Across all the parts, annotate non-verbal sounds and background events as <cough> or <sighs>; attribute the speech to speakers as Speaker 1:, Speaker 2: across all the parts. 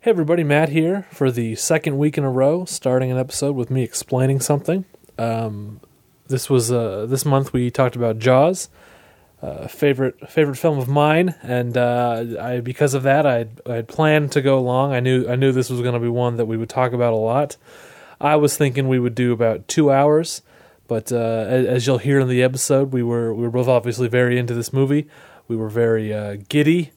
Speaker 1: Hey everybody, Matt here for the second week in a row, starting an episode with me explaining something. Um, this was uh, this month we talked about Jaws, uh, favorite favorite film of mine, and uh, I because of that I I had planned to go long. I knew I knew this was going to be one that we would talk about a lot. I was thinking we would do about two hours, but uh, a- as you'll hear in the episode, we were we were both obviously very into this movie. We were very uh, giddy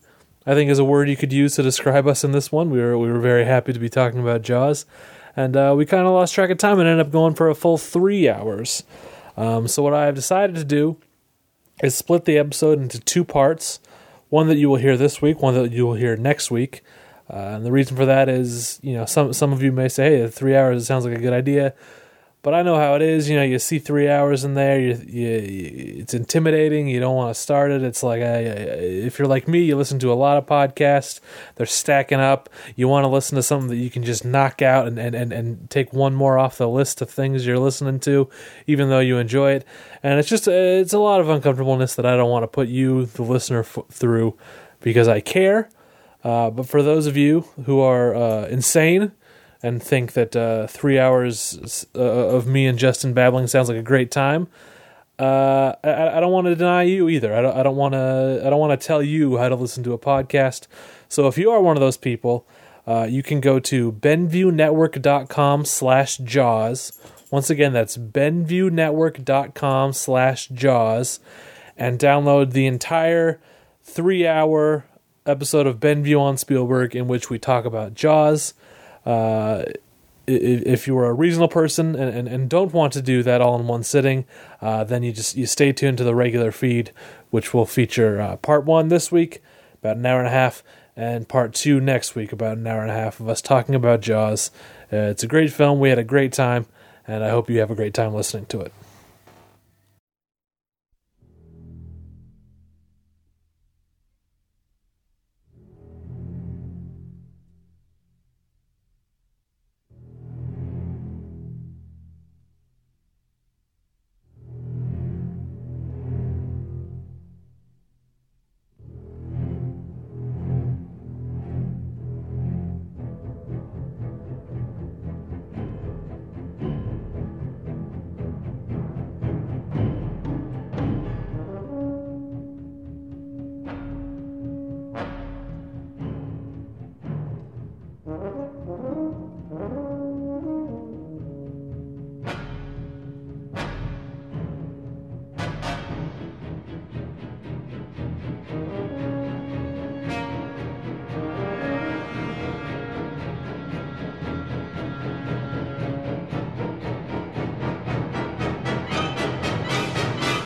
Speaker 1: I think is a word you could use to describe us in this one. We were we were very happy to be talking about Jaws, and uh, we kind of lost track of time and ended up going for a full three hours. Um, so what I have decided to do is split the episode into two parts, one that you will hear this week, one that you will hear next week. Uh, and the reason for that is, you know, some some of you may say, "Hey, three hours sounds like a good idea," but I know how it is. You know, you see three hours in there, you, you, you- it's intimidating. You don't want to start it. It's like I, I, if you're like me, you listen to a lot of podcasts. They're stacking up. You want to listen to something that you can just knock out and, and, and, and take one more off the list of things you're listening to, even though you enjoy it. And it's just uh, it's a lot of uncomfortableness that I don't want to put you, the listener, f- through because I care. Uh, but for those of you who are uh, insane and think that uh, three hours uh, of me and Justin babbling sounds like a great time, uh, I, I don't want to deny you either. I don't, I don't want to. I don't want to tell you how to listen to a podcast. So if you are one of those people, uh, you can go to BenviewNetwork.com/jaws. Once again, that's BenviewNetwork.com/jaws, and download the entire three-hour episode of Benview on Spielberg in which we talk about Jaws. Uh, i- if you are a reasonable person and, and, and don't want to do that all in one sitting, uh, then you just you stay tuned to the regular feed, which will feature uh, part one this week, about an hour and a half, and part two next week, about an hour and a half of us talking about Jaws. Uh, it's a great film. We had a great time, and I hope you have a great time listening to it.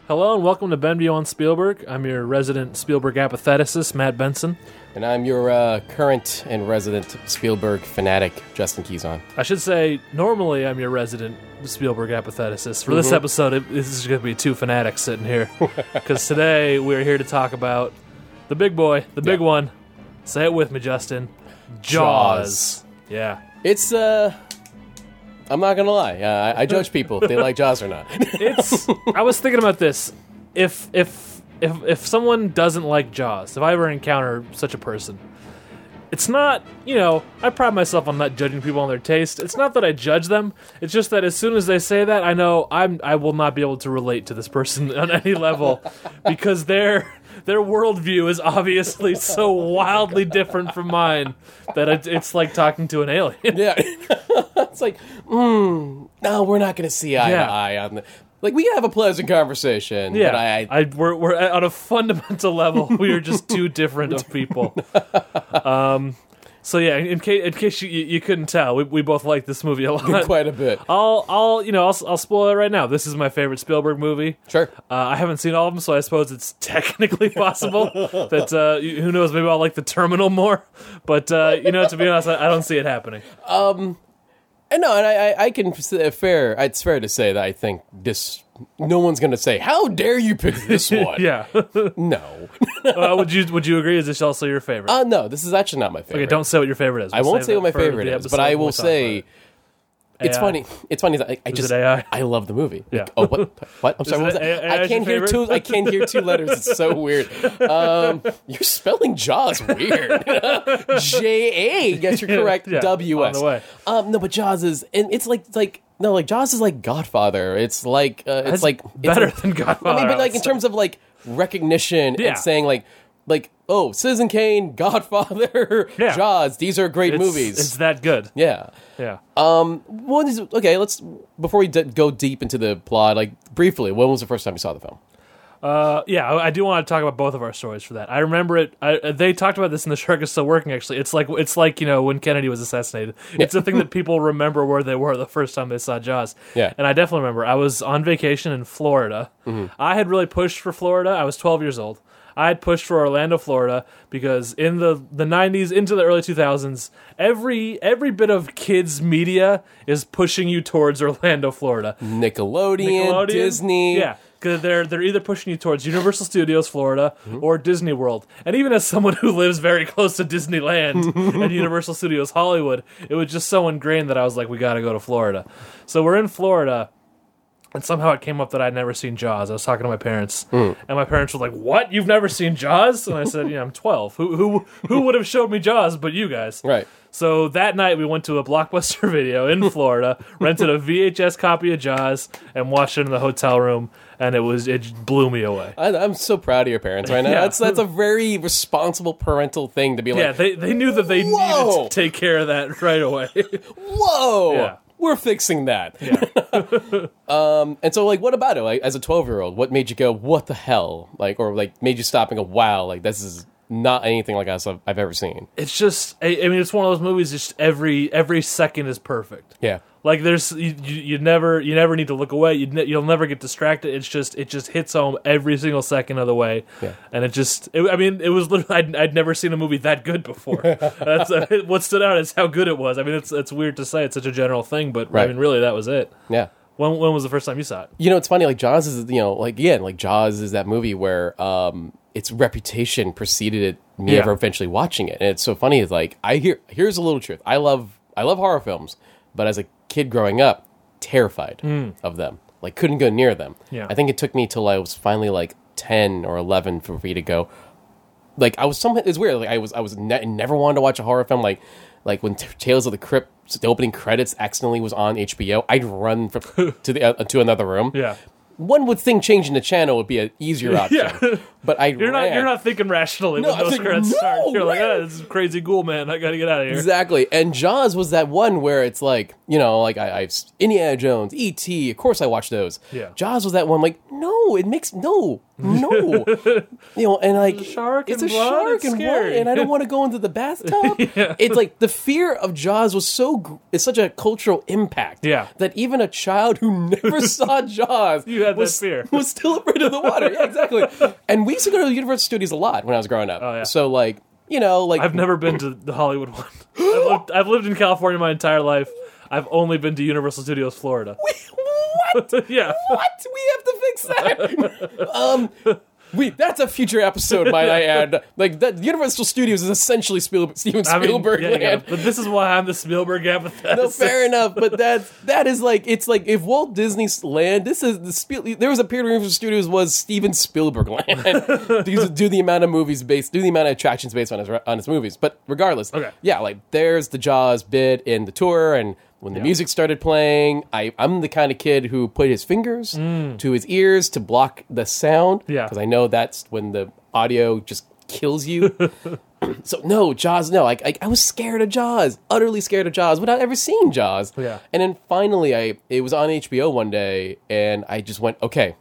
Speaker 1: Hello and welcome to Benview on Spielberg. I'm your resident Spielberg apatheticist, Matt Benson.
Speaker 2: And I'm your uh, current and resident Spielberg fanatic, Justin Keyson.
Speaker 1: I should say, normally I'm your resident Spielberg apatheticist. For
Speaker 2: Mm-hmm.
Speaker 1: this episode, it, this is going to be two fanatics sitting
Speaker 2: <laughs>
Speaker 1: here. Because today we're here to talk about the big boy, the big
Speaker 2: Yeah.
Speaker 1: one. Say it with me, Justin. Jaws.
Speaker 2: Jaws.
Speaker 1: Yeah.
Speaker 2: It's, uh, I'm not gonna lie, uh, I, I judge people if they like Jaws or not. <laughs>
Speaker 1: It's. I was thinking about this. If if if if someone doesn't like Jaws, if I ever encounter such a person, it's not. You know, I pride myself on not judging people on their taste. It's not that I judge them. It's just that as soon as they say that, I know I'm. I will not be able to relate to this person <laughs> on any level because their Their worldview is obviously so wildly different from mine that it, it's like talking to an alien.
Speaker 2: yeah, <laughs> it's like, hmm, no, we're not gonna see eye
Speaker 1: Yeah.
Speaker 2: to eye on the. Like, we can have a pleasant conversation.
Speaker 1: Yeah,
Speaker 2: But I, I,
Speaker 1: we're, we're on a fundamental level. We are just two different of
Speaker 2: <laughs>
Speaker 1: people. Um, so yeah, in, in case in case you, you, you couldn't tell, we, we both like this movie a lot.
Speaker 2: quite a bit.
Speaker 1: I'll I'll you know I'll, I'll spoil it right now. This is my favorite Spielberg movie.
Speaker 2: Sure.
Speaker 1: Uh, I haven't seen all of them, so I suppose it's <laughs> technically possible that uh, you- who knows? Maybe I'll like the Terminal more. But uh, you know, to be honest, I, I don't see it happening.
Speaker 2: And no, and I, I, I can uh, fair. It's fair to say that I think this. No one's gonna say, "How dare you pick this one?"
Speaker 1: <laughs> Yeah.
Speaker 2: No.
Speaker 1: uh, would you Would you agree? Is this also your favorite?
Speaker 2: Uh, no, this is actually not my favorite.
Speaker 1: okay, don't say what your favorite is.
Speaker 2: Um, I
Speaker 1: We'll
Speaker 2: won't
Speaker 1: save
Speaker 2: say what
Speaker 1: that
Speaker 2: my
Speaker 1: for the
Speaker 2: favorite is,
Speaker 1: episode
Speaker 2: but I
Speaker 1: when we
Speaker 2: will
Speaker 1: talk about it.
Speaker 2: say It's
Speaker 1: AI.
Speaker 2: funny. It's funny that I, I
Speaker 1: Is
Speaker 2: just
Speaker 1: it AI?
Speaker 2: I love the movie.
Speaker 1: Yeah.
Speaker 2: Like, oh what? What? I'm sorry. What was
Speaker 1: it
Speaker 2: that?
Speaker 1: A-
Speaker 2: I
Speaker 1: AI's
Speaker 2: can't
Speaker 1: your
Speaker 2: hear two.
Speaker 1: favorite?
Speaker 2: I can't hear two letters. It's
Speaker 1: <laughs>
Speaker 2: so weird. Um, you're spelling Jaws weird. <laughs> J A. Yes, you're correct.
Speaker 1: Yeah,
Speaker 2: W
Speaker 1: on
Speaker 2: S.
Speaker 1: the way.
Speaker 2: Um, no, but Jaws is and it's like it's like no, like Jaws is like Godfather. It's like uh, it's
Speaker 1: That's
Speaker 2: like it's
Speaker 1: better
Speaker 2: like-
Speaker 1: than Godfather.
Speaker 2: I mean, but like
Speaker 1: Alex.
Speaker 2: in terms of like recognition
Speaker 1: Yeah.
Speaker 2: and saying like like oh, Citizen Kane, <laughs> Godfather,
Speaker 1: Yeah.
Speaker 2: Jaws. These are great
Speaker 1: It's-
Speaker 2: movies.
Speaker 1: It's that good.
Speaker 2: yeah.
Speaker 1: Yeah.
Speaker 2: What is okay? Let's before we d- go deep into the plot, like briefly. When was the first time you saw the film?
Speaker 1: Uh, yeah, I, I do want to talk about both of our stories for that. I remember it. I, uh, they talked about this in the <laughs> Shark is Still Working. Actually, it's like it's like you know when Kennedy was assassinated. It's a thing that people remember where they were the first time they saw Jaws.
Speaker 2: Yeah.
Speaker 1: and I definitely remember. I was on vacation in Florida. I had really pushed for Florida. I was 12 years old. I had pushed for Orlando, Florida, because in the, the 90s into the early 2000s, every every bit of kids media is pushing you towards Orlando, Florida.
Speaker 2: Nickelodeon,
Speaker 1: Nickelodeon,
Speaker 2: Disney.
Speaker 1: Yeah, because they're they're either pushing you towards Universal Studios Florida
Speaker 2: Hmm?
Speaker 1: or Disney World. And even as someone who lives very <laughs> close to Disneyland
Speaker 2: <laughs>
Speaker 1: and Universal Studios Hollywood, it was just so ingrained that I was like, we got to go to Florida. So we're in Florida. And somehow it came up that I'd never seen Jaws. I was talking to my parents,
Speaker 2: Hmm.
Speaker 1: and my parents were like, "What? You've never seen Jaws?" And I said, "Yeah, I'm 12. Who who who would have showed me Jaws but you guys?"
Speaker 2: Right.
Speaker 1: So that night we went to a Blockbuster <laughs> video in Florida, rented a VHS copy of Jaws, and watched it in the hotel room, and it was it blew me away.
Speaker 2: I, I'm so proud of your parents right now.
Speaker 1: <laughs> Yeah.
Speaker 2: That's that's a very responsible parental thing to be like.
Speaker 1: Yeah, they, they knew that they
Speaker 2: Whoa!
Speaker 1: needed to take care of that <laughs> right away.
Speaker 2: Whoa,
Speaker 1: Yeah.
Speaker 2: we're fixing that. <laughs> um, and so like, what about it? Like, as a 12 year old, what made you go, what the hell? Like, or like made you stop and go, wow, like this is not anything like us I've, I've ever seen.
Speaker 1: it's just I, I mean it's one of those movies. Just every every second is perfect.
Speaker 2: Yeah.
Speaker 1: Like there's you, you, you never you never need to look away. You ne- you'll never get distracted. It's just it just hits home every single second of the way.
Speaker 2: Yeah.
Speaker 1: And it just it, I mean it was literally I'd, I'd never seen a movie that good
Speaker 2: <laughs>
Speaker 1: before. That's uh, what stood out is how good it was. I mean it's it's weird to say it's such a general thing, but I
Speaker 2: Right.
Speaker 1: mean really that was it.
Speaker 2: Yeah.
Speaker 1: When when was the first time you saw it?
Speaker 2: you know it's funny like jaws is you know like again like jaws is that movie where um its reputation preceded it me
Speaker 1: Yeah.
Speaker 2: ever eventually watching it and it's so funny is like i hear here's a little truth i love i love horror films but as a kid growing up terrified of them like couldn't go near them
Speaker 1: Hmm. Yeah.
Speaker 2: i think it took me till i was finally like 10 or 11 for me to go like I was somehow it's weird. Like I was I was ne- never wanted to watch a horror film. Like like when T- Tales of the Crypt the opening credits accidentally was on HBO, I'd
Speaker 1: <laughs>
Speaker 2: run from, to the uh, to another room.
Speaker 1: Yeah.
Speaker 2: One would think changing the channel would be an easier option,
Speaker 1: <laughs> Yeah.
Speaker 2: but I
Speaker 1: You're not you're not thinking rationally
Speaker 2: No,
Speaker 1: when
Speaker 2: I
Speaker 1: those
Speaker 2: think,
Speaker 1: credits
Speaker 2: no,
Speaker 1: start. You're like,
Speaker 2: where-
Speaker 1: ah, this is crazy ghoul man. I got to get out of here.
Speaker 2: <laughs> exactly. And Jaws was that one where it's like you know like I, I've Indiana Jones, ET. Of course I watched those.
Speaker 1: Yeah.
Speaker 2: Jaws was that one. Like no, it makes no
Speaker 1: <laughs>
Speaker 2: no. you know, and like
Speaker 1: shark
Speaker 2: it's
Speaker 1: and
Speaker 2: a
Speaker 1: blood,
Speaker 2: shark
Speaker 1: it's
Speaker 2: and
Speaker 1: scary.
Speaker 2: blood, and I don't want to go into
Speaker 1: <laughs>
Speaker 2: the bathtub. It's like the fear of Jaws was so gr- it's such a cultural impact.
Speaker 1: Yeah.
Speaker 2: that even a child
Speaker 1: <laughs>
Speaker 2: who never saw Jaws
Speaker 1: You had that
Speaker 2: was,
Speaker 1: fear.
Speaker 2: <laughs> was still afraid of the water.
Speaker 1: <laughs>
Speaker 2: Yeah, exactly. and we used to go to the Universal Studios a lot when I was growing up. Oh,
Speaker 1: yeah.
Speaker 2: So like you know like
Speaker 1: I've never been to the Hollywood one. <laughs> I've lived, I've lived in California my entire life. I've only been to Universal Studios Florida.
Speaker 2: <laughs>
Speaker 1: <laughs>
Speaker 2: what?
Speaker 1: yeah.
Speaker 2: What? We have to
Speaker 1: <laughs>
Speaker 2: fix that. um, we that's a future episode, might I add. Like that, Universal Studios is essentially Spiel, Steven
Speaker 1: I mean,
Speaker 2: Spielberg
Speaker 1: yeah, yeah,
Speaker 2: land.
Speaker 1: But this is why I'm the Spielberg apathetic. <laughs>
Speaker 2: No, fair enough, but that that is like it's like if Walt Disney's land. This is the Spiel, there was a period where Universal Studios was Steven Spielberg <laughs> land. These do the amount of movies based, do the amount of attractions based on his on his movies. But regardless,
Speaker 1: Okay.
Speaker 2: yeah, like there's the Jaws bit in the tour, and when the music started playing, I I'm the kind of kid who put his fingers to his ears to block the sound.
Speaker 1: Mm. Yeah.
Speaker 2: because I know that's when the audio just kills you. So no, Jaws. No, I, I I was scared of Jaws, utterly scared of Jaws, without ever seeing Jaws.
Speaker 1: Yeah.
Speaker 2: And then finally, I it was on HBO one day, and I just went, okay,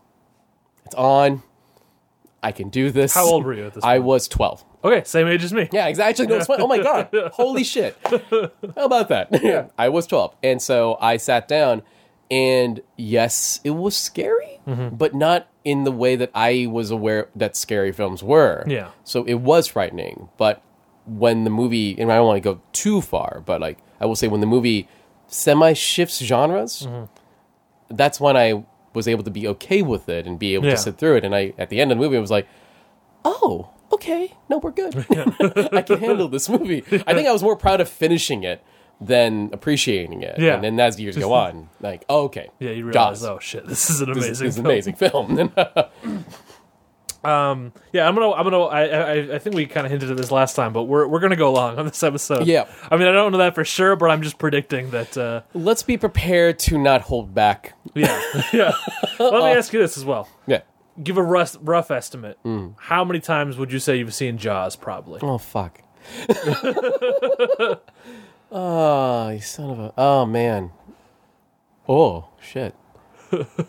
Speaker 2: it's on. I can do this.
Speaker 1: How old were you at this
Speaker 2: I was twelve.
Speaker 1: Okay, same age as me.
Speaker 2: <laughs> Yeah, exactly. No, it's fun. Oh
Speaker 1: <laughs>
Speaker 2: my god! Holy shit! How about that? <laughs> I was twelve, and so I sat down, and yes, it was scary,
Speaker 1: Mm-hmm.
Speaker 2: but not in the way that I was aware that scary films were.
Speaker 1: Yeah.
Speaker 2: So it was frightening, but when the movie, and I don't want to go too far, but like I will say, when the movie semi shifts genres, that's when I was able to be okay with it and be able
Speaker 1: Mm-hmm. Yeah.
Speaker 2: to sit through it. And I, at the end of the movie, I was like, oh, <laughs> okay, no, we're good. I can handle this movie. I think I was more proud of finishing it than appreciating it.
Speaker 1: Yeah.
Speaker 2: And then as years go on, like, oh, okay.
Speaker 1: Yeah, you realize,
Speaker 2: Jaws.
Speaker 1: oh shit, this is an
Speaker 2: This
Speaker 1: amazing,
Speaker 2: is- this is an
Speaker 1: film.
Speaker 2: amazing film. <laughs>
Speaker 1: Um, yeah, I'm gonna, I'm gonna, I, I, I think we kind of hinted at this last time, but we're we're gonna go long on this episode.
Speaker 2: Yeah.
Speaker 1: I mean, I don't know that for sure, but I'm just predicting that. Uh,
Speaker 2: Let's be prepared to not hold back.
Speaker 1: yeah, <laughs> yeah. Let
Speaker 2: <laughs>
Speaker 1: me ask you this as well.
Speaker 2: Yeah.
Speaker 1: Give a rough, rough estimate.
Speaker 2: Hmm.
Speaker 1: How many times would you say you've seen Jaws? Probably.
Speaker 2: Oh fuck. <laughs> oh, you son of a. Oh man. Oh shit. <laughs>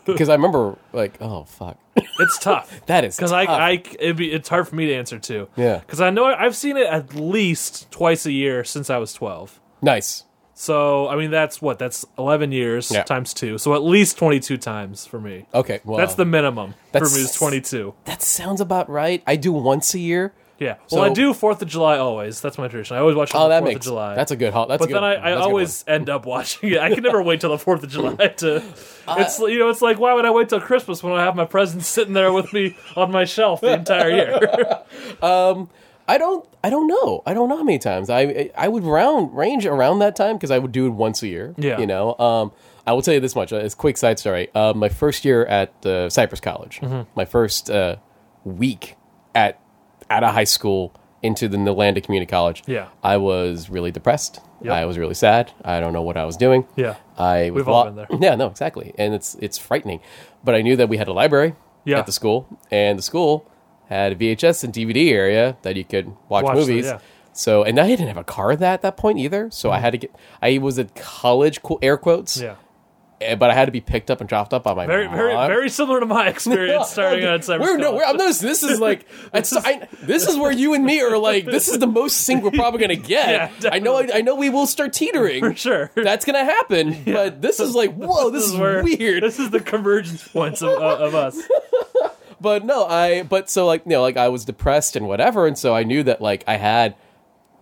Speaker 2: Because I remember like, oh fuck,
Speaker 1: It's tough. <laughs>
Speaker 2: that is
Speaker 1: Because I,
Speaker 2: tough.
Speaker 1: I, it'd be, it's hard for me to answer too.
Speaker 2: Yeah.
Speaker 1: Because I know I- I've seen it at least twice a year since I was 12.
Speaker 2: nice.
Speaker 1: So I mean, that's what that's 11 years
Speaker 2: Yeah.
Speaker 1: times two. So at least 22 times for me.
Speaker 2: Okay, well
Speaker 1: That's the minimum
Speaker 2: That's-
Speaker 1: for me is 22.
Speaker 2: that sounds about right. I do once a year.
Speaker 1: Yeah. Well, I
Speaker 2: So-
Speaker 1: do Fourth of July always. That's my tradition. I always watch it on
Speaker 2: Oh,
Speaker 1: the
Speaker 2: that
Speaker 1: Fourth
Speaker 2: makes
Speaker 1: of July.
Speaker 2: that's a good. ho- That's
Speaker 1: but
Speaker 2: a good,
Speaker 1: then I, I
Speaker 2: that's a good
Speaker 1: always end up watching it. I can never wait till the Fourth
Speaker 2: <laughs>
Speaker 1: of July to.
Speaker 2: Uh,
Speaker 1: It's you know, it's like why would I wait till Christmas when I have my presents sitting there with me on my shelf the entire year?
Speaker 2: one. I don't. I don't know. I don't know how many times I I- I would round range around that time because I would do it once a year.
Speaker 1: Yeah.
Speaker 2: you know. Um, I will tell you this much. uh, It's a quick side story. Uh, my first year at uh, Cypress College,
Speaker 1: Mm-hmm.
Speaker 2: my first uh, week at out of high school into the Nolanda Community College.
Speaker 1: Yeah.
Speaker 2: I was really depressed.
Speaker 1: Yep.
Speaker 2: I was really sad. I don't know what I was doing.
Speaker 1: Yeah.
Speaker 2: I was
Speaker 1: We've all
Speaker 2: lo-
Speaker 1: been there.
Speaker 2: <laughs> Yeah, no, exactly, and it's it's frightening. But I knew that we had a library
Speaker 1: Yeah.
Speaker 2: at the school, and the school had a VHS and DVD area that you could watch,
Speaker 1: Watch the-
Speaker 2: movies.
Speaker 1: yeah. Mm.
Speaker 2: So, and I didn't have a car at that at that point either. So I had to get. I was at college, qu- air quotes,
Speaker 1: Yeah.
Speaker 2: eh, but I had to be picked up and dropped up by my
Speaker 1: Very,
Speaker 2: mom.
Speaker 1: very,
Speaker 2: <laughs>
Speaker 1: very similar to my <laughs> experience starting out at Cypress
Speaker 2: We're, no,
Speaker 1: College.
Speaker 2: we're, I'm noticing this
Speaker 1: <laughs>
Speaker 2: is like it's, I, this is where you and me are like this is the most sync we're probably
Speaker 1: <laughs>
Speaker 2: gonna
Speaker 1: Yeah,
Speaker 2: get. I know I, I know we will start teetering
Speaker 1: for sure. <laughs>
Speaker 2: <laughs> that's gonna <laughs> happen. But this is like, whoa, this, is,
Speaker 1: where-
Speaker 2: weird. <laughs>
Speaker 1: This is the convergence points of, of, of us.
Speaker 2: But no, I but so like you know, like I was depressed and whatever, and so I knew that like I had.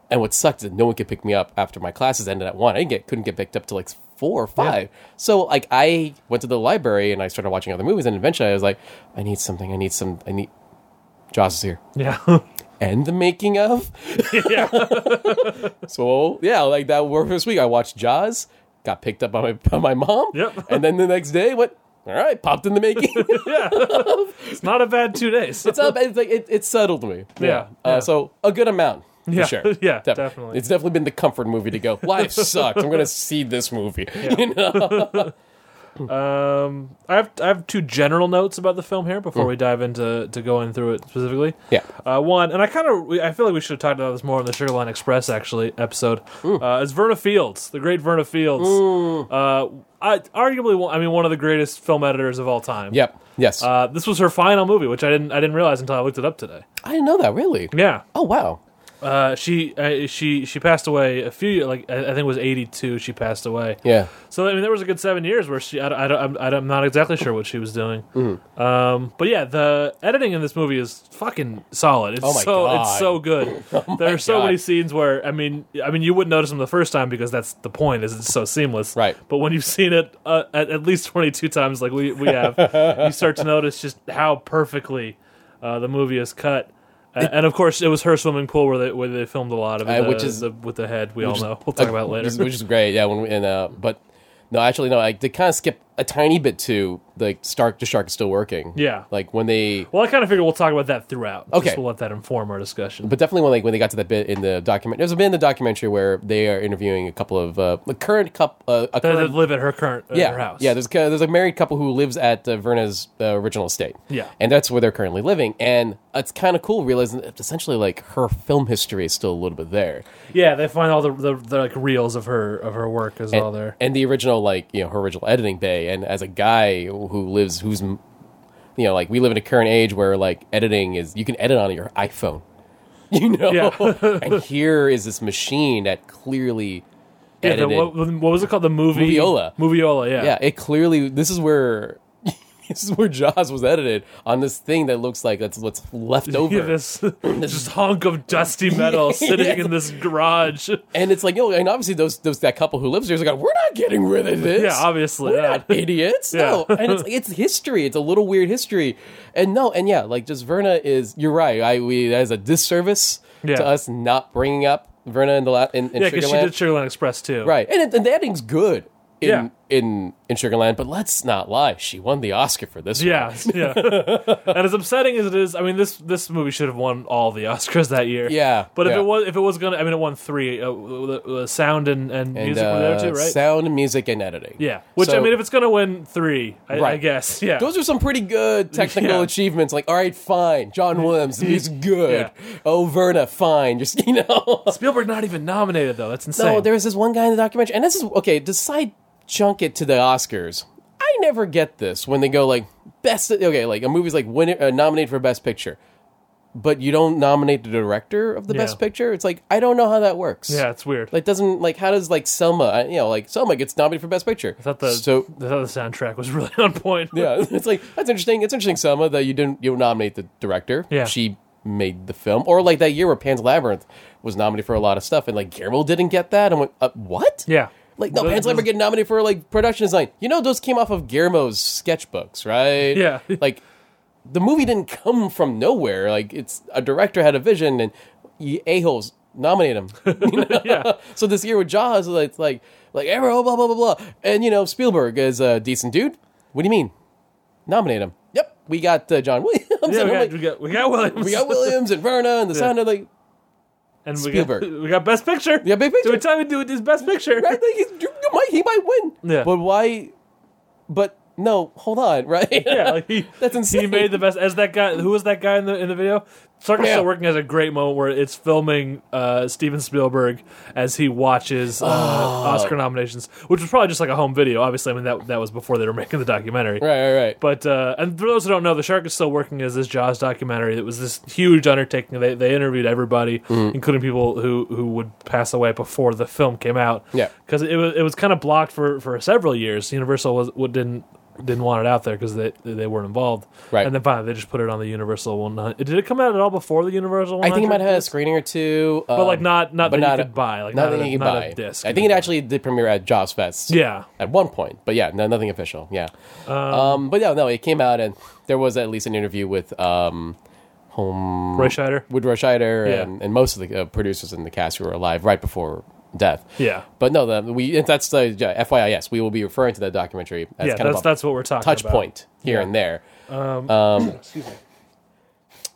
Speaker 2: And what sucked is that no one could pick me up after my classes ended at one. I didn't get couldn't get picked up till like four or five. So like I went to the library and I started watching other movies, and eventually I was like, I need something. I need some. I need. Joss is here.
Speaker 1: Yeah.
Speaker 2: and the making of. <laughs> so yeah, like that worked this week. I watched Jaws, got picked up by my by my mom.
Speaker 1: Yep.
Speaker 2: <laughs> And then the next day went, all right, popped in the making.
Speaker 1: <laughs>
Speaker 2: <laughs>
Speaker 1: It's not a bad two days.
Speaker 2: it's up it's like it, it settled me.
Speaker 1: Yeah, yeah.
Speaker 2: Uh, so a good amount. For
Speaker 1: Yeah,
Speaker 2: sure.
Speaker 1: <laughs> yeah,
Speaker 2: Def-
Speaker 1: definitely.
Speaker 2: It's definitely been the comfort movie
Speaker 1: <laughs>
Speaker 2: to go. Life sucks. I'm gonna see this movie. <laughs> You know?
Speaker 1: Um, I have I have two general notes about the film here before we dive into to going through it specifically.
Speaker 2: Mm. Yeah.
Speaker 1: Uh, one, and I kind of I feel like we should have talked about this more on the Sugarline Express actually episode. Uh, is Verna Fields, the great Verna Fields, uh, I, arguably one, I mean one of the greatest film editors of all time.
Speaker 2: Yep. Yes.
Speaker 1: Uh, this was her final movie, which I didn't I didn't realize until I looked it up today.
Speaker 2: I didn't know that really.
Speaker 1: Yeah.
Speaker 2: Oh wow.
Speaker 1: Uh, she uh, she she passed away a few like I I think it was eighty two. She passed away.
Speaker 2: Yeah.
Speaker 1: So I mean, there was a good seven years where she I, I, I'm, I'm not exactly sure what she was doing. Um, but yeah, the editing in this movie is fucking solid. It's
Speaker 2: Oh my
Speaker 1: so
Speaker 2: God. Oh
Speaker 1: it's so
Speaker 2: <laughs>
Speaker 1: good. there are so
Speaker 2: God.
Speaker 1: many scenes where I mean I mean you wouldn't notice them the first time because that's the point is it's so seamless.
Speaker 2: Right.
Speaker 1: But when you've seen it uh, at, at least 22 times like we we have, you start to notice just how perfectly uh, the movie is cut. And, and of course, it was her swimming pool where they where they filmed a lot of it,
Speaker 2: Uh,
Speaker 1: the-
Speaker 2: which is-
Speaker 1: the, with the head. We all know. We'll talk about it later.
Speaker 2: Which, is- which is great. Yeah, when we, and uh, but no, actually no. I did kind of skip a tiny bit to like Stark. The shark is still working.
Speaker 1: Yeah.
Speaker 2: like when they.
Speaker 1: Well, I kind of figure we'll talk about that throughout.
Speaker 2: Okay.
Speaker 1: Just we'll let that inform our discussion.
Speaker 2: But definitely when like when they got to that bit in the document, there's a bit in the documentary where they are interviewing a couple of uh, a current couple, uh, a
Speaker 1: They
Speaker 2: current
Speaker 1: live at her current at
Speaker 2: yeah,
Speaker 1: her house.
Speaker 2: Yeah, there's a, there's a married couple who lives at uh, Verna's uh, original estate.
Speaker 1: Yeah.
Speaker 2: and that's where they're currently living, and it's kind of cool realizing that essentially like her film history is still a little bit there.
Speaker 1: yeah. They find all the, the, the like reels of her of her work
Speaker 2: E-
Speaker 1: is all there.
Speaker 2: and the original like you know her original editing bay and as a guy who lives who's m- you know like we live in a current age where like editing is you can edit on your iphone <laughs> you know
Speaker 1: Yeah.
Speaker 2: <laughs> and here is this machine that clearly
Speaker 1: Yeah, the-
Speaker 2: edited
Speaker 1: what, what was it called? The movie
Speaker 2: Moviola.
Speaker 1: Moviola. Yeah.
Speaker 2: yeah it clearly this is where <laughs> this is where jaws was edited on this thing that looks like that's what's left
Speaker 1: <laughs>
Speaker 2: over
Speaker 1: <laughs> Yeah, this just hunk of dusty
Speaker 2: <laughs>
Speaker 1: metal sitting in this garage. <laughs>
Speaker 2: and it's like you know and obviously those those that couple who lives there's like we're not getting rid of this
Speaker 1: Yeah, obviously.
Speaker 2: We're
Speaker 1: <laughs> yeah.
Speaker 2: not idiots. No. And it's it's history. It's a little weird history. And no, and yeah, like just Verna is you're right. I we that is a disservice
Speaker 1: Yeah.
Speaker 2: to us not bringing up Verna in the la- in, in
Speaker 1: yeah, because she
Speaker 2: Sugarland.
Speaker 1: did Sugarland Express too.
Speaker 2: right, and, it, and the ending's good. In,
Speaker 1: Yeah.
Speaker 2: in in Sugarland, but let's not lie. She won the Oscar for this. one.
Speaker 1: Yeah,
Speaker 2: <laughs>
Speaker 1: yeah. and as upsetting as it is, I mean this this movie should have won all the Oscars that year.
Speaker 2: Yeah,
Speaker 1: but if
Speaker 2: yeah.
Speaker 1: it was if it was gonna, I mean it won three. Uh, the, the sound and, and,
Speaker 2: And,
Speaker 1: music were there
Speaker 2: uh,
Speaker 1: too, right?
Speaker 2: Sound, and music, and editing.
Speaker 1: yeah, which I
Speaker 2: So-
Speaker 1: mean if it's gonna win three, I, I
Speaker 2: Right.
Speaker 1: guess. <laughs> Yeah,
Speaker 2: Those are some pretty good
Speaker 1: <laughs>
Speaker 2: technical
Speaker 1: Yeah.
Speaker 2: achievements. Like, all right, fine.
Speaker 1: <laughs>
Speaker 2: John Williams, he's good.
Speaker 1: Yeah.
Speaker 2: Oh, Verna, fine. Just, <laughs> you know.
Speaker 1: Spielberg not even nominated though. That's insane.
Speaker 2: no, there's this one guy in the documentary. And this is, okay, decide junk it to the Oscars. I never get this when they go, like, best, okay, like a movie's like win, uh, nominated for best picture, but you don't nominate the director of the
Speaker 1: Yeah.
Speaker 2: best picture. It's like, I don't know how that works.
Speaker 1: yeah, it's weird.
Speaker 2: Like, doesn't, like, how does, like, Selma, I- you know, like, Selma gets nominated for best picture.
Speaker 1: I thought the
Speaker 2: so,
Speaker 1: I thought the soundtrack was <laughs> really on point.
Speaker 2: <laughs> yeah, it's like that's interesting. It's interesting, Selma, that you didn't you nominate the director.
Speaker 1: Yeah.
Speaker 2: she made the film, or like that year where Pan's Labyrinth was nominated for a lot of stuff, and like Guillermo didn't get that. and went, uh, what?
Speaker 1: Yeah. <laughs>
Speaker 2: Like no,
Speaker 1: Those-
Speaker 2: Pan's Labyrinth
Speaker 1: those-
Speaker 2: getting nominated for like production design. You know, those came off of Guillermo's sketchbooks, right?
Speaker 1: Yeah. <laughs>
Speaker 2: like the movie didn't come from nowhere. Like it's a director had a vision, and you a holes nominate him.
Speaker 1: <laughs>
Speaker 2: You know?
Speaker 1: Yeah.
Speaker 2: <laughs> so this year with Jaws, it's like like everyone blah blah blah blah, and you know Spielberg is a decent dude. What do you mean? Nominate him. Yep, we got uh, John Williams.
Speaker 1: Yeah,
Speaker 2: and
Speaker 1: we
Speaker 2: <laughs> I'm
Speaker 1: got,
Speaker 2: like,
Speaker 1: we got we got Williams.
Speaker 2: we got Williams and Verna and the sound of like
Speaker 1: <laughs> and we
Speaker 2: Spielberg.
Speaker 1: Got, <laughs> we got Best Picture.
Speaker 2: Yeah, Best Picture.
Speaker 1: So we time to do it. This Best Picture.
Speaker 2: right. Like he's, you might, he might win.
Speaker 1: Yeah.
Speaker 2: but why? But no, hold on. <laughs> Right.
Speaker 1: <laughs> Yeah, like he,
Speaker 2: That's insane.
Speaker 1: He made the best. As that guy, who was that guy in the in the video? Circus
Speaker 2: Yeah.
Speaker 1: still working has a great moment where it's filming uh, Steven Spielberg as he watches uh,
Speaker 2: Oh.
Speaker 1: Oscar nominations, which was probably just like a home video. Obviously, I mean that that was before they were <laughs> making the documentary.
Speaker 2: right. Right. Right.
Speaker 1: But uh, and for those who don't know, the shark is still working as this Jaws documentary. It was this huge undertaking. They they interviewed everybody,
Speaker 2: Mm-hmm.
Speaker 1: including people who who would pass away before the film came out.
Speaker 2: Yeah.
Speaker 1: because it was it was kind of blocked for for several years. Universal was what didn't didn't want it out there because they they weren't involved.
Speaker 2: Right.
Speaker 1: and then finally they just put it on the Universal one. hun- Did it come out at all before the Universal?
Speaker 2: I think it
Speaker 1: 100?
Speaker 2: might have had a screening or two, um,
Speaker 1: but like not not
Speaker 2: but
Speaker 1: that
Speaker 2: not
Speaker 1: you
Speaker 2: a-
Speaker 1: could buy, like
Speaker 2: nothing
Speaker 1: not,
Speaker 2: you
Speaker 1: a,
Speaker 2: can
Speaker 1: not
Speaker 2: buy.
Speaker 1: a disc.
Speaker 2: I think it actually did premiere at Jaws Fest.
Speaker 1: yeah.
Speaker 2: At one point, but yeah, no, nothing official. Yeah. Um, but yeah, no, it came out and there was at least an interview with um, home
Speaker 1: Roy Scheider.
Speaker 2: with Roy Scheider
Speaker 1: Yeah.
Speaker 2: and, and most of the uh, producers in the cast who were alive right before death.
Speaker 1: Yeah.
Speaker 2: But no, the, we that's the yeah, FYI. Yes, we will be referring to that documentary. As
Speaker 1: yeah,
Speaker 2: kind
Speaker 1: that's
Speaker 2: of a
Speaker 1: that's what we're talking
Speaker 2: touch
Speaker 1: about.
Speaker 2: point here and there.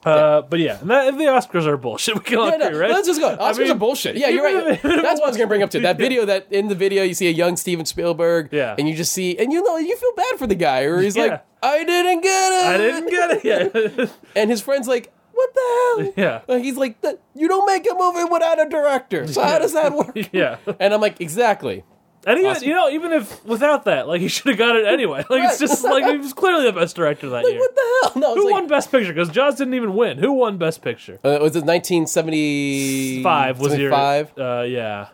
Speaker 1: Uh, but yeah, and that, and the Oscars are bullshit. <laughs> We can all
Speaker 2: Yeah, no,
Speaker 1: agree, right?
Speaker 2: Let's just go. Oscars
Speaker 1: mean,
Speaker 2: are bullshit. Yeah, you're
Speaker 1: even
Speaker 2: right.
Speaker 1: if-
Speaker 2: That's what I was gonna bring up too.
Speaker 1: <laughs>
Speaker 2: That video that in the video you see a young Steven Spielberg.
Speaker 1: Yeah.
Speaker 2: And you just see and you know you feel bad for the guy or he's
Speaker 1: Yeah.
Speaker 2: like, I didn't get it.
Speaker 1: I didn't get it. <laughs> Yeah.
Speaker 2: <laughs> And his friend's like, What the hell?
Speaker 1: <laughs> Yeah.
Speaker 2: Like, he's like, "That- you don't make a movie without a director. So how does
Speaker 1: <laughs>
Speaker 2: that work?
Speaker 1: Yeah.
Speaker 2: And I'm like, exactly.
Speaker 1: And even,
Speaker 2: Awesome.
Speaker 1: you know, even if without that, like he should have got it anyway. Like it's just like he was clearly the best director that year.
Speaker 2: What the hell? No, it's
Speaker 1: Who
Speaker 2: like,
Speaker 1: won Best Picture? Because Jaws didn't even win. Who won Best Picture?
Speaker 2: uh, was it 1975?
Speaker 1: Five was your <laughs>
Speaker 2: five.
Speaker 1: Uh, yeah.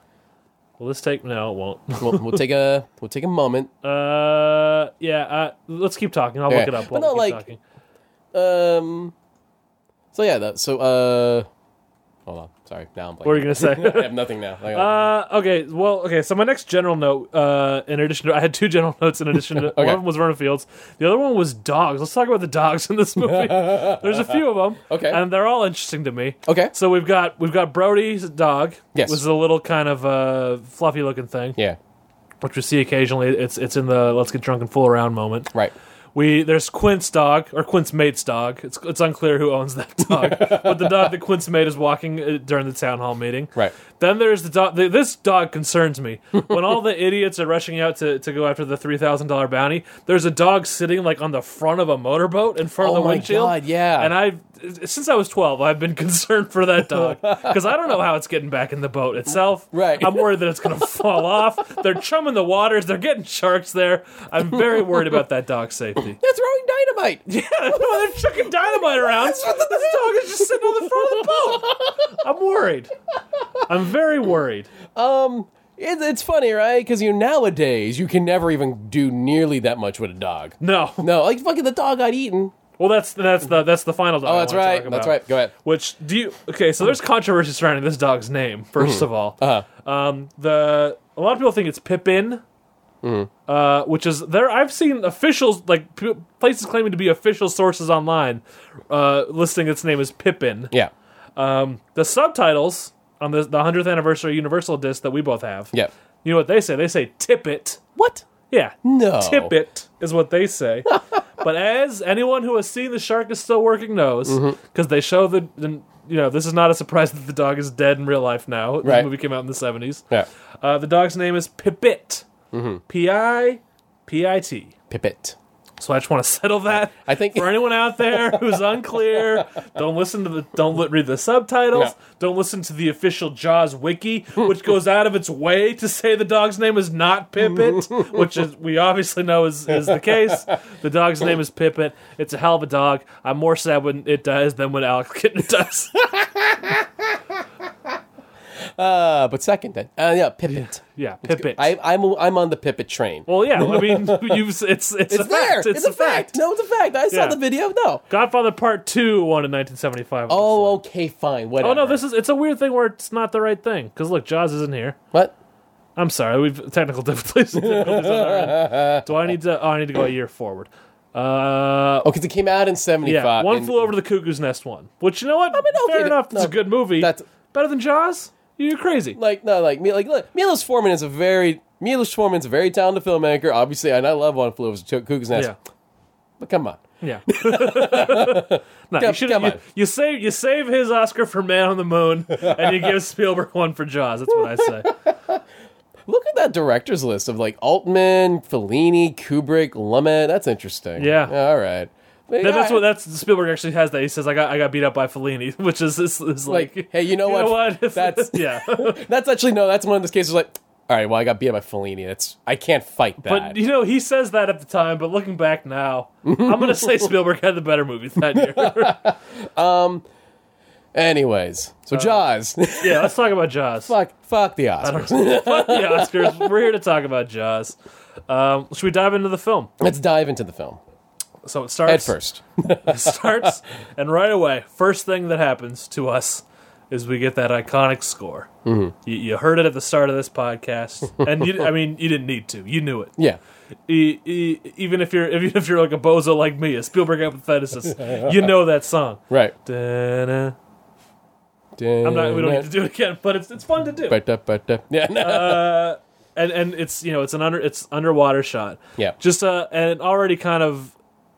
Speaker 1: Well, let's take no, it won't. <laughs>
Speaker 2: we'll, we'll take a we'll take a moment.
Speaker 1: Uh, yeah. Uh, let's keep talking. I'll
Speaker 2: Okay.
Speaker 1: look it up. While
Speaker 2: But no,
Speaker 1: we keep
Speaker 2: like-
Speaker 1: talking.
Speaker 2: Um. So yeah, that, so uh, hold on. Sorry, now I'm blanking.
Speaker 1: what were you gonna
Speaker 2: <laughs>
Speaker 1: say?
Speaker 2: I have nothing now. Hang on.
Speaker 1: Uh, okay, well, okay. So my next general note, uh, in addition to, I had two general <laughs> notes in addition to one
Speaker 2: Okay.
Speaker 1: of them was Vernon Fields, the other one was dogs. Let's talk about the dogs in this
Speaker 2: <laughs>
Speaker 1: movie. There's a few of them,
Speaker 2: Okay.
Speaker 1: and they're all interesting to me.
Speaker 2: okay.
Speaker 1: So we've got we've got Brody's dog,
Speaker 2: Yes.
Speaker 1: which is a little kind of uh, fluffy looking thing,
Speaker 2: Yeah.
Speaker 1: which we see occasionally. It's it's in the let's get drunk and fool around moment.
Speaker 2: Right.
Speaker 1: We there's Quint's dog or Quint's mate's dog. It's it's unclear who owns that <laughs> dog, but the dog that Quint's mate is walking uh, during the town hall meeting.
Speaker 2: Right.
Speaker 1: Then there's the dog. th this dog concerns me. When all the <laughs> idiots are rushing out to, to go after the three thousand dollar bounty, there's a dog sitting like on the front of a motorboat in front
Speaker 2: Oh
Speaker 1: of the
Speaker 2: my
Speaker 1: windshield.
Speaker 2: God, yeah.
Speaker 1: And I've since I was twelve, I've been <laughs> concerned for that dog because I don't know how it's getting back in the boat itself.
Speaker 2: Right.
Speaker 1: I'm worried that it's gonna fall off. They're chumming the waters. They're getting sharks there. I'm very worried about that dog's safety.
Speaker 2: They're throwing dynamite.
Speaker 1: Yeah, no, they're chucking dynamite around. This dog is just sitting on the front of the boat. I'm worried. I'm very worried.
Speaker 2: It, it's funny, right? Because you nowadays you can never even do nearly that much with a dog.
Speaker 1: No.
Speaker 2: No, like fucking the dog got eaten.
Speaker 1: Well, that's that's the that's the final dog.
Speaker 2: Oh,
Speaker 1: I
Speaker 2: that's
Speaker 1: wanna talk
Speaker 2: right.
Speaker 1: about.
Speaker 2: That's right. Go ahead.
Speaker 1: Which do you? Okay, so there's controversy surrounding this dog's name. 1st
Speaker 2: Mm-hmm.
Speaker 1: of all, uh-huh. um, the a lot of people think it's Pippin,
Speaker 2: Mm-hmm.
Speaker 1: uh, which is there. I've seen officials like p- places claiming to be official sources online, uh, listing its name as Pippin.
Speaker 2: Yeah.
Speaker 1: Um, the subtitles on the the hundredth anniversary Universal disc that we both have.
Speaker 2: Yeah.
Speaker 1: You know what they say? They say tip it.
Speaker 2: What?
Speaker 1: Yeah.
Speaker 2: No.
Speaker 1: Tip it is what they
Speaker 2: <laughs>
Speaker 1: say. but as anyone who has seen the shark is still working knows, because
Speaker 2: Mm-hmm.
Speaker 1: they show the, the you know this is not a surprise that the dog is dead in real life now.
Speaker 2: Right.
Speaker 1: The movie came out in the seventies.
Speaker 2: Yeah. Mm-hmm.
Speaker 1: Uh, the dog's name is Pipit. P I P I T.
Speaker 2: Pip it.
Speaker 1: So I just want to <laughs> settle that.
Speaker 2: I think-
Speaker 1: for anyone out there who's unclear, don't listen to the don't li- read the subtitles.
Speaker 2: No.
Speaker 1: Don't listen to the official Jaws wiki, which goes out of its way to say the dog's name is not Pippet, which is we obviously know is, is the case. The dog's name is Pippet. It's a hell of a dog. I'm more sad when it dies than when Alex Kitten dies.
Speaker 2: Uh, but second then. Uh, yeah, pip it.
Speaker 1: yeah, Pippet.
Speaker 2: I, I'm I'm on the pip it train.
Speaker 1: well, yeah. I
Speaker 2: <laughs>
Speaker 1: mean, you've it's it's, a
Speaker 2: it's there.
Speaker 1: fact. It's, a fact.
Speaker 2: No, it's a fact. I saw
Speaker 1: Yeah.
Speaker 2: the video. No.
Speaker 1: Godfather Part Two won in 1975.
Speaker 2: Oh, okay, fine. Whatever.
Speaker 1: Oh no, this is it's a weird thing where it's not the right thing. Because look, Jaws isn't here.
Speaker 2: what?
Speaker 1: I'm sorry, we've technical <laughs>
Speaker 2: <laughs>
Speaker 1: difficulties. difficulties on our end. Do I need to? Oh, I need to go a year forward. Uh,
Speaker 2: Oh, because it came out uh, in '75.
Speaker 1: yeah, one
Speaker 2: and-
Speaker 1: flew over the cuckoo's nest. One, which you know what?
Speaker 2: okay,
Speaker 1: Fair enough.
Speaker 2: no,
Speaker 1: it's a good movie.
Speaker 2: that's-
Speaker 1: better than Jaws. You're crazy.
Speaker 2: Like no, like me, like look, Milos Forman is a very Milos Forman's a very talented filmmaker, obviously, and I love One Flew Over the Cuck- Cuckoo's Nest.
Speaker 1: yeah,
Speaker 2: But come on,
Speaker 1: yeah.
Speaker 2: <laughs>
Speaker 1: <laughs> no, you
Speaker 2: Come-
Speaker 1: should.
Speaker 2: come
Speaker 1: You,
Speaker 2: on.
Speaker 1: you save you save his Oscar for Man on the Moon, and you give Spielberg one for Jaws. That's what I say.
Speaker 2: look at that directors list of like Altman, Fellini, Kubrick, Lumet. That's interesting.
Speaker 1: Yeah.
Speaker 2: all right. But,
Speaker 1: That- that's
Speaker 2: <laughs> yeah,
Speaker 1: what that's Spielberg actually has that he says I got I got beat up by Fellini, <laughs> which is is, is like,
Speaker 2: Like, hey, you know
Speaker 1: <laughs> you know
Speaker 2: what?
Speaker 1: what? If- <laughs>
Speaker 2: That's-
Speaker 1: yeah.
Speaker 2: That's actually no. That's one of those cases like, all right, well, I got beat up by Fellini. That's I can't fight that.
Speaker 1: But you know he says that at the time, but looking back now, I'm gonna say Spielberg had the better movie that
Speaker 2: <laughs>
Speaker 1: year. <laughs>
Speaker 2: Anyways, so
Speaker 1: Uh,
Speaker 2: Jaws, <laughs>
Speaker 1: yeah, let's talk about Jaws.
Speaker 2: fuck, fuck the
Speaker 1: <laughs>
Speaker 2: Oscars.
Speaker 1: Fuck the Oscars. We're here to talk about Jaws. Um, should we dive into the film?
Speaker 2: Let's dive into the film
Speaker 1: So it
Speaker 2: at
Speaker 1: starts.
Speaker 2: first.
Speaker 1: It starts, and right away, first thing that happens to us is we get that iconic score.
Speaker 2: Mm-hmm.
Speaker 1: You, you heard it at the start of this podcast, and you, I mean, you didn't need to. You knew it.
Speaker 2: Yeah,
Speaker 1: E- e- even if you're <laughs> even if you're like a bozo like me, a Spielberg empatheticist, you know that song.
Speaker 2: right.
Speaker 1: Da-na.
Speaker 2: I'm
Speaker 1: I'm not. We don't need to do Uh, it again, but it's it's fun to do.
Speaker 2: <laughs> Yeah, no.
Speaker 1: and and it's you know it's an under it's underwater shot.
Speaker 2: Yeah.
Speaker 1: Just uh and already kind of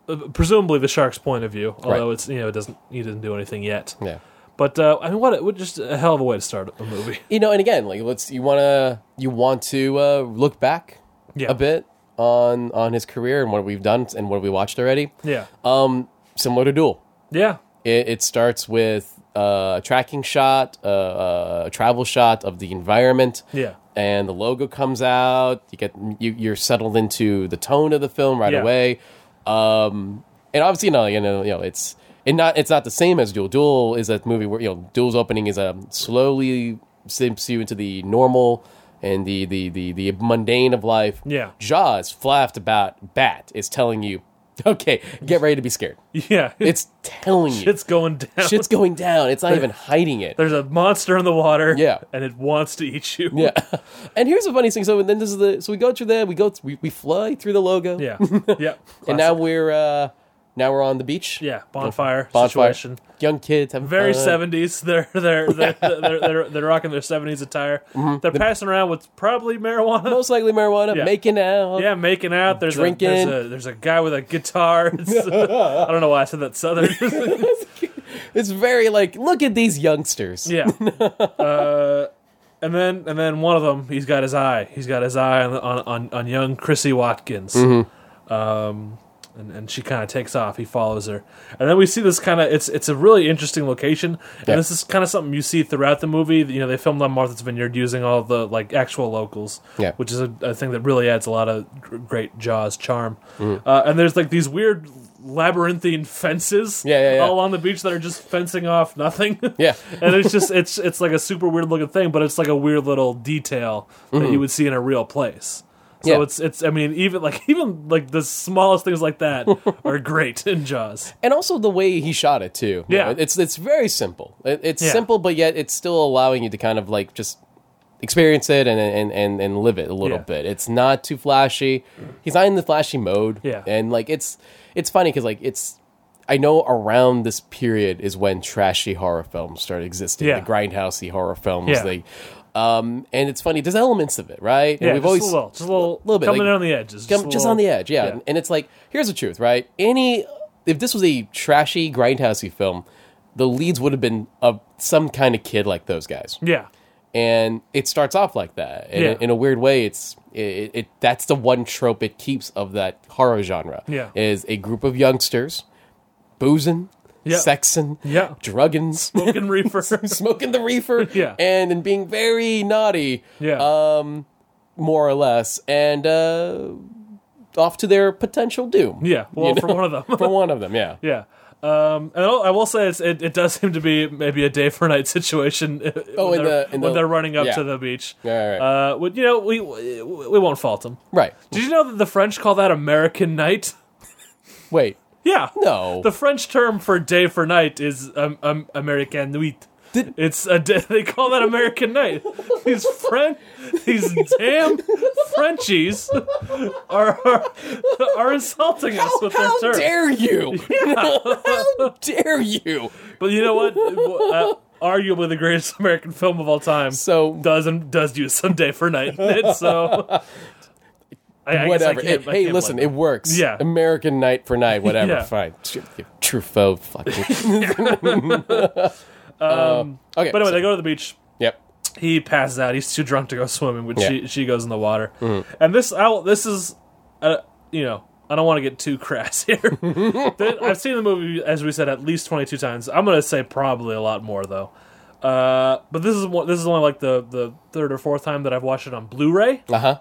Speaker 1: uh, presumably the shark's point of view, although
Speaker 2: Right.
Speaker 1: it's you know it doesn't he didn't do anything yet.
Speaker 2: yeah.
Speaker 1: But uh, I mean, what, a- what just a hell of a way to start a
Speaker 2: <laughs>
Speaker 1: movie.
Speaker 2: you know, and again, like let's you want to you want to uh, look back
Speaker 1: Yeah.
Speaker 2: a bit on on his career and what we've done and what we watched already.
Speaker 1: Yeah,
Speaker 2: Um, similar to Duel,
Speaker 1: yeah, <laughs>
Speaker 2: it, it starts with uh, a tracking shot, uh, uh, a travel shot of the environment.
Speaker 1: yeah,
Speaker 2: And the logo comes out. You get you, you're settled into the tone of the film right
Speaker 1: Yeah.
Speaker 2: away. Um, and obviously, you know, you know, you know, it's and not it's not the same as Duel. Duel is a movie where you know Duel's opening is a slowly simps you into the normal and the the the, the mundane of life.
Speaker 1: Yeah.
Speaker 2: Jaws flapped about bat is telling you, <laughs> okay, get ready to be scared.
Speaker 1: yeah.
Speaker 2: It's telling you
Speaker 1: <laughs> It's going down.
Speaker 2: shit's going down. It's not even hiding it.
Speaker 1: There's a monster in the water.
Speaker 2: Yeah.
Speaker 1: and it wants to eat you.
Speaker 2: Yeah. <laughs> And here's the funny thing. So then this is the so we go through there. We go we, we fly through the logo.
Speaker 1: yeah, yeah.
Speaker 2: And now we're uh now we're on the beach.
Speaker 1: yeah, bonfire,
Speaker 2: Bonfire. Uh,
Speaker 1: situation.
Speaker 2: Young kids having
Speaker 1: Very
Speaker 2: fun.
Speaker 1: 70s. They're they're
Speaker 2: <laughs>
Speaker 1: they're, they're, they're, they're rocking their 70s attire.
Speaker 2: Mm-hmm.
Speaker 1: They're passing around with probably marijuana.
Speaker 2: <laughs> Most likely marijuana.
Speaker 1: Yeah.
Speaker 2: Making out.
Speaker 1: Yeah, making out. There's
Speaker 2: Drinking.
Speaker 1: A, there's, a, there's a guy with a guitar. It's- <laughs> I don't know why I said that
Speaker 2: <laughs>
Speaker 1: southern.
Speaker 2: It's very like look at these youngsters. <laughs>
Speaker 1: yeah. Uh, and then and then one of them, he's got his eye. He's got his eye on on, on, on young Chrissy Watkins.
Speaker 2: Mm-hmm.
Speaker 1: Um, and, and she kind of takes off. He follows her, and then we see this kind of it's it's a really interesting location, and
Speaker 2: Yeah.
Speaker 1: this is kind of something you see throughout the movie. You know, they filmed on Martha's Vineyard using all the like actual locals,
Speaker 2: Yeah.
Speaker 1: which is a, a thing that really adds a lot of gr- great Jaws charm.
Speaker 2: Mm-hmm.
Speaker 1: Uh, and there's like these weird labyrinthine fences,
Speaker 2: Yeah, yeah, yeah.
Speaker 1: all on the beach that are just fencing off nothing. <laughs>
Speaker 2: Yeah.
Speaker 1: and it's just it's it's like a super weird looking thing, but it's like a weird little detail that you would see in a real place. So
Speaker 2: Mm-hmm. Yeah.
Speaker 1: it's it's I mean even like <laughs> even like the smallest things like
Speaker 2: <laughs>
Speaker 1: that are great in Jaws.
Speaker 2: And also the way he shot it too. You
Speaker 1: Yeah.
Speaker 2: know, it's it's very simple. It, it's
Speaker 1: Yeah.
Speaker 2: simple, but yet it's still allowing you to kind of like just experience it and and and, and live it a little
Speaker 1: Yeah.
Speaker 2: bit. It's not too flashy. He's not in the flashy mode.
Speaker 1: Yeah.
Speaker 2: And like it's it's funny because like it's I know around this period is when trashy horror films started existing.
Speaker 1: Yeah.
Speaker 2: The grindhousey horror films.
Speaker 1: Yeah.
Speaker 2: Like, um, and it's funny. There's elements of it, right? And
Speaker 1: Yeah, just a little, just a little,
Speaker 2: little bit,
Speaker 1: coming
Speaker 2: like-
Speaker 1: in on the edges,
Speaker 2: Come-
Speaker 1: a
Speaker 2: just,
Speaker 1: little-
Speaker 2: on the edge, yeah.
Speaker 1: yeah.
Speaker 2: And it's like, here's the truth, right? Any if this was a trashy grindhousey film, the leads would have been of some kind of kid like those guys,
Speaker 1: Yeah,
Speaker 2: and it starts off like that. And
Speaker 1: Yeah.
Speaker 2: in a weird way, it's it, it that's the one trope it keeps of that horror genre.
Speaker 1: Yeah.
Speaker 2: is a group of youngsters boozing,
Speaker 1: Yeah.
Speaker 2: sexing, <laughs>
Speaker 1: Yeah.
Speaker 2: drugging,
Speaker 1: smoking reefer.
Speaker 2: <laughs> smoking the reefer,
Speaker 1: <laughs> Yeah.
Speaker 2: and then being very naughty
Speaker 1: yeah,
Speaker 2: Uh, more or less, and uh, off to their potential doom.
Speaker 1: yeah. Well,
Speaker 2: you know?
Speaker 1: for one of
Speaker 2: <laughs>
Speaker 1: them,
Speaker 2: for one of them, yeah.
Speaker 1: yeah. Um, and I'll, I will say it's, it, it does <laughs> seem to be maybe a day for night <laughs> situation. uh,
Speaker 2: Oh,
Speaker 1: when
Speaker 2: in
Speaker 1: they're,
Speaker 2: the- in
Speaker 1: when
Speaker 2: the-
Speaker 1: they're running up
Speaker 2: yeah.
Speaker 1: to the beach.
Speaker 2: Yeah, right,
Speaker 1: Uh, well, you know, we we we won't fault them.
Speaker 2: Right.
Speaker 1: Did you know that the French call that American night? <laughs>
Speaker 2: Wait,
Speaker 1: Yeah.
Speaker 2: no.
Speaker 1: The French term for day for night is um, um, American nuit.
Speaker 2: Did-
Speaker 1: it's a day, <laughs> they call that American night. These French, these damn
Speaker 2: <laughs>
Speaker 1: Frenchies are <laughs> are, are insulting us
Speaker 2: how
Speaker 1: with their
Speaker 2: how
Speaker 1: term.
Speaker 2: dare you?
Speaker 1: <laughs>
Speaker 2: <laughs> how dare you?
Speaker 1: but you know what? Uh, arguably the greatest <laughs> American film of all time
Speaker 2: So
Speaker 1: does and does use some day for
Speaker 2: <laughs>
Speaker 1: night. It's so I, I guess I
Speaker 2: whatever.
Speaker 1: can't-
Speaker 2: It-
Speaker 1: I
Speaker 2: hey,
Speaker 1: can't
Speaker 2: listen,
Speaker 1: blame
Speaker 2: it works.
Speaker 1: Yeah.
Speaker 2: American night for night, whatever.
Speaker 1: Yeah.
Speaker 2: Fine. Tr- True faux fucking.
Speaker 1: <laughs>
Speaker 2: um, Uh, okay.
Speaker 1: But anyway,
Speaker 2: so-
Speaker 1: they go to the beach.
Speaker 2: yep.
Speaker 1: he passes out. He's too drunk to go swimming, but
Speaker 2: Yeah. Mm.
Speaker 1: she she goes in the water. And this I, will- this is, uh, you know, I don't want to get too crass <laughs>
Speaker 2: <laughs>
Speaker 1: here. Then- I've seen the movie as we said at least twenty two times. I'm gonna say probably a lot more though. Uh, but this is one, this is only like the, the third or fourth time that I've watched it on Blu-ray.
Speaker 2: Uh huh.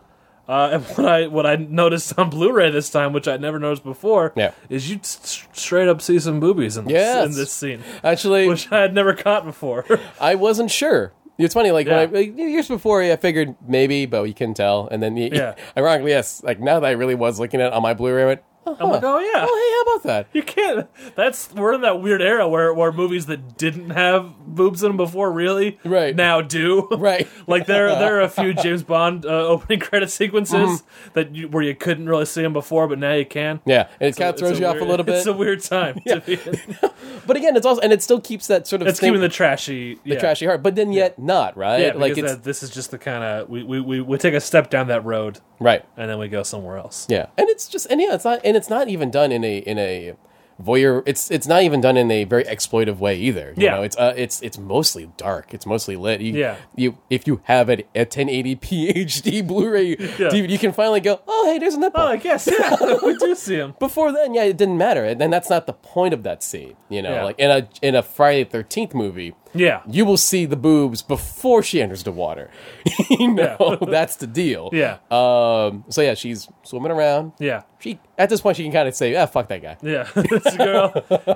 Speaker 1: Uh, <laughs> and what I what I noticed on Blu-ray this time, which I never noticed before,
Speaker 2: Yeah.
Speaker 1: is you s- straight up see some boobies in this,
Speaker 2: Yes.
Speaker 1: in this scene,
Speaker 2: Actually,
Speaker 1: which I had never caught before. <laughs>
Speaker 2: I wasn't sure. It's funny, like,
Speaker 1: Yeah.
Speaker 2: when I, like, years before, yeah, I figured maybe, but you couldn't tell. And then,
Speaker 1: Yeah.
Speaker 2: yeah. <laughs> ironically, yes, like now that I really was looking at it on my Blu-ray, I went, oh,
Speaker 1: I'm like, oh yeah,
Speaker 2: hey, how about that?
Speaker 1: You can't. That's we're in that weird era where where movies that didn't have boobs in them before really
Speaker 2: Right.
Speaker 1: now do. <laughs>
Speaker 2: Right.
Speaker 1: Like there there are a
Speaker 2: <laughs>
Speaker 1: few James Bond uh, <laughs> opening credit sequences that you, where you couldn't really see them before, but now you can.
Speaker 2: Mm-hmm. Yeah, and it kind of
Speaker 1: It's
Speaker 2: throws you off a
Speaker 1: weird- <laughs>
Speaker 2: little bit.
Speaker 1: It's a weird time. To
Speaker 2: <laughs>
Speaker 1: be, it's
Speaker 2: but again, it's also and it still keeps that sort of thing,
Speaker 1: keeping the trashy.
Speaker 2: the trashy heart, but then yet not right.
Speaker 1: Yeah,
Speaker 2: like
Speaker 1: like
Speaker 2: it's
Speaker 1: this is just the kind of we, we, we, we take a step down that road
Speaker 2: right.
Speaker 1: and then we go somewhere else.
Speaker 2: Yeah, and it's just and yeah, it's not and it's not even done in a in a voyeur. It's it's not even done in a very exploitive way either. You
Speaker 1: Yeah.
Speaker 2: know, it's uh, it's it's mostly dark. It's mostly lit. You,
Speaker 1: Yeah.
Speaker 2: you if you have a, a 1080p HD <laughs> Blu-ray, DVD, you can finally go, oh hey, there's a nipple.
Speaker 1: Oh, I guess yeah, <laughs> we do see him.
Speaker 2: Before then, yeah, it didn't matter, and then that's not the point of that scene. You know,
Speaker 1: Yeah.
Speaker 2: like in a in a Friday Thirteenth movie,
Speaker 1: Yeah,
Speaker 2: you will see the boobs before she enters the water. <laughs> you know, that's the deal.
Speaker 1: yeah,
Speaker 2: Um. So yeah, she's swimming around.
Speaker 1: yeah.
Speaker 2: She at this point she can kind of say, "Ah, fuck that guy."
Speaker 1: Yeah, <laughs> this girl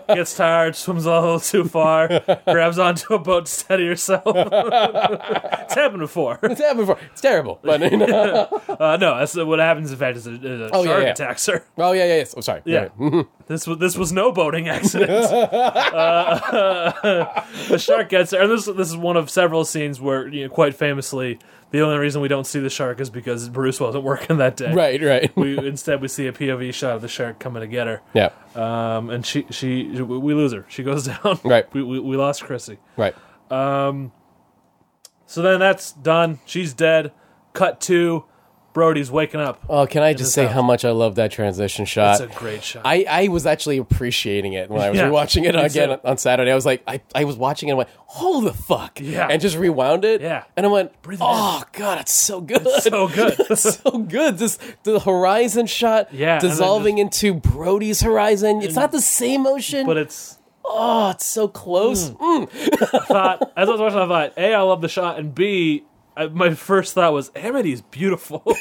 Speaker 1: gets tired, swims a little too far,
Speaker 2: <laughs>
Speaker 1: grabs onto a boat to steady herself. <laughs> it's happened before.
Speaker 2: <laughs> It's happened before. It's terrible. But
Speaker 1: <laughs>
Speaker 2: you know.
Speaker 1: Uh, no, that's what happens. In fact, is a, is a
Speaker 2: Oh, yeah,
Speaker 1: shark
Speaker 2: yeah.
Speaker 1: attacks her.
Speaker 2: oh yeah, yeah, yes. Oh, sorry.
Speaker 1: Yeah.
Speaker 2: <laughs>
Speaker 1: This was this was no boating accident. <laughs> uh, <laughs> the shark gets there, and this this is one of several scenes where you know, quite famously, the only reason we don't see the shark is because Bruce wasn't <laughs> working that day.
Speaker 2: Right. Right.
Speaker 1: <laughs>
Speaker 2: <laughs>
Speaker 1: We instead we see a POV shot of the shark coming to get her.
Speaker 2: yeah.
Speaker 1: Um, and she, she, we lose her. She goes <laughs> down.
Speaker 2: Right.
Speaker 1: We, we, we lost Chrissy.
Speaker 2: Right.
Speaker 1: So then that's done. She's dead. Cut to Brody's waking up.
Speaker 2: Oh, can I just say
Speaker 1: house.
Speaker 2: how much I love that transition
Speaker 1: That's
Speaker 2: shot?
Speaker 1: a great shot.
Speaker 2: I, I was actually appreciating it when I was
Speaker 1: Yeah.
Speaker 2: rewatching it
Speaker 1: Me
Speaker 2: again
Speaker 1: too.
Speaker 2: on Saturday. I was like, I, I was watching it and went, holy the fuck.
Speaker 1: Yeah.
Speaker 2: And just rewound it.
Speaker 1: Yeah.
Speaker 2: And I went,
Speaker 1: Breathe it
Speaker 2: oh, God, it's so good.
Speaker 1: so
Speaker 2: <laughs>
Speaker 1: good. <laughs>
Speaker 2: It's so good. This the horizon shot
Speaker 1: Yeah, and then
Speaker 2: dissolving into Brody's horizon. It's not the same motion,
Speaker 1: but it's
Speaker 2: oh, it's so close. Mm.
Speaker 1: thought as I was watching, I thought, a, I love the shot, and b, I, my first thought was, Amity's beautiful. <laughs> like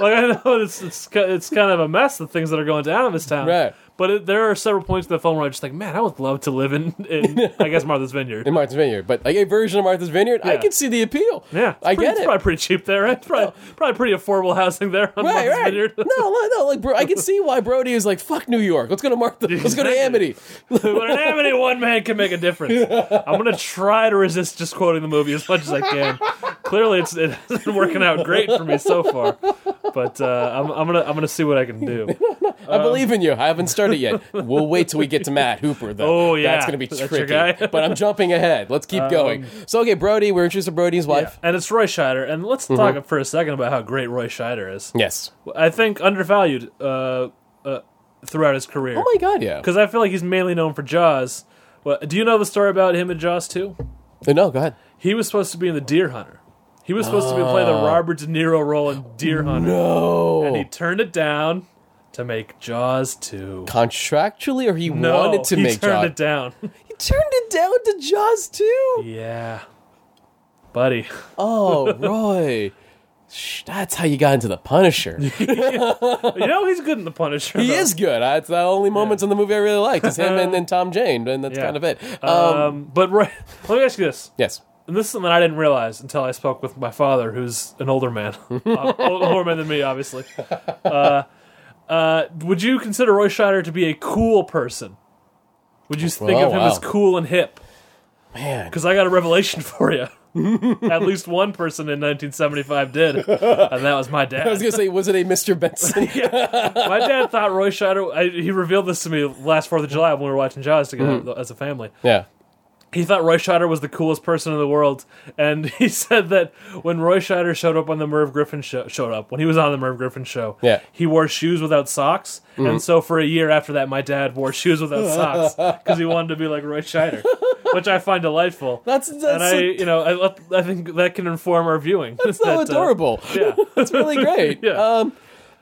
Speaker 1: I know it's, it's ki- it's kind of a mess the things that are going down in this town,
Speaker 2: Right.
Speaker 1: But it, there are several points in the film where I just think, man, I would love to live in,
Speaker 2: <laughs>
Speaker 1: in I guess Martha's Vineyard.
Speaker 2: in Martha's Vineyard, but like a version of Martha's Vineyard, I
Speaker 1: Yeah.
Speaker 2: can see the appeal.
Speaker 1: Yeah, it's
Speaker 2: I
Speaker 1: pretty,
Speaker 2: get
Speaker 1: it's
Speaker 2: it.
Speaker 1: probably pretty cheap there. Right? It's probably, probably pretty affordable housing there on
Speaker 2: Right,
Speaker 1: Martha's
Speaker 2: right.
Speaker 1: Vineyard. <laughs>
Speaker 2: No, no, no. Like, bro, I can see why Brody is like, "Fuck New York. Let's go to Martha. Let's go
Speaker 1: <laughs>
Speaker 2: to
Speaker 1: Exactly.
Speaker 2: Amity." <laughs>
Speaker 1: but an Amity one man can make a difference. I'm gonna try to resist just quoting the movie as much as I can. Clearly, it's it hasn't been working out great for me so far, but uh, I'm, I'm gonna I'm gonna see what I can do.
Speaker 2: I believe in you. I haven't started yet. We'll wait till we get to Matt Hooper, though.
Speaker 1: Oh, yeah.
Speaker 2: That's going to be
Speaker 1: That's your
Speaker 2: tricky.
Speaker 1: guy?
Speaker 2: <laughs>
Speaker 1: Um,
Speaker 2: but I'm jumping ahead. Let's keep going. So, okay, Brody, we're introduced to Brody's wife.
Speaker 1: And it's Roy Scheider, and let's talk
Speaker 2: Mm-hmm.
Speaker 1: for a second about how great Roy Scheider is.
Speaker 2: Yes. Oh
Speaker 1: I think undervalued uh, uh, throughout his career.
Speaker 2: Oh, my God, yeah.
Speaker 1: Because I feel like he's mainly known for Jaws. Well, do you know the story about him and Jaws too?
Speaker 2: Uh, No, go ahead.
Speaker 1: He was supposed to be in the Deer Hunter. He was supposed to be play the
Speaker 2: Ah.
Speaker 1: Robert De Niro role in Deer Hunter.
Speaker 2: No.
Speaker 1: And he turned it down to make Jaws 2.
Speaker 2: Contractually, or he
Speaker 1: No,
Speaker 2: wanted to
Speaker 1: he
Speaker 2: make
Speaker 1: turned
Speaker 2: Jaws?
Speaker 1: it down. <laughs>
Speaker 2: He turned it down to Jaws too.
Speaker 1: yeah. Buddy.
Speaker 2: Oh, Roy. Sh- That's how you got into
Speaker 1: <laughs>
Speaker 2: The Punisher.
Speaker 1: You know he's good in The Punisher.
Speaker 2: He
Speaker 1: though.
Speaker 2: is good. That's the only moments in the movie I really liked is
Speaker 1: <laughs>
Speaker 2: him and, and Tom Jane, and that's
Speaker 1: Yeah.
Speaker 2: kind of it. Um,
Speaker 1: Um, but Roy, <laughs> let me ask you this.
Speaker 2: yes.
Speaker 1: And this is something I didn't realize until I spoke with my father, who's an older
Speaker 2: <laughs>
Speaker 1: man, <laughs> uh, older man than me, obviously. Uh, uh, would you consider Roy Scheider to be a cool person? Would you think
Speaker 2: Oh,
Speaker 1: of him
Speaker 2: wow.
Speaker 1: as cool and hip?
Speaker 2: Man.
Speaker 1: Because I got a revelation <laughs> for you. At least one person in 1975 did, and that was my
Speaker 2: <laughs> I was
Speaker 1: dad.
Speaker 2: going to say, was it a Mr.
Speaker 1: <laughs>
Speaker 2: Benson?
Speaker 1: My dad thought Roy Scheider. I, he revealed this to me last Fourth of July when we were watching Jaws together
Speaker 2: Mm-hmm.
Speaker 1: as a family.
Speaker 2: yeah.
Speaker 1: he thought Roy Scheider was the coolest person in the world, and <laughs> he said that when Roy Scheider showed up on the Merv Griffin show, showed up when he was on the Merv Griffin show,
Speaker 2: Yeah. Mm-hmm.
Speaker 1: he wore shoes without socks, and so for a year after that, my dad wore shoes without socks
Speaker 2: <laughs>
Speaker 1: because he wanted to be like Roy Scheider, which I find delightful.
Speaker 2: That's-
Speaker 1: and
Speaker 2: that's
Speaker 1: I,
Speaker 2: so-
Speaker 1: you know, I, love- I think that can inform our viewing. <laughs> That's
Speaker 2: So adorable. <laughs>
Speaker 1: yeah.
Speaker 2: That's really great.
Speaker 1: <laughs> Yeah.
Speaker 2: Um,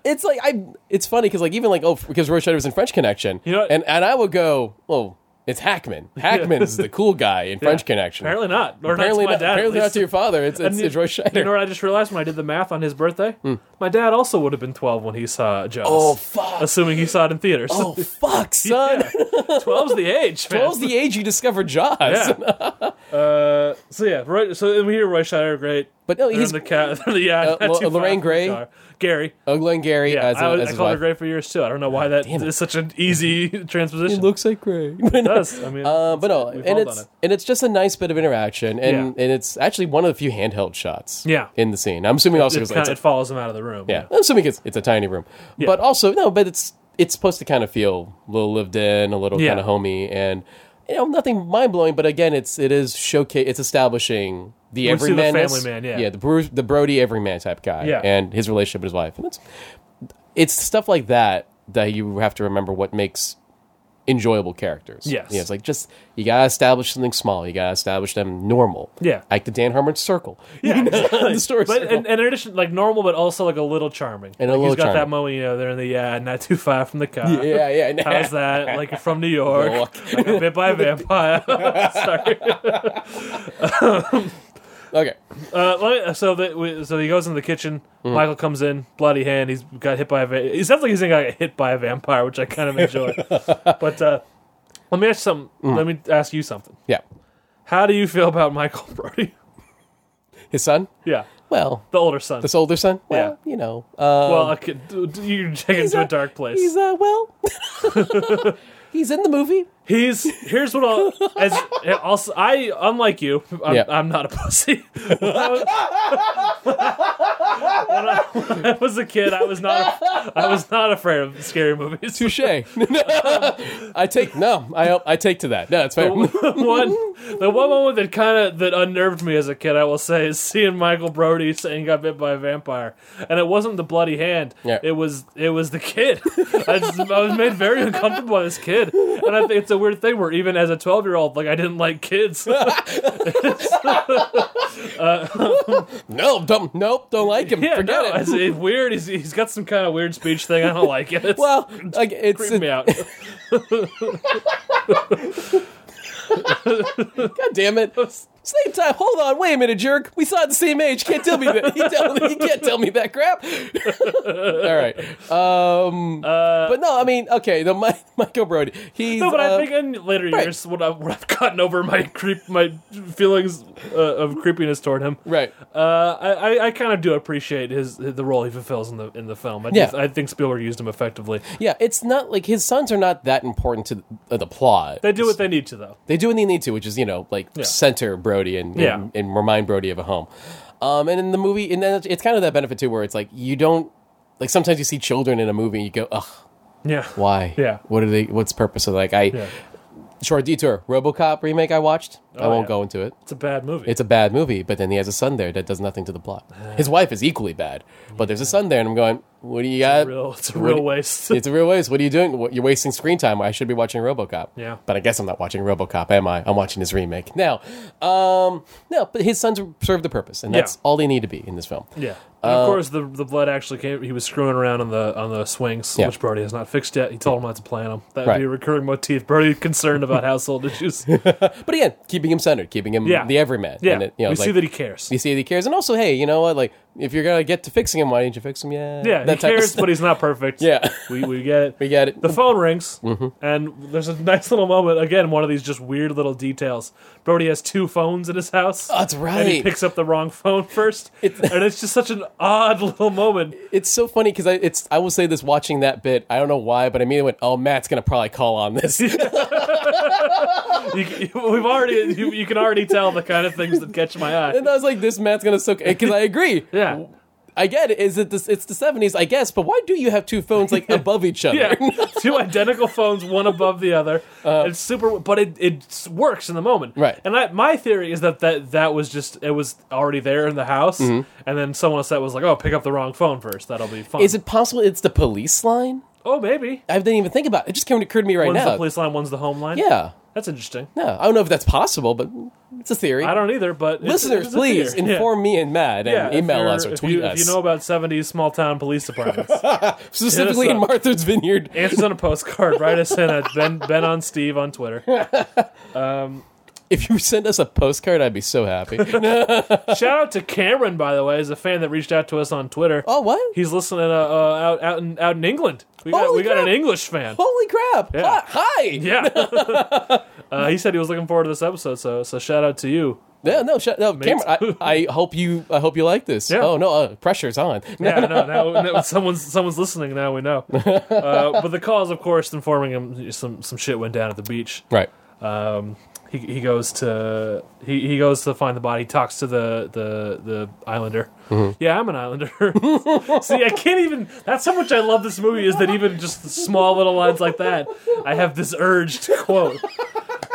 Speaker 2: it's like I. It's funny because like even like oh because Roy Scheider was in French Connection.
Speaker 1: You know what?
Speaker 2: and and I would go well. It's
Speaker 1: <laughs>
Speaker 2: Hackman. Hackman's the cool guy in French Connection.
Speaker 1: apparently not. Or
Speaker 2: apparently
Speaker 1: not. To my
Speaker 2: not.
Speaker 1: dad, at
Speaker 2: apparently not
Speaker 1: least.
Speaker 2: to your father. It's it's,
Speaker 1: <laughs> And
Speaker 2: it's Roy
Speaker 1: you-
Speaker 2: Scheider. Hmm.
Speaker 1: You know what I just realized when I did the math on his birthday? My dad also would have been 12 when he saw Jaws.
Speaker 2: <laughs> Oh, fuck.
Speaker 1: Assuming he saw it in theaters. <laughs>
Speaker 2: oh fuck, son.
Speaker 1: Yeah. 12's the age, man.
Speaker 2: What was the age you discovered Jaws?
Speaker 1: yeah. uh, so yeah, right. So and we hear Roy Scheider, great.
Speaker 2: <laughs> But no,
Speaker 1: They're
Speaker 2: he's
Speaker 1: in the cat. they're the- <laughs> yeah,
Speaker 2: <laughs> Uh,
Speaker 1: not
Speaker 2: Lo-
Speaker 1: too far
Speaker 2: Lorraine
Speaker 1: from
Speaker 2: Gray?
Speaker 1: the car. Gary.
Speaker 2: Ugly and Gary
Speaker 1: Yeah,
Speaker 2: as, a,
Speaker 1: I, was-
Speaker 2: as
Speaker 1: I
Speaker 2: his
Speaker 1: called her
Speaker 2: wife.
Speaker 1: Gray for years too. I don't know why that
Speaker 2: damn it.
Speaker 1: is such an
Speaker 2: <laughs>
Speaker 1: easy <laughs> transition.
Speaker 2: looks like Gray.
Speaker 1: <laughs>
Speaker 2: <laughs>
Speaker 1: it does. I mean,
Speaker 2: Uh, but no,
Speaker 1: we've all
Speaker 2: and
Speaker 1: done
Speaker 2: it's
Speaker 1: it.
Speaker 2: and it's just a nice bit of interaction, and
Speaker 1: Yeah.
Speaker 2: and it's actually one of the few handheld shots.
Speaker 1: Yeah.
Speaker 2: in the scene. I'm assuming also
Speaker 1: it,
Speaker 2: because
Speaker 1: kinda,
Speaker 2: it's a,
Speaker 1: it follows him out of the room.
Speaker 2: yeah, I'm assuming it's it's a tiny room, but also no, but it's it's supposed to kind of feel a little lived in, a little
Speaker 1: Yeah.
Speaker 2: kind of homey, and you know nothing mind blowing, but again, it's it is showcase, it's establishing the
Speaker 1: We see the
Speaker 2: everyman,
Speaker 1: family man, yeah.
Speaker 2: yeah, the Bruce, the Brody everyman type guy,
Speaker 1: Yeah.
Speaker 2: and his relationship with his wife, and it's it's stuff like that that you have to remember what makes enjoyable characters.
Speaker 1: Yes.
Speaker 2: You know, it's like just you gotta establish something small. You gotta establish them normal.
Speaker 1: Yeah.
Speaker 2: like the Dan Harmon
Speaker 1: <laughs>
Speaker 2: circle. <laughs> Yeah, the story
Speaker 1: But
Speaker 2: circle.
Speaker 1: and, and in addition, like normal, but also like a little charming.
Speaker 2: And a
Speaker 1: Like,
Speaker 2: little
Speaker 1: he's got that
Speaker 2: charming.
Speaker 1: moment, you know, they're in the yeah, not too far from the car.
Speaker 2: yeah,
Speaker 1: <laughs>
Speaker 2: yeah. yeah.
Speaker 1: How's that? Like you're from New York, like a bit
Speaker 2: <laughs>
Speaker 1: by a vampire. Sorry.
Speaker 2: Okay.
Speaker 1: Uh, let me- so the, we- so he goes into the kitchen.
Speaker 2: Mm.
Speaker 1: Michael comes in, bloody hand. He's got hit by a. Va- it sounds like he's gonna get hit by a vampire, which I kind of enjoy.
Speaker 2: <laughs>
Speaker 1: but uh, let me ask something.
Speaker 2: Mm.
Speaker 1: Let me ask you something.
Speaker 2: Yeah.
Speaker 1: How do you feel about Michael Brody? <laughs>
Speaker 2: His son?
Speaker 1: yeah,
Speaker 2: Well,
Speaker 1: the older son.
Speaker 2: this older son? Well, you know. Uh,
Speaker 1: well, I could, d- d- you can take him to a dark place.
Speaker 2: He's, uh, well, <laughs> he's in the movie.
Speaker 1: He's here's what I'll as also I unlike you I'm,
Speaker 2: Yeah.
Speaker 1: I'm not a pussy. <laughs> when, I was, when I- when I was a kid, I was not I was not afraid of scary movies.
Speaker 2: Touche. <laughs> I take, no, I, I take to that. No, it's fair.
Speaker 1: <laughs> one the one moment that kind of that unnerved me as a kid, I will say, is seeing Michael Brody saying he got bit by a vampire, and it wasn't the bloody hand.
Speaker 2: Yeah.
Speaker 1: It was it was the kid. <laughs> I, just- I was made very uncomfortable by this kid, and I think it's a weird thing where even as a twelve year old, like I didn't like
Speaker 2: <laughs>
Speaker 1: kids.
Speaker 2: <laughs> no, don't, nope, don't like him.
Speaker 1: <laughs> Yeah,
Speaker 2: Forget
Speaker 1: no,
Speaker 2: it.
Speaker 1: It's, it's weird. He's, he's got some kind of weird speech thing. I don't like it. It's
Speaker 2: well, like, it's,
Speaker 1: freaking me out.
Speaker 2: God damn it. Same time. Hold on. Wait a minute, jerk. We saw it the same age. Can't tell me that. You, tell me, you can't tell me that crap. <laughs> All right. Um, but no, I mean, okay. The Mi- Michael Brody. He's
Speaker 1: No, but I
Speaker 2: uh,
Speaker 1: think in later years, when, I, when I've gotten over my creep, my feelings uh, of creepiness toward him,
Speaker 2: right.
Speaker 1: uh, I, I- I kind of do appreciate his the role he fulfills in the in the film. I,
Speaker 2: Yeah.
Speaker 1: just, I think Spielberg used him effectively.
Speaker 2: Yeah, it's not like his sons are not that important to the, uh, the plot.
Speaker 1: They do what they need to, though.
Speaker 2: They do what they need to, which is you know like center Brody and,
Speaker 1: Yeah.
Speaker 2: and and remind Brody of a home. Um, and in the movie, and then it's, it's kind of that benefit too, where it's like you don't like sometimes you see children in a movie, and you go, ugh,
Speaker 1: Yeah.
Speaker 2: Why?
Speaker 1: Yeah.
Speaker 2: What are they? What's the purpose of like I?
Speaker 1: Yeah.
Speaker 2: Short detour. RoboCop remake I watched. I
Speaker 1: Oh,
Speaker 2: won't
Speaker 1: yeah.
Speaker 2: go into it.
Speaker 1: It's a bad movie.
Speaker 2: It's a bad movie, but then he has a son there that does nothing to the
Speaker 1: <sighs>
Speaker 2: plot. His wife is equally bad, but there's a son there, and I'm going, what do you got?
Speaker 1: real. It's a
Speaker 2: what
Speaker 1: real
Speaker 2: do-
Speaker 1: waste.
Speaker 2: <laughs> it's a real waste. What are you doing? What- You're wasting screen time. I should be watching RoboCop.
Speaker 1: Yeah.
Speaker 2: But I guess I'm not watching RoboCop, am I? I'm watching his remake now. Um, no, but his sons serve the purpose, and that's
Speaker 1: Yeah.
Speaker 2: all they need to be in this film.
Speaker 1: <laughs> Yeah. And
Speaker 2: Uh,
Speaker 1: of course, the the blood actually came. He was screwing around on the on the swings,
Speaker 2: Yeah.
Speaker 1: which Brody has not fixed yet. He told him not to play on them. That would
Speaker 2: Right.
Speaker 1: be a recurring motif. Brody <laughs> concerned about household
Speaker 2: <laughs>
Speaker 1: issues. Yeah,
Speaker 2: But again, keeping him centered, keeping him
Speaker 1: Yeah.
Speaker 2: the everyman. And it, you know,
Speaker 1: we
Speaker 2: like-
Speaker 1: see that he cares.
Speaker 2: You see that he cares, and also, hey, you know what? Like, if you're gonna get to fixing him, why didn't you fix him? Yeah,
Speaker 1: yeah, he
Speaker 2: that type of
Speaker 1: cares,
Speaker 2: stuff.
Speaker 1: but he's not perfect.
Speaker 2: Yeah. <laughs>
Speaker 1: we we get it.
Speaker 2: We get it.
Speaker 1: The phone rings,
Speaker 2: Mm-hmm.
Speaker 1: and there's a nice little moment. Again, one of these just weird little details. Brody has two phones in his house.
Speaker 2: That's
Speaker 1: And he
Speaker 2: Uh, right.
Speaker 1: picks up the wrong phone first, <laughs> and it's just such an odd little moment.
Speaker 2: It's so funny because I it's I will say this watching that bit. I don't know why, but I mean, went, oh, Matt's gonna probably call
Speaker 1: <laughs>
Speaker 2: on this. <laughs>
Speaker 1: You, you- we've already you, you can already tell the kind of things that catch my eye.
Speaker 2: and I was like, this Matt's gonna suck because I agree.
Speaker 1: Yeah.
Speaker 2: I get it. Is it this? It's the seventies, I guess. But why do you have two phones like above each other?
Speaker 1: <laughs>
Speaker 2: <laughs>
Speaker 1: Yeah, two identical phones, one above the other. it's super, but it, it works in the moment,
Speaker 2: Uh, Right.
Speaker 1: And I, my theory is that, that that was just it was already there in the house,
Speaker 2: Mm-hmm.
Speaker 1: and then someone else that was like, "Oh, pick up the wrong phone first. That'll be fun."
Speaker 2: Is it possible it's the police line?
Speaker 1: oh, maybe
Speaker 2: I didn't even think about it. It just came occurred to me right
Speaker 1: one's the
Speaker 2: now.
Speaker 1: police line, one's the home line.
Speaker 2: Yeah.
Speaker 1: that's interesting.
Speaker 2: No, I don't know if that's possible, but it's a theory.
Speaker 1: I don't either, but it's-
Speaker 2: Listeners,
Speaker 1: it's a
Speaker 2: please
Speaker 1: theory. Yeah.
Speaker 2: inform me and Matt
Speaker 1: Yeah,
Speaker 2: and
Speaker 1: if
Speaker 2: email
Speaker 1: you're-
Speaker 2: us or
Speaker 1: if
Speaker 2: tweet
Speaker 1: you,
Speaker 2: us.
Speaker 1: If you know about 70s small town police departments,
Speaker 2: specifically
Speaker 1: hit
Speaker 2: in
Speaker 1: us up.
Speaker 2: Martha's Vineyard.
Speaker 1: answers on a postcard, write us in at Ben, ben on Steve on Twitter.
Speaker 2: If you send us a postcard, I'd be
Speaker 1: <laughs>
Speaker 2: so happy.
Speaker 1: Shout out to Cameron, by the way, is a fan that reached out to us on Twitter.
Speaker 2: oh, what?
Speaker 1: He's listening uh, uh, out out in out in England. We got we
Speaker 2: Holy
Speaker 1: got
Speaker 2: crap.
Speaker 1: an English fan.
Speaker 2: Holy crap!
Speaker 1: Yeah.
Speaker 2: Hi! hi. Yeah.
Speaker 1: Yeah. <laughs> uh, he said he was looking forward to this episode, so so shout out to you.
Speaker 2: no, shut, no,
Speaker 1: Mates.
Speaker 2: Cameron.
Speaker 1: <laughs>
Speaker 2: I, I hope you. I hope you like this.
Speaker 1: Yeah.
Speaker 2: Oh no, uh, pressure's on.
Speaker 1: Yeah, no, now, now someone's someone's listening. Now we
Speaker 2: <laughs>
Speaker 1: know. Uh, but the call is, of course, informing him some some shit went down at the beach.
Speaker 2: Right.
Speaker 1: Um, he he goes to he, he goes to find the body. Talks to the the the islander.
Speaker 2: Mm-hmm.
Speaker 1: Yeah, I'm an islander. <laughs> See, I can't even. That's how much I love this movie. Is that even just the small little lines like that? I have this urge to quote.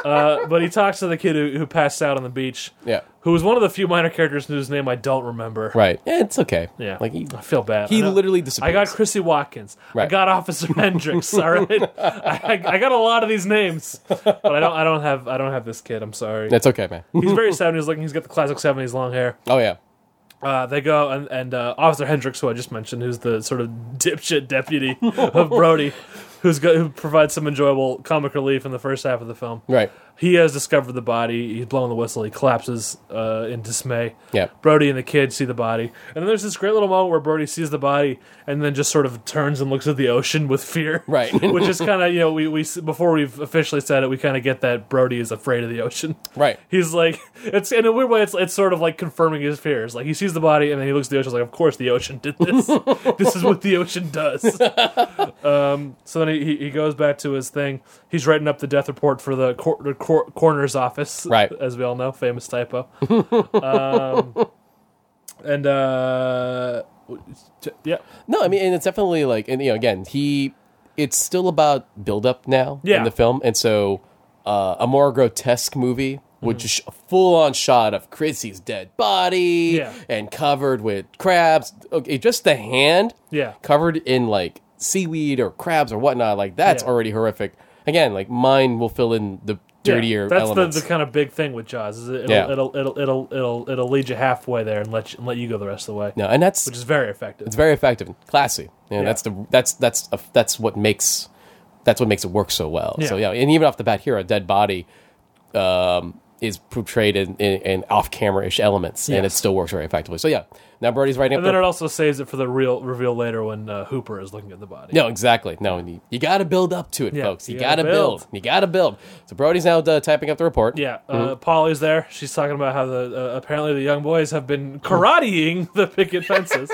Speaker 1: Uh, but he talks to the kid who, who passed out on the beach.
Speaker 2: Yeah.
Speaker 1: Who was one of the few minor characters whose name I don't remember.
Speaker 2: Right. Yeah, it's okay.
Speaker 1: Yeah.
Speaker 2: Like he,
Speaker 1: I feel bad.
Speaker 2: he
Speaker 1: I know-
Speaker 2: literally
Speaker 1: I
Speaker 2: disappears.
Speaker 1: got Chrissy Watkins. I
Speaker 2: Right.
Speaker 1: got
Speaker 2: <laughs>
Speaker 1: Officer Hendricks. All right, I, I got a lot of these names, but I don't. I don't have. I don't have this kid. I'm sorry.
Speaker 2: That's okay, man.
Speaker 1: He's very seventies looking. He's got the classic seventies long hair.
Speaker 2: Oh yeah.
Speaker 1: Uh, they go and, and uh, Officer Hendricks, who I just mentioned, who's the sort of dipshit deputy of Brody, who's go, who provides some enjoyable comic relief in the first half of the film.
Speaker 2: Right.
Speaker 1: He has discovered the body. He's blowing the whistle. He collapses uh, in dismay.
Speaker 2: Yeah.
Speaker 1: Brody and the kid see the body. And then there's this great little moment where Brody sees the body and then just sort of turns and looks at the ocean with fear.
Speaker 2: <laughs> Right.
Speaker 1: <laughs> Which is kind of, you know, we, we before we've officially said it, we kind of get that Brody is afraid of the ocean.
Speaker 2: Right.
Speaker 1: He's like, it's in a weird way, it's, it's sort of like confirming his fears. Like, he sees the body and then he looks at the ocean, like, of course the ocean did
Speaker 2: <laughs>
Speaker 1: this. this is what the ocean does. um, so then he, he- he goes back to his thing. He's writing up the death report for the, cor- the cor- coroner's office,
Speaker 2: Right.
Speaker 1: as we all know, famous
Speaker 2: <laughs>
Speaker 1: typo. um, and, uh, t- yeah.
Speaker 2: No, I mean, and it's definitely like, and you know, again, he, it's still about build up now
Speaker 1: Yeah.
Speaker 2: in the film, and so uh, a more grotesque movie with
Speaker 1: Mm-hmm.
Speaker 2: just a full on shot of Chrissy's dead body
Speaker 1: Yeah.
Speaker 2: and covered with crabs. Okay, just the hand,
Speaker 1: Yeah.
Speaker 2: covered in like seaweed or crabs or whatnot. Like that's
Speaker 1: Yeah.
Speaker 2: already horrific. Again, like mine will fill in the
Speaker 1: Yeah,
Speaker 2: dirtier
Speaker 1: That's
Speaker 2: elements.
Speaker 1: the, the kind of big thing with Jaws. Is it, it'll,
Speaker 2: Yeah.
Speaker 1: it'll, it'll it'll it'll it'll lead you halfway there and let you, and let you go the rest of the way,
Speaker 2: no, and that's
Speaker 1: which is very effective.
Speaker 2: It's very effective, and classy. You know,
Speaker 1: Yeah.
Speaker 2: that's the that's that's a, that's what makes that's what makes it work so well. So yeah,
Speaker 1: Yeah.
Speaker 2: and even off the bat here, a dead body um, is portrayed in, in, in off-camera-ish elements, and it
Speaker 1: Yes.
Speaker 2: still works very effectively. So yeah, now Brody's writing up.
Speaker 1: And then
Speaker 2: the-
Speaker 1: it also saves it for the real reveal later when uh, Hooper is looking at the body.
Speaker 2: no, exactly. No, and you, you got to build up to it,
Speaker 1: Yeah,
Speaker 2: folks. You,
Speaker 1: you
Speaker 2: got
Speaker 1: gotta
Speaker 2: to build.
Speaker 1: build.
Speaker 2: You got to build. So Brody's now uh, typing up the report.
Speaker 1: Yeah, uh,
Speaker 2: Mm-hmm.
Speaker 1: Polly's there. She's talking about how the uh, apparently the young boys have been karateing the picket
Speaker 2: <laughs>
Speaker 1: fences.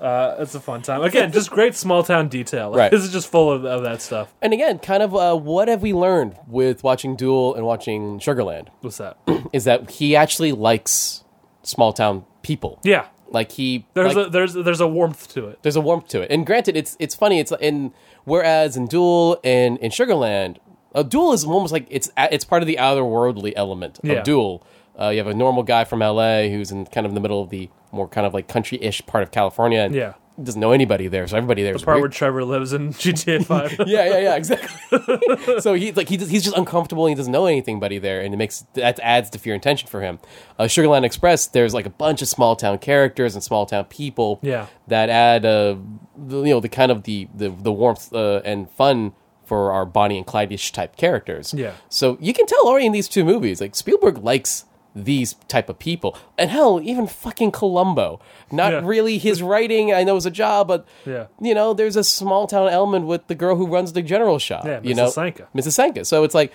Speaker 1: uh, it's a fun time. Again, just great small town detail. Like,
Speaker 2: Right.
Speaker 1: This is just full of, of that stuff.
Speaker 2: And again, kind of uh, what have we learned with watching Duel and watching Sugarland
Speaker 1: What's that?
Speaker 2: is that he actually likes small town people.
Speaker 1: yeah,
Speaker 2: Like he
Speaker 1: There's
Speaker 2: like-
Speaker 1: a there's there's a warmth to it.
Speaker 2: there's a warmth to it. And granted, it's it's funny. It's in whereas in Duel and in Sugarland, a Duel is almost like it's a- it's part of the otherworldly element of
Speaker 1: Yeah.
Speaker 2: Duel. Uh, you have a normal guy from LA who's in kind of the middle of the more kind of like country-ish part of California, and
Speaker 1: Yeah.
Speaker 2: doesn't know anybody there. So everybody there is
Speaker 1: Part
Speaker 2: weird.
Speaker 1: where Trevor lives in GTA
Speaker 2: <laughs>
Speaker 1: Five.
Speaker 2: yeah, yeah, yeah, exactly.
Speaker 1: <laughs>
Speaker 2: so he's like he just, he's just uncomfortable. And he doesn't know anybody there, and it makes that adds to fear and tension for him. Uh, Sugarland Express, there's like a bunch of small town characters and small town people.
Speaker 1: Yeah.
Speaker 2: that add uh, the, you know the kind of the the, the warmth uh, and fun for our Bonnie and Clyde-ish type characters.
Speaker 1: Yeah.
Speaker 2: So you can tell already in these two movies, like Spielberg likes these type of people, and hell, even fucking Columbo. Not
Speaker 1: Yeah.
Speaker 2: really his writing. I know it's a job, but
Speaker 1: Yeah.
Speaker 2: you know, there's a small town element with the girl who runs the general shop.
Speaker 1: Yeah,
Speaker 2: you
Speaker 1: Mrs.
Speaker 2: know,
Speaker 1: Sanka.
Speaker 2: Mrs. Sanka. So it's like,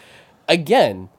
Speaker 2: again,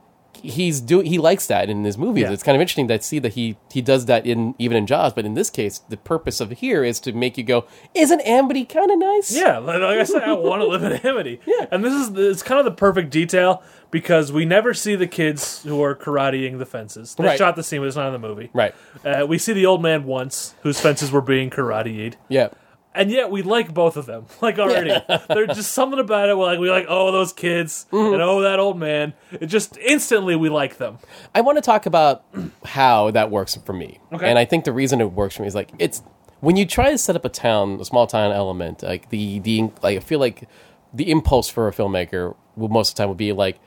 Speaker 2: he's do he likes that in his movies.
Speaker 1: Yeah.
Speaker 2: It's kind of interesting to see that he he does that in even in Jaws. But in this case, the purpose of here is to make you go, isn't Amity kind of nice?
Speaker 1: <laughs> Yeah, like like I said, I want to live in
Speaker 2: <laughs>
Speaker 1: Amity. Yeah, and this is it's kind of the perfect detail because we never see the kids who are karateing the fences. They
Speaker 2: Right.
Speaker 1: shot the scene, but it's not in the movie.
Speaker 2: Right.
Speaker 1: Uh, we see the old man once, whose fences were being karateed,
Speaker 2: Yeah.
Speaker 1: and yet we like both of them. Like already, there's just something about it. We're like we like oh those kids
Speaker 2: Mm-hmm.
Speaker 1: and oh that old man. It just instantly we like them.
Speaker 2: I want to talk about how that works for me.
Speaker 1: Okay.
Speaker 2: And I think the reason it works for me is like it's when you try to set up a town, a small town element, like the the like I feel like the impulse for a filmmaker will most of the time would be like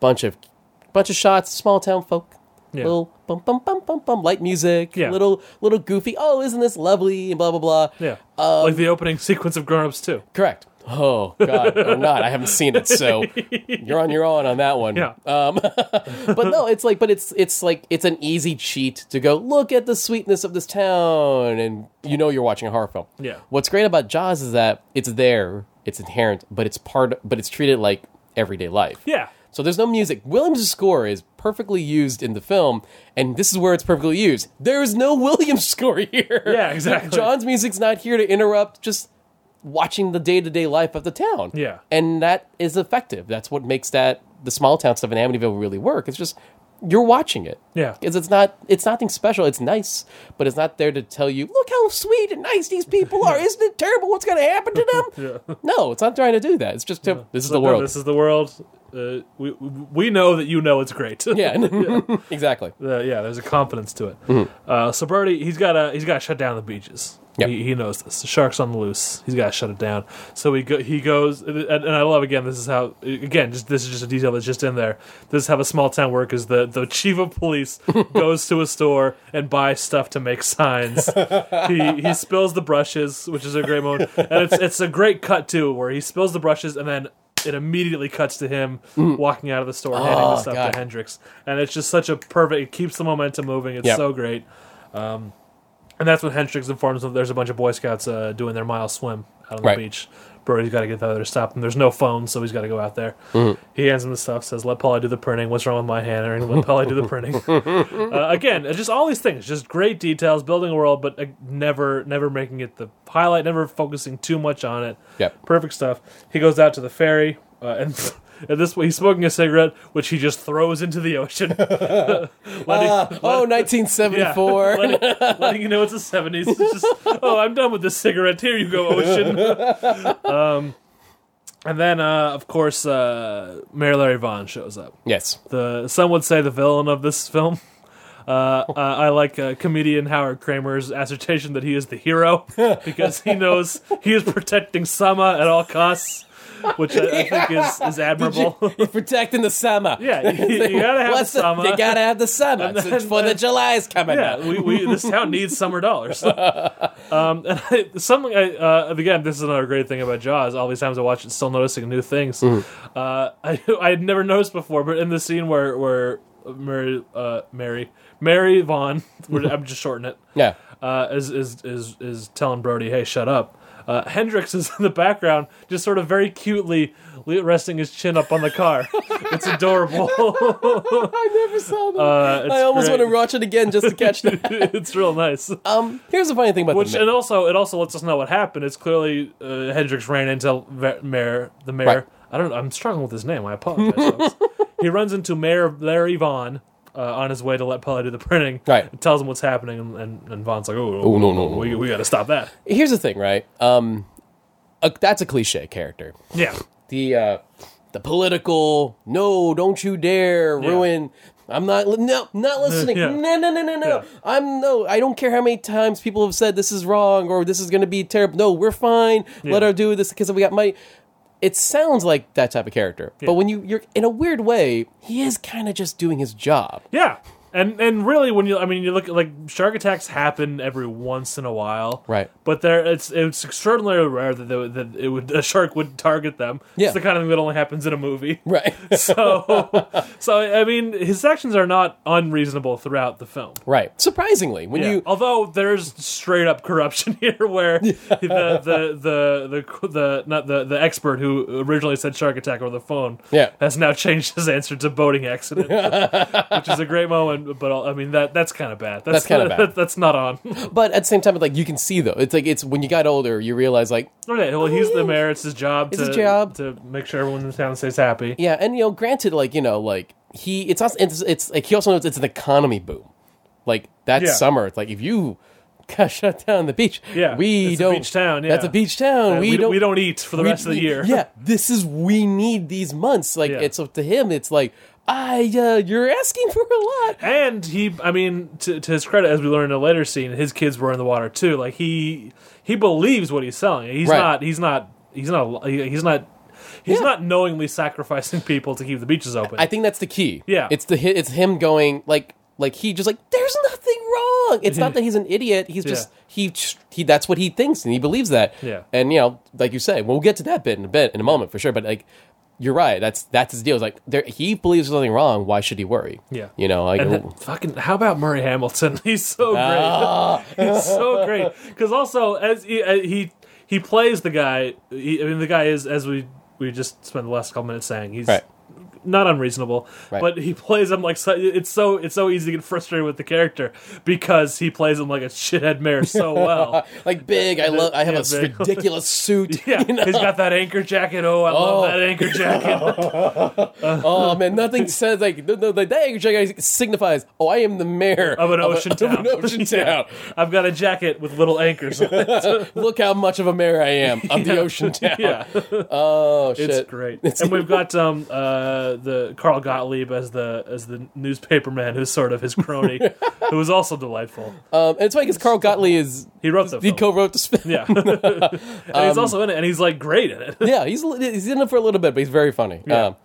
Speaker 2: bunch of bunch of shots, small town folk.
Speaker 1: Yeah.
Speaker 2: Little bum bum bum bum bum light music,
Speaker 1: Yeah.
Speaker 2: little little goofy. Oh, isn't this lovely? Blah blah blah.
Speaker 1: Yeah,
Speaker 2: Um,
Speaker 1: like the opening sequence of Grown Ups too.
Speaker 2: Correct. Oh God, or not? I haven't seen it,
Speaker 1: <laughs>
Speaker 2: so you're on your own on that one.
Speaker 1: Yeah.
Speaker 2: Um, but
Speaker 1: <laughs>
Speaker 2: no, it's like, but it's it's like it's an easy cheat to go look at the sweetness of this town, and you know you're watching a horror film.
Speaker 1: Yeah.
Speaker 2: What's great about Jaws is that it's there, it's inherent, but it's part, but it's treated like everyday life.
Speaker 1: Yeah,
Speaker 2: So there's no music. Williams' score is perfectly used in the film, and this is where it's perfectly used. There is no <laughs> Williams score here.
Speaker 1: Yeah, exactly.
Speaker 2: John's music's not here to interrupt just watching the day to day life of the town.
Speaker 1: Yeah.
Speaker 2: And that is effective. That's what makes that the small town stuff in Amityville really work. It's just you're watching it.
Speaker 1: Yeah.
Speaker 2: Because it's not it's nothing special. It's nice, but it's not there to tell you, look how sweet and nice these people
Speaker 1: <laughs>
Speaker 2: are. Isn't it terrible what's gonna happen to them? No, it's not trying to do that. It's just to, this is the
Speaker 1: No,
Speaker 2: world.
Speaker 1: This is the world. Uh, we we know that you know it's great.
Speaker 2: <laughs> Yeah,
Speaker 1: <laughs>
Speaker 2: <laughs> exactly.
Speaker 1: Uh, yeah, there's a confidence to it. Uh, so Birdie, he's got to he's got to shut down the beaches.
Speaker 2: Yep.
Speaker 1: He, he knows this. The shark's on the loose. He's got to shut it down. So he go, he goes, and, and I love again. This is how again. Just this is just a detail that's just in there. This is how a small town work is. The the chief of police goes to a store and buys stuff to make signs. he he spills the brushes, which is a great moment, and it's it's a great cut too, where he spills the brushes and then. It immediately cuts to him walking out of the store, handing the
Speaker 2: Oh,
Speaker 1: stuff
Speaker 2: God.
Speaker 1: to Hendrix, and it's just such a perfect. It keeps the momentum moving. It's
Speaker 2: Yep.
Speaker 1: so great, um, and that's when Hendrix informs them there's a bunch of Boy Scouts uh, doing their mile swim out on
Speaker 2: Right.
Speaker 1: the beach. Brody's got to get the other to stop them. There's no phone, so he's got to go out there.
Speaker 2: Mm-hmm.
Speaker 1: He hands him the stuff, says, "Let Polly do the printing." What's wrong with my hand? And let Polly do
Speaker 2: <laughs>
Speaker 1: the printing. uh, again, it's just all these things, just great details, building a world, but uh, never, never making it the highlight, never focusing too much on it.
Speaker 2: Yep.
Speaker 1: Perfect stuff. He goes out to the ferry, uh, and <laughs> at this point, he's smoking a cigarette, which he just throws into the ocean. <laughs> letting,
Speaker 2: Oh,
Speaker 1: <laughs> yeah,
Speaker 2: 1974.
Speaker 1: letting, letting you know it's the seventies. Just oh, I'm done with this cigarette. Here you go, ocean. <laughs> um, and then, uh, of course, uh, Mary Larry Vaughn shows up
Speaker 2: yes.
Speaker 1: the some would say the villain of this film. Uh, uh, I like uh, comedian Howard Kramer's assertion that he is the hero because he knows he is protecting Sama at all costs, which I, I think is, is admirable. <laughs>
Speaker 2: You're protecting the summer.
Speaker 1: yeah,
Speaker 2: <laughs>
Speaker 1: you, you gotta have
Speaker 2: What's the-
Speaker 1: Sama.
Speaker 2: you gotta have the summer
Speaker 1: then-
Speaker 2: It's for the July is coming
Speaker 1: yeah,
Speaker 2: up.
Speaker 1: we, we this town needs summer dollars. Um, and I, some I, uh, again, this is another great thing about Jaws. All these times I watch it, still noticing new things. Uh, I <laughs> I had never noticed before, but in the scene where where Mary uh, Mary Mary Vaughn, <laughs> we're- I'm just shortening it <laughs>
Speaker 2: Yeah.
Speaker 1: uh, is, is is is telling Brody, "Hey, shut up." Uh, Hendrix is <laughs> in the background, just sort of very cutely le- resting his chin up on the car. <laughs> it's adorable. <laughs>
Speaker 2: I never saw that.
Speaker 1: Uh, it's
Speaker 2: I almost
Speaker 1: great. <laughs>
Speaker 2: want to watch it again just to catch that.
Speaker 1: it's real
Speaker 2: <laughs>
Speaker 1: nice.
Speaker 2: Um, here's the funny thing about
Speaker 1: Which
Speaker 2: the
Speaker 1: and also it also lets us know what happened. It's clearly uh, Hendrix ran into Ve- Mayor the Mayor.
Speaker 2: Right. <laughs>
Speaker 1: I don't. I'm struggling with his name. I apologize. folks. he runs into Mayor Larry Vaughn. uh, on his way to let Pele do the printing.
Speaker 2: Right.
Speaker 1: And tells him what's happening, and, and, and Vaughn's like, oh,
Speaker 2: Oh, no, no, no,
Speaker 1: we,
Speaker 2: no."
Speaker 1: we got to stop that.
Speaker 2: Here's the thing, right? Um, a, that's a cliche character.
Speaker 1: Yeah.
Speaker 2: the uh, the political no don't you dare ruin i'm not li- no not listening
Speaker 1: yeah.
Speaker 2: no no no no no
Speaker 1: Yeah.
Speaker 2: i'm no i don't care how many times people have said this is wrong or this is going to be terrible no we're fine let
Speaker 1: Yeah.
Speaker 2: her do this because we got money it sounds like that type of character but when you you're in a weird way he is kind of just doing his job <laughs>
Speaker 1: Yeah. And and really, when you I mean, you look at like shark attacks happen every once in a while,
Speaker 2: Right.
Speaker 1: But there, it's it's extraordinarily rare that they, would- that it would <laughs> a shark would target them.
Speaker 2: Yeah.
Speaker 1: It's the kind of thing that only happens in a movie.
Speaker 2: right
Speaker 1: <laughs> so so I mean his actions are not unreasonable throughout the film.
Speaker 2: right surprisingly when
Speaker 1: Yeah.
Speaker 2: you
Speaker 1: Although there's straight up corruption <laughs> here, where the, the the the the not the the expert who originally said shark attack over the phone,
Speaker 2: Yeah.
Speaker 1: has now changed his answer to boating
Speaker 2: <laughs>
Speaker 1: accident, which is a great moment. But I mean that that's kind of bad. That's, <laughs>
Speaker 2: That's kinda bad.
Speaker 1: That's not on.
Speaker 2: but at the same time like you can see though it's like it's when you got older you realize like
Speaker 1: okay, well he's the mayor. It's his job.
Speaker 2: It's
Speaker 1: to,
Speaker 2: his job.
Speaker 1: to make sure everyone in the town stays happy.
Speaker 2: Yeah, and you know, granted, like you know, like he, it's also, it's, it's like he also knows it's an economy boom. Like that
Speaker 1: Yeah.
Speaker 2: summer, it's like if you <laughs> gotta shut down the beach,
Speaker 1: Yeah,
Speaker 2: we
Speaker 1: it's a
Speaker 2: don't.
Speaker 1: beach town, yeah.
Speaker 2: That's a beach town.
Speaker 1: And
Speaker 2: we, don't.
Speaker 1: we don't eat for the
Speaker 2: we-
Speaker 1: rest of the year.
Speaker 2: Yeah, this is we need these months. Like
Speaker 1: Yeah.
Speaker 2: it's up to him. It's like I, uh, you're asking <laughs> for a lot.
Speaker 1: And he, I mean, to, to his credit, as we learn in a later scene, his kids were in the water too. Like he, he believes what he's selling. He's
Speaker 2: Right.
Speaker 1: not. He's not. He's not. he- He's not. He's
Speaker 2: Yeah.
Speaker 1: not knowingly sacrificing people to keep the beaches open.
Speaker 2: I think that's the key.
Speaker 1: Yeah.
Speaker 2: it's the hi- it's him going like like he just like there's nothing wrong. It's
Speaker 1: Mm-hmm.
Speaker 2: not that he's an idiot. He's just he he that's what he thinks and he believes that.
Speaker 1: Yeah.
Speaker 2: and you know like you say, we'll get to that bit in a bit in a moment for sure. But like you're right. That's that's his deal. It's like there he believes there's nothing wrong. Why should he worry?
Speaker 1: Yeah.
Speaker 2: you know like oh.
Speaker 1: and then, fucking, how about Murray Hamilton? <laughs> He's so great.
Speaker 2: ah,
Speaker 1: <laughs> He's so great because also as he, uh, he he plays the guy. He, I mean, the guy is as we we just spent the last couple minutes saying he's
Speaker 2: Right.
Speaker 1: not unreasonable,
Speaker 2: Right.
Speaker 1: but he plays him like so, it's so it's so easy to get frustrated with the character because he plays him like a shithead mayor so well.
Speaker 2: like big. I love. I have
Speaker 1: Yeah,
Speaker 2: a s-
Speaker 1: big. <laughs>
Speaker 2: ridiculous suit.
Speaker 1: Yeah,
Speaker 2: <laughs> you know?
Speaker 1: he's got that anchor jacket. Oh, I
Speaker 2: Oh.
Speaker 1: love that anchor
Speaker 2: <laughs>
Speaker 1: jacket.
Speaker 2: Oh man, nothing says like no, no, like that anchor jacket signifies. Oh, I am the mayor
Speaker 1: Of an
Speaker 2: a-
Speaker 1: ocean
Speaker 2: <laughs> of an
Speaker 1: town.
Speaker 2: ocean
Speaker 1: <laughs> Yeah.
Speaker 2: town.
Speaker 1: I've got a jacket with little anchors. On it.
Speaker 2: Look how much of a mayor I am. I'm the ocean
Speaker 1: <laughs>
Speaker 2: town.
Speaker 1: Yeah,
Speaker 2: Oh shit.
Speaker 1: it's great. And
Speaker 2: <laughs>
Speaker 1: we've got um uh the Carl Gottlieb as the as the newspaperman who's sort of his
Speaker 2: <laughs>
Speaker 1: crony, who is also delightful.
Speaker 2: Um, and it's funny because Carl Gottlieb is
Speaker 1: He wrote the
Speaker 2: he Um,
Speaker 1: film.
Speaker 2: co-wrote the spin.
Speaker 1: yeah, <laughs> and he's also in it, and he's like great in it. <laughs>
Speaker 2: <laughs> yeah, he's he's in it for a little bit, but he's very funny. Um,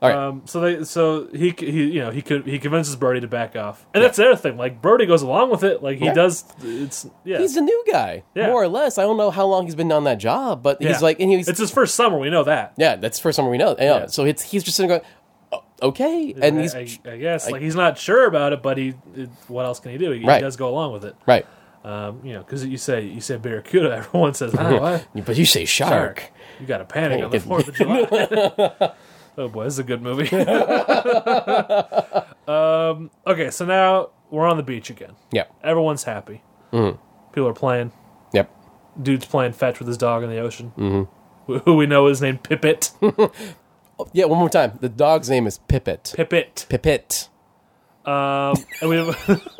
Speaker 2: all right,
Speaker 1: Um, so they, so he, he, you know, he could, he convinces Brody to back off, and that's the other thing. Like Brody goes along with it. Like he
Speaker 2: Yeah.
Speaker 1: does. It's yeah,
Speaker 2: he's a new guy,
Speaker 1: Yeah.
Speaker 2: more or less. I don't know how long he's been on that job, but
Speaker 1: yeah.
Speaker 2: he's like, and he's
Speaker 1: it's his first summer. We know that.
Speaker 2: yeah, that's the first summer we know. Yeah.
Speaker 1: Yeah.
Speaker 2: So it's he's just sitting there going, "Oh, okay, and he's
Speaker 1: I, I, I guess like he's not sure about it, but he, it, what else can he do? He, he
Speaker 2: Right.
Speaker 1: does go along with it.
Speaker 2: right,
Speaker 1: Um, you know, because you say you say barracuda, <laughs> everyone says, "Ah, what?
Speaker 2: but you say shark.
Speaker 1: Dark. You got to panic on the
Speaker 2: Panic.
Speaker 1: Fourth of July. <laughs> oh boy, this is a good movie. <laughs> um, okay, so now we're on the beach again.
Speaker 2: Yeah,
Speaker 1: Everyone's happy. People are playing.
Speaker 2: yep.
Speaker 1: Dude's playing fetch with his dog in the ocean. Mm-hmm. Who we know is named Pippet. <laughs>
Speaker 2: Oh, yeah, one more time. The dog's name is Pippet.
Speaker 1: Pippet.
Speaker 2: Pippet.
Speaker 1: Um, and we,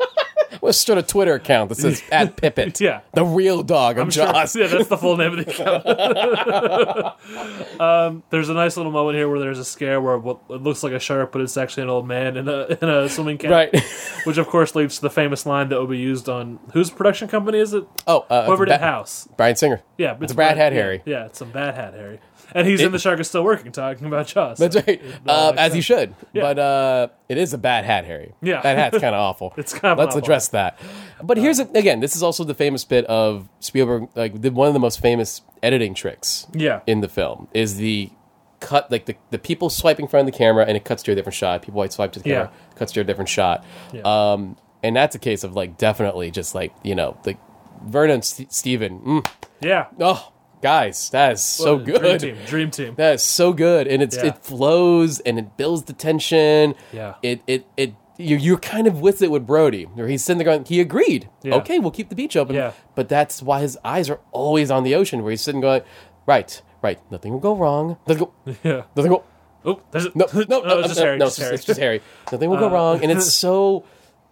Speaker 1: <laughs>
Speaker 2: Let's start a Twitter account that says at Pippet.
Speaker 1: yeah.
Speaker 2: The real dog <laughs> of
Speaker 1: Sure.
Speaker 2: Jaws.
Speaker 1: Yeah, that's the full name of the account. <laughs> um, there's a nice little moment here where there's a scare where what it looks like a shark, but it's actually an old man in a in a swimming cap.
Speaker 2: Right.
Speaker 1: Which of course leads to the famous line that will be used on whose production company is it?
Speaker 2: <laughs> Oh, uh,
Speaker 1: Whoever did
Speaker 2: Ba-
Speaker 1: House.
Speaker 2: Brian Singer.
Speaker 1: Yeah,
Speaker 2: It's a Brad Hat
Speaker 1: yeah,
Speaker 2: Harry.
Speaker 1: Yeah, it's a Brad Hat Harry. And he's in the shark is still working, talking about Jaws.
Speaker 2: That's right.
Speaker 1: all
Speaker 2: Uh,
Speaker 1: makes
Speaker 2: as you
Speaker 1: sense.
Speaker 2: should. But uh, it is a bad hat, Harry.
Speaker 1: Yeah. <laughs>
Speaker 2: That hat's kind of awful.
Speaker 1: It's kinda
Speaker 2: Let's
Speaker 1: awful. Uh.
Speaker 2: address that. But here's, a, again, this is also the famous bit of Spielberg, like the, one of the most famous editing tricks
Speaker 1: Yeah.
Speaker 2: in the film is the cut, like the, the people swiping in front of the camera and it cuts to a different shot. People white swipe to the camera, cuts to a different shot. Um, and that's a case of like definitely just like, you know, like Vernon St- Steven. Mm,
Speaker 1: yeah.
Speaker 2: oh, guys, that is so
Speaker 1: Dream
Speaker 2: good.
Speaker 1: team. Dream team.
Speaker 2: That is so good, and it's
Speaker 1: Yeah.
Speaker 2: it flows and it builds the tension.
Speaker 1: Yeah.
Speaker 2: it it it you you're kind of with it with Brody, where he's sitting there going, he agreed.
Speaker 1: Yeah.
Speaker 2: Okay, we'll keep the beach open.
Speaker 1: Yeah.
Speaker 2: but that's why his eyes are always on the ocean, where he's sitting going, right, right, nothing will go wrong. Nothing go,
Speaker 1: <laughs> Yeah.
Speaker 2: nothing go.
Speaker 1: <laughs> Oh, there's a,
Speaker 2: No, no, no,
Speaker 1: it's just
Speaker 2: no,
Speaker 1: Harry.
Speaker 2: no,
Speaker 1: just
Speaker 2: it's, just,
Speaker 1: Harry. Uh.
Speaker 2: it's just Harry. Nothing will go wrong,
Speaker 1: <laughs>
Speaker 2: and it's so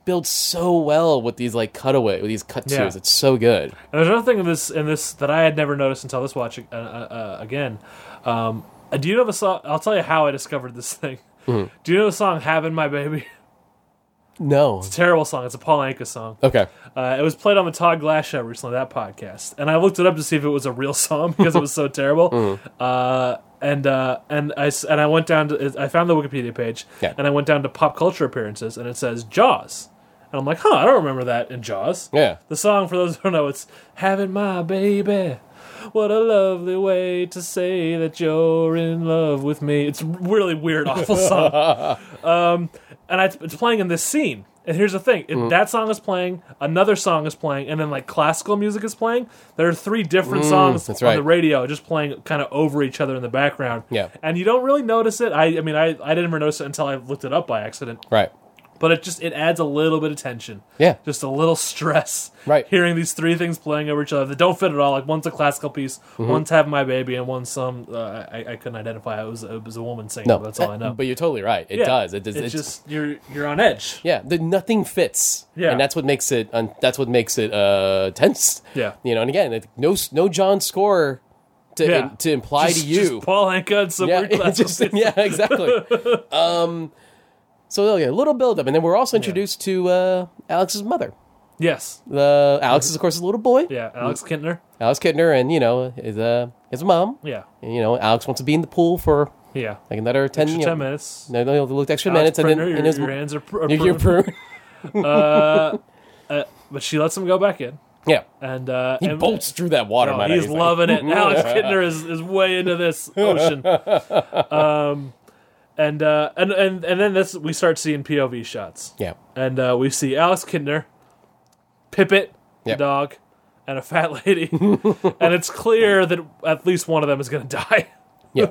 Speaker 2: built so well with these like cutaway, with these cut
Speaker 1: Yeah.
Speaker 2: twos. It's so good.
Speaker 1: And there's another thing in this in this that I had never noticed until this watch uh, uh, again. Um, uh, do you know the song? I'll tell you how I discovered this thing. Do you know the song "Having My Baby"? <laughs>
Speaker 2: No,
Speaker 1: Terrible song. It's a Paul Anka song.
Speaker 2: okay,
Speaker 1: Uh, it was played on the Todd Glass show recently, that podcast, and I looked it up to see if it was a real song <laughs> because it was so terrible. Uh, and uh, and I s- and I went down to I found the Wikipedia page,
Speaker 2: Yeah.
Speaker 1: and I went down to pop culture appearances, and it says Jaws, and I'm like, huh, I don't remember that in Jaws.
Speaker 2: yeah,
Speaker 1: The song, for those who don't know, it's "Having My Baby." What a lovely way to say that you're in love with me. It's a really weird,
Speaker 2: <laughs>
Speaker 1: awful song. Um, and I, it's playing in this scene. And here's the thing: if
Speaker 2: Mm.
Speaker 1: that song is playing, another song is playing, and then like classical music is playing. There are three different songs
Speaker 2: Mm, that's
Speaker 1: on the
Speaker 2: right.
Speaker 1: radio just playing kind of over each other in the background.
Speaker 2: Yeah.
Speaker 1: and you don't really notice it. I, I mean, I, I didn't ever notice it until I looked it up by accident
Speaker 2: right,
Speaker 1: but it just it adds a little bit of tension.
Speaker 2: Yeah.
Speaker 1: just a little stress.
Speaker 2: Right.
Speaker 1: hearing these three things playing over each other that don't fit at all. Like one's a classical piece,
Speaker 2: Mm-hmm.
Speaker 1: one's "Have My Baby," and one's some uh, I, I couldn't identify. It was it was a woman singing.
Speaker 2: no, Uh,
Speaker 1: but that's all I know.
Speaker 2: But you're totally right. It
Speaker 1: Yeah,
Speaker 2: does. It does.
Speaker 1: It's
Speaker 2: It's,
Speaker 1: just you're you're on edge.
Speaker 2: yeah. The, nothing fits.
Speaker 1: Yeah.
Speaker 2: and that's what makes it. Un, that's what makes it uh tense.
Speaker 1: Yeah.
Speaker 2: you know. And again, it, no no John score to
Speaker 1: Yeah.
Speaker 2: to imply
Speaker 1: Just-
Speaker 2: to you.
Speaker 1: just Paul Anka and some
Speaker 2: <laughs> yeah,
Speaker 1: weird
Speaker 2: it's
Speaker 1: classical
Speaker 2: just-
Speaker 1: piece.
Speaker 2: yeah,
Speaker 1: <laughs>
Speaker 2: exactly. um, so yeah, a little build up, and then we're also introduced to uh, Alex's mother.
Speaker 1: Yes,
Speaker 2: The Alex is of course a little boy,
Speaker 1: yeah. Alex Kintner.
Speaker 2: Alex Kidner, and you know his uh, his mom.
Speaker 1: Yeah,
Speaker 2: And, you know Alex wants to be in the pool for
Speaker 1: yeah.
Speaker 2: like another ten,
Speaker 1: Just
Speaker 2: you know,
Speaker 1: ten minutes.
Speaker 2: No, no, he'll look extra
Speaker 1: Alex
Speaker 2: minutes, and then
Speaker 1: Printer,
Speaker 2: and
Speaker 1: your,
Speaker 2: his
Speaker 1: your hands are. Pr- are
Speaker 2: your- your
Speaker 1: pr-
Speaker 2: prune.
Speaker 1: but she lets him go back in,
Speaker 2: <laughs> yeah,
Speaker 1: and uh,
Speaker 2: he
Speaker 1: and,
Speaker 2: bolts through that water.
Speaker 1: Oh,
Speaker 2: might I-
Speaker 1: he's
Speaker 2: like-
Speaker 1: loving
Speaker 2: <laughs>
Speaker 1: it. Alex Kittner is, is way into this ocean. Um, and, uh, and and and then this we start seeing POV shots,
Speaker 2: Yeah,
Speaker 1: and uh, we see Alex Kittner, Pippet, the
Speaker 2: Yep.
Speaker 1: dog, and a fat lady, <laughs> and it's clear that at least one of them is going to <laughs> die.
Speaker 2: yeah.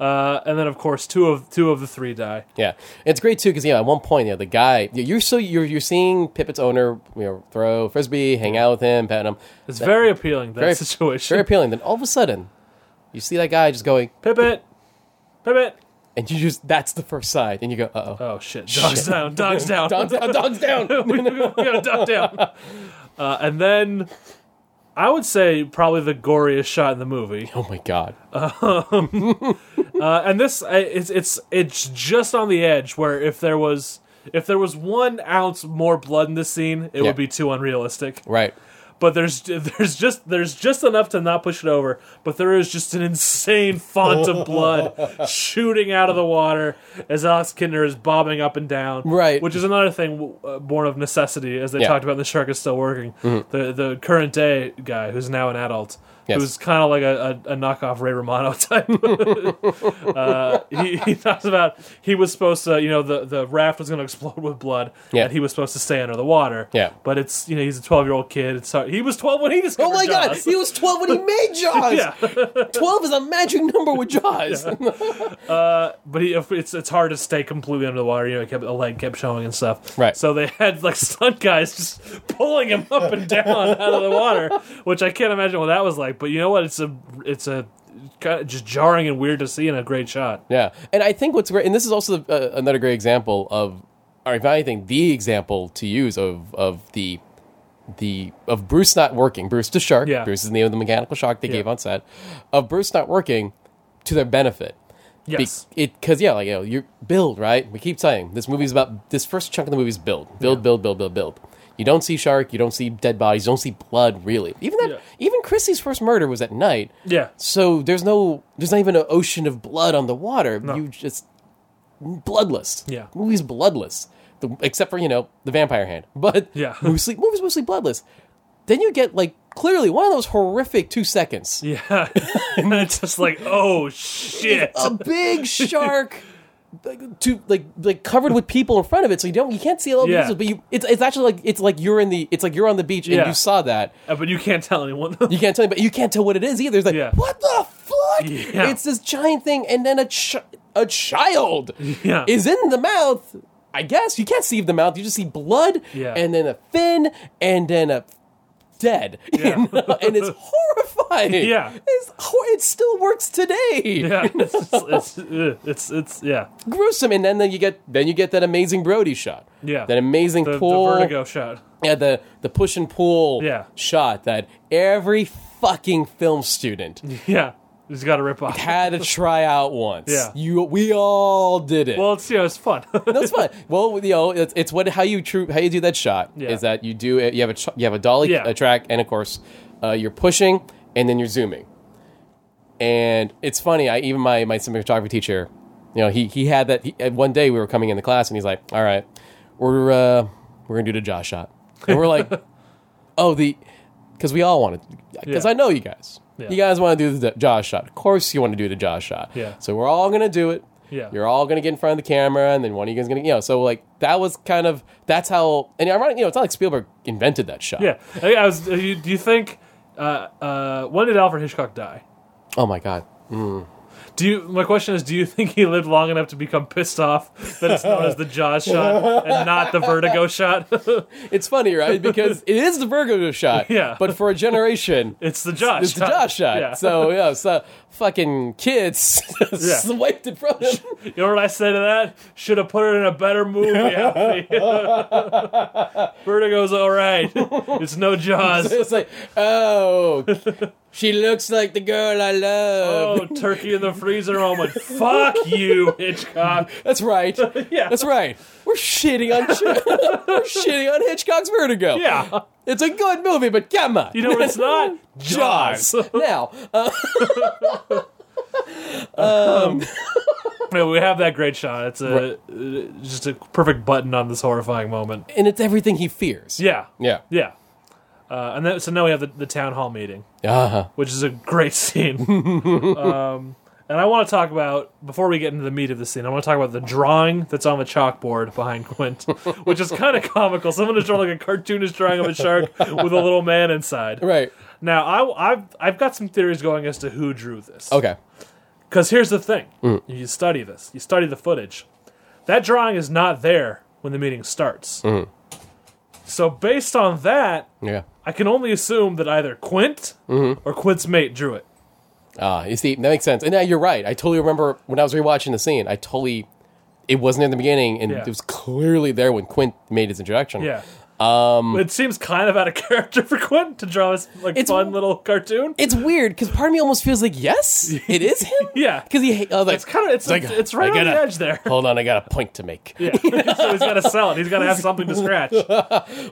Speaker 1: Uh, and then of course two of two of the three die.
Speaker 2: Yeah, it's great too because you know at one point you know, the guy you're so you're you're seeing Pippet's owner you know throw frisbee, hang out with him, pet him.
Speaker 1: It's very appealing that
Speaker 2: very-
Speaker 1: situation.
Speaker 2: very appealing. Then all of a sudden, you see that guy just going,
Speaker 1: Pippet, Pippet.
Speaker 2: and you just that's the first sign, and you go, uh oh,
Speaker 1: Oh shit! Dogs down.
Speaker 2: <laughs>
Speaker 1: Dogs down.
Speaker 2: dogs down, dogs down.
Speaker 1: <laughs> we, we gotta duck down. Uh, and then I would say probably the goriest shot in the movie.
Speaker 2: Oh my god,
Speaker 1: Uh, and this I- it's it's it's just on the edge where if there was if there was one ounce more blood in this scene, it
Speaker 2: Yeah.
Speaker 1: would be too unrealistic.
Speaker 2: right?
Speaker 1: But there's <laughs> there's just there's just enough to not push it over. But there is just an insane font of
Speaker 2: <laughs>
Speaker 1: blood shooting out of the water as Alex Kinder is bobbing up and down.
Speaker 2: Right.
Speaker 1: which is another thing uh, born of necessity, as they
Speaker 2: Yeah. Mm-hmm.
Speaker 1: talked about in the Shark is Still Working. The the current day guy who's now an adult.
Speaker 2: Yes.
Speaker 1: Who's kind of like a, a, a knockoff Ray Romano <laughs> type. uh, he, he talks about he was supposed to, you know, the, the raft was going to <laughs> explode with blood,
Speaker 2: Yeah.
Speaker 1: and he was supposed to stay under the water.
Speaker 2: Yeah.
Speaker 1: But it's you know he's a twelve year old kid. It's hard. he was twelve when he discovered.
Speaker 2: Oh my god,
Speaker 1: Jaws.
Speaker 2: he was twelve when
Speaker 1: <laughs>
Speaker 2: he made Jaws.
Speaker 1: yeah.
Speaker 2: Twelve is a magic number with Jaws.
Speaker 1: But he, if it's it's hard to stay completely under the water. You know, he kept, a leg kept showing and stuff.
Speaker 2: Right.
Speaker 1: So they <laughs> had like stunt guys just pulling him up and down out of the water, which I can't imagine what that was like. But you know what? It's a it's a kind of just jarring and weird to see and a great shot.
Speaker 2: Yeah, and I think what's great, and this is also uh, another great example of, or if anything, the example to use of of the the of Bruce not working. Bruce the shark.
Speaker 1: Yeah.
Speaker 2: Bruce is the name of the mechanical shark they gave on set. Of Bruce not working to their benefit. Be-
Speaker 1: Yes.
Speaker 2: it because yeah, like you know, you build right. We keep saying this movie's about this first chunk of the movie's build, build, build, build, build, build. You don't see shark, you don't see dead bodies, you don't see blood really. Even that,
Speaker 1: Yeah.
Speaker 2: even Christie's first murder was at night.
Speaker 1: yeah.
Speaker 2: So there's no, there's not even an ocean of blood on the water. You just bloodless.
Speaker 1: Yeah.
Speaker 2: movie's bloodless, the, except for you know the vampire hand. <laughs> But
Speaker 1: Yeah. <laughs>
Speaker 2: mostly movies mostly bloodless. Then you get like clearly one of those horrific two seconds.
Speaker 1: Yeah. <laughs> and it's just like, oh
Speaker 2: <laughs>
Speaker 1: shit.
Speaker 2: A
Speaker 1: <laughs>
Speaker 2: big shark. Like, to like like covered with people in front of it, so you don't you can't see a little
Speaker 1: Yeah.
Speaker 2: pieces, but you it's it's actually like it's like you're in the it's like you're on the beach and
Speaker 1: Yeah.
Speaker 2: you saw that
Speaker 1: Uh, But you can't tell
Speaker 2: <laughs>
Speaker 1: anyone. <laughs>
Speaker 2: You can't tell me, but you can't tell what it is either. It's like,
Speaker 1: Yeah.
Speaker 2: what the fuck?
Speaker 1: Yeah.
Speaker 2: It's this giant thing, and then a ch- a child
Speaker 1: Yeah.
Speaker 2: is in the mouth. I guess you can't see the mouth; you just see blood,
Speaker 1: Yeah.
Speaker 2: <laughs> and then a fin, and then a dead, you
Speaker 1: Yeah. <laughs>
Speaker 2: know? and it's why?
Speaker 1: Yeah.
Speaker 2: It's, hor- it still works today.
Speaker 1: Yeah, it's, it's, it's, it's, it's yeah,
Speaker 2: Gruesome, and then, then you get then you get that amazing Brody shot.
Speaker 1: Yeah.
Speaker 2: that amazing
Speaker 1: the, the
Speaker 2: pull.
Speaker 1: vertigo shot.
Speaker 2: Yeah, the the push and pull.
Speaker 1: Yeah.
Speaker 2: shot that every fucking film student
Speaker 1: Yeah, he's got a rip
Speaker 2: <laughs>
Speaker 1: off.
Speaker 2: had to try out once.
Speaker 1: Yeah.
Speaker 2: you we all did it.
Speaker 1: Well, it's you know, it's fun. <laughs>
Speaker 2: <laughs> That's fun. Well, you know, it's, it's what how you tru- how you do that shot
Speaker 1: Yeah.
Speaker 2: is that you do it. You have a tr- you have a dolly
Speaker 1: Yeah.
Speaker 2: a track, and of course, uh, you're pushing, and then you're zooming. And it's funny. I even my my cinematography teacher, you know, he he had that. He, uh, one day we were coming into class, and he's like, "All right, we're uh, we're gonna do the jaw shot," and
Speaker 1: <laughs>
Speaker 2: we're like, "Oh, the." Because we all want to, because
Speaker 1: Yeah.
Speaker 2: I know you guys.
Speaker 1: Yeah.
Speaker 2: You guys want to do the jaw shot. Of course, you want to do the jaw shot.
Speaker 1: Yeah.
Speaker 2: So we're all gonna do it.
Speaker 1: Yeah.
Speaker 2: You're all gonna get in front of the camera, and then one of you guys gonna, you know. So like that was kind of that's how. And ironic, you know, it's not like Spielberg invented that shot.
Speaker 1: yeah, I, I was. uh, you- Do you think? Uh, uh, when did Alfred Hitchcock die?
Speaker 2: Oh my god.
Speaker 1: Do you? My question is, do you think he lived long enough to become pissed off that it's known as the jaw
Speaker 2: <laughs>
Speaker 1: shot and not the vertigo shot? <laughs>
Speaker 2: It's funny, right? Because it is the Virgo shot.
Speaker 1: Yeah.
Speaker 2: But for a generation.
Speaker 1: <laughs> it's the jaw.
Speaker 2: It's the jaw shot.
Speaker 1: Yeah.
Speaker 2: So yeah, so fucking kids <laughs> swiped it from him.
Speaker 1: <laughs> you know what I say to that? Should have put it in a better
Speaker 2: <laughs>
Speaker 1: movie. Alfie. <laughs> Vertigo's all right. It's no
Speaker 2: <laughs>
Speaker 1: jaws.
Speaker 2: It's like, oh, she looks like the girl I love.
Speaker 1: Oh, turkey in the freezer moment. Fuck you,
Speaker 2: <laughs>
Speaker 1: Hitchcock.
Speaker 2: That's right.
Speaker 1: Yeah.
Speaker 2: That's right. We're shitting on <laughs> we're shitting on Hitchcock's Vertigo.
Speaker 1: Yeah.
Speaker 2: It's a good movie, but come on. <laughs>
Speaker 1: You know what it's not?
Speaker 2: Jaws. now, uh,
Speaker 1: <laughs> No, we have that great shot. It's a uh, just a perfect button on this horrifying moment.
Speaker 2: and it's everything he fears.
Speaker 1: Yeah,
Speaker 2: Yeah.
Speaker 1: yeah. Uh, and then, so now we have the, the town hall meeting,
Speaker 2: Uh huh.
Speaker 1: which is a great <laughs> scene. um, and I want to talk about before we get into the meat of the scene. I want to talk about the drawing that's on the chalkboard behind Quint, <laughs> which is kind of comical. Someone is drawing like a cartoonish drawing of a
Speaker 2: <laughs>
Speaker 1: shark with a little man inside.
Speaker 2: Right.
Speaker 1: Now, I, I've I've got some theories going as to who drew this.
Speaker 2: Okay.
Speaker 1: Because here's the thing you study this, you study the footage. That drawing is not there when the meeting starts. So, based on that,
Speaker 2: Yeah.
Speaker 1: I can only assume that either Quint or Quint's mate drew it.
Speaker 2: Ah, you see, that makes sense. And now you're right. I totally remember when I was rewatching the scene. I totally, it wasn't in the beginning, and
Speaker 1: Yeah.
Speaker 2: it was clearly there when Quint made his introduction.
Speaker 1: Yeah. Um, it seems kind of <laughs> out of character for Quint to draw this like
Speaker 2: It's-
Speaker 1: fun little cartoon.
Speaker 2: It's weird because part of me almost feels like yes, it is him.
Speaker 1: <laughs> Yeah.
Speaker 2: Because he, I was like,
Speaker 1: It's kind of it's
Speaker 2: like,
Speaker 1: it's, right on
Speaker 2: I
Speaker 1: the
Speaker 2: gotta-
Speaker 1: edge
Speaker 2: <laughs>
Speaker 1: there.
Speaker 2: hold on, I got a point to make.
Speaker 1: Yeah. <laughs> so he's got to sell it. He's got to have something to
Speaker 2: <laughs>
Speaker 1: scratch.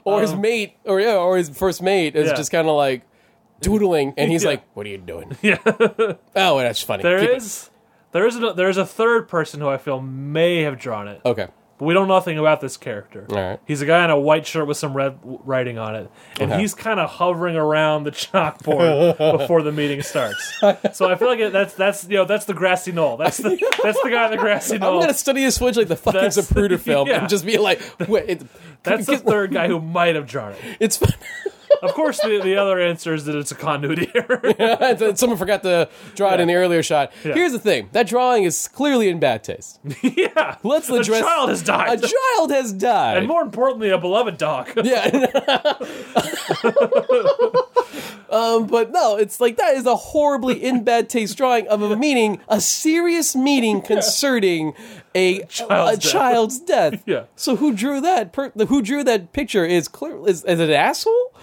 Speaker 2: or his mate, or yeah, or his first mate is
Speaker 1: Uh-huh. Yeah.
Speaker 2: just kind of like doodling, and he's
Speaker 1: Yeah.
Speaker 2: like, "What are you doing?"
Speaker 1: <laughs> Yeah.
Speaker 2: Oh, that's funny.
Speaker 1: There
Speaker 2: Keep it.
Speaker 1: is there is a, there is a third person who I feel may have drawn it.
Speaker 2: okay.
Speaker 1: But we don't know nothing about this character.
Speaker 2: All right.
Speaker 1: He's a guy in a white shirt with some red w- writing on it, and
Speaker 2: Okay.
Speaker 1: he's kind of hovering around the <laughs> chalkboard before the meeting starts. So I feel like it- that's that's you know that's the grassy knoll. That's the that's the guy in the grassy knoll.
Speaker 2: I'm gonna study this footage like the fucking
Speaker 1: Oh. That's- <laughs>
Speaker 2: Zapruder film
Speaker 1: yeah.
Speaker 2: and just be like, "Wait, it,
Speaker 1: <laughs> that's the third guy who might have drawn it.
Speaker 2: it's fun." <laughs>
Speaker 1: Of course, the, the other answer is that it's a continuity error. <laughs>
Speaker 2: Someone forgot to draw it in the earlier shot. Here's the thing: that drawing is clearly in bad taste.
Speaker 1: <laughs> yeah,
Speaker 2: Let's
Speaker 1: a
Speaker 2: address
Speaker 1: child has
Speaker 2: a
Speaker 1: died,
Speaker 2: child has died.
Speaker 1: and <laughs> more importantly, a beloved dog. <laughs>
Speaker 2: yeah. <laughs> um, but no, it's like that is a horribly in bad taste drawing of a meeting, a serious meeting concerning a
Speaker 1: Child's
Speaker 2: a
Speaker 1: death.
Speaker 2: child's death.
Speaker 1: <laughs> Yeah.
Speaker 2: So who drew that? Per- the- who drew that picture is clear. Is, is it
Speaker 1: <laughs>
Speaker 2: an asshole?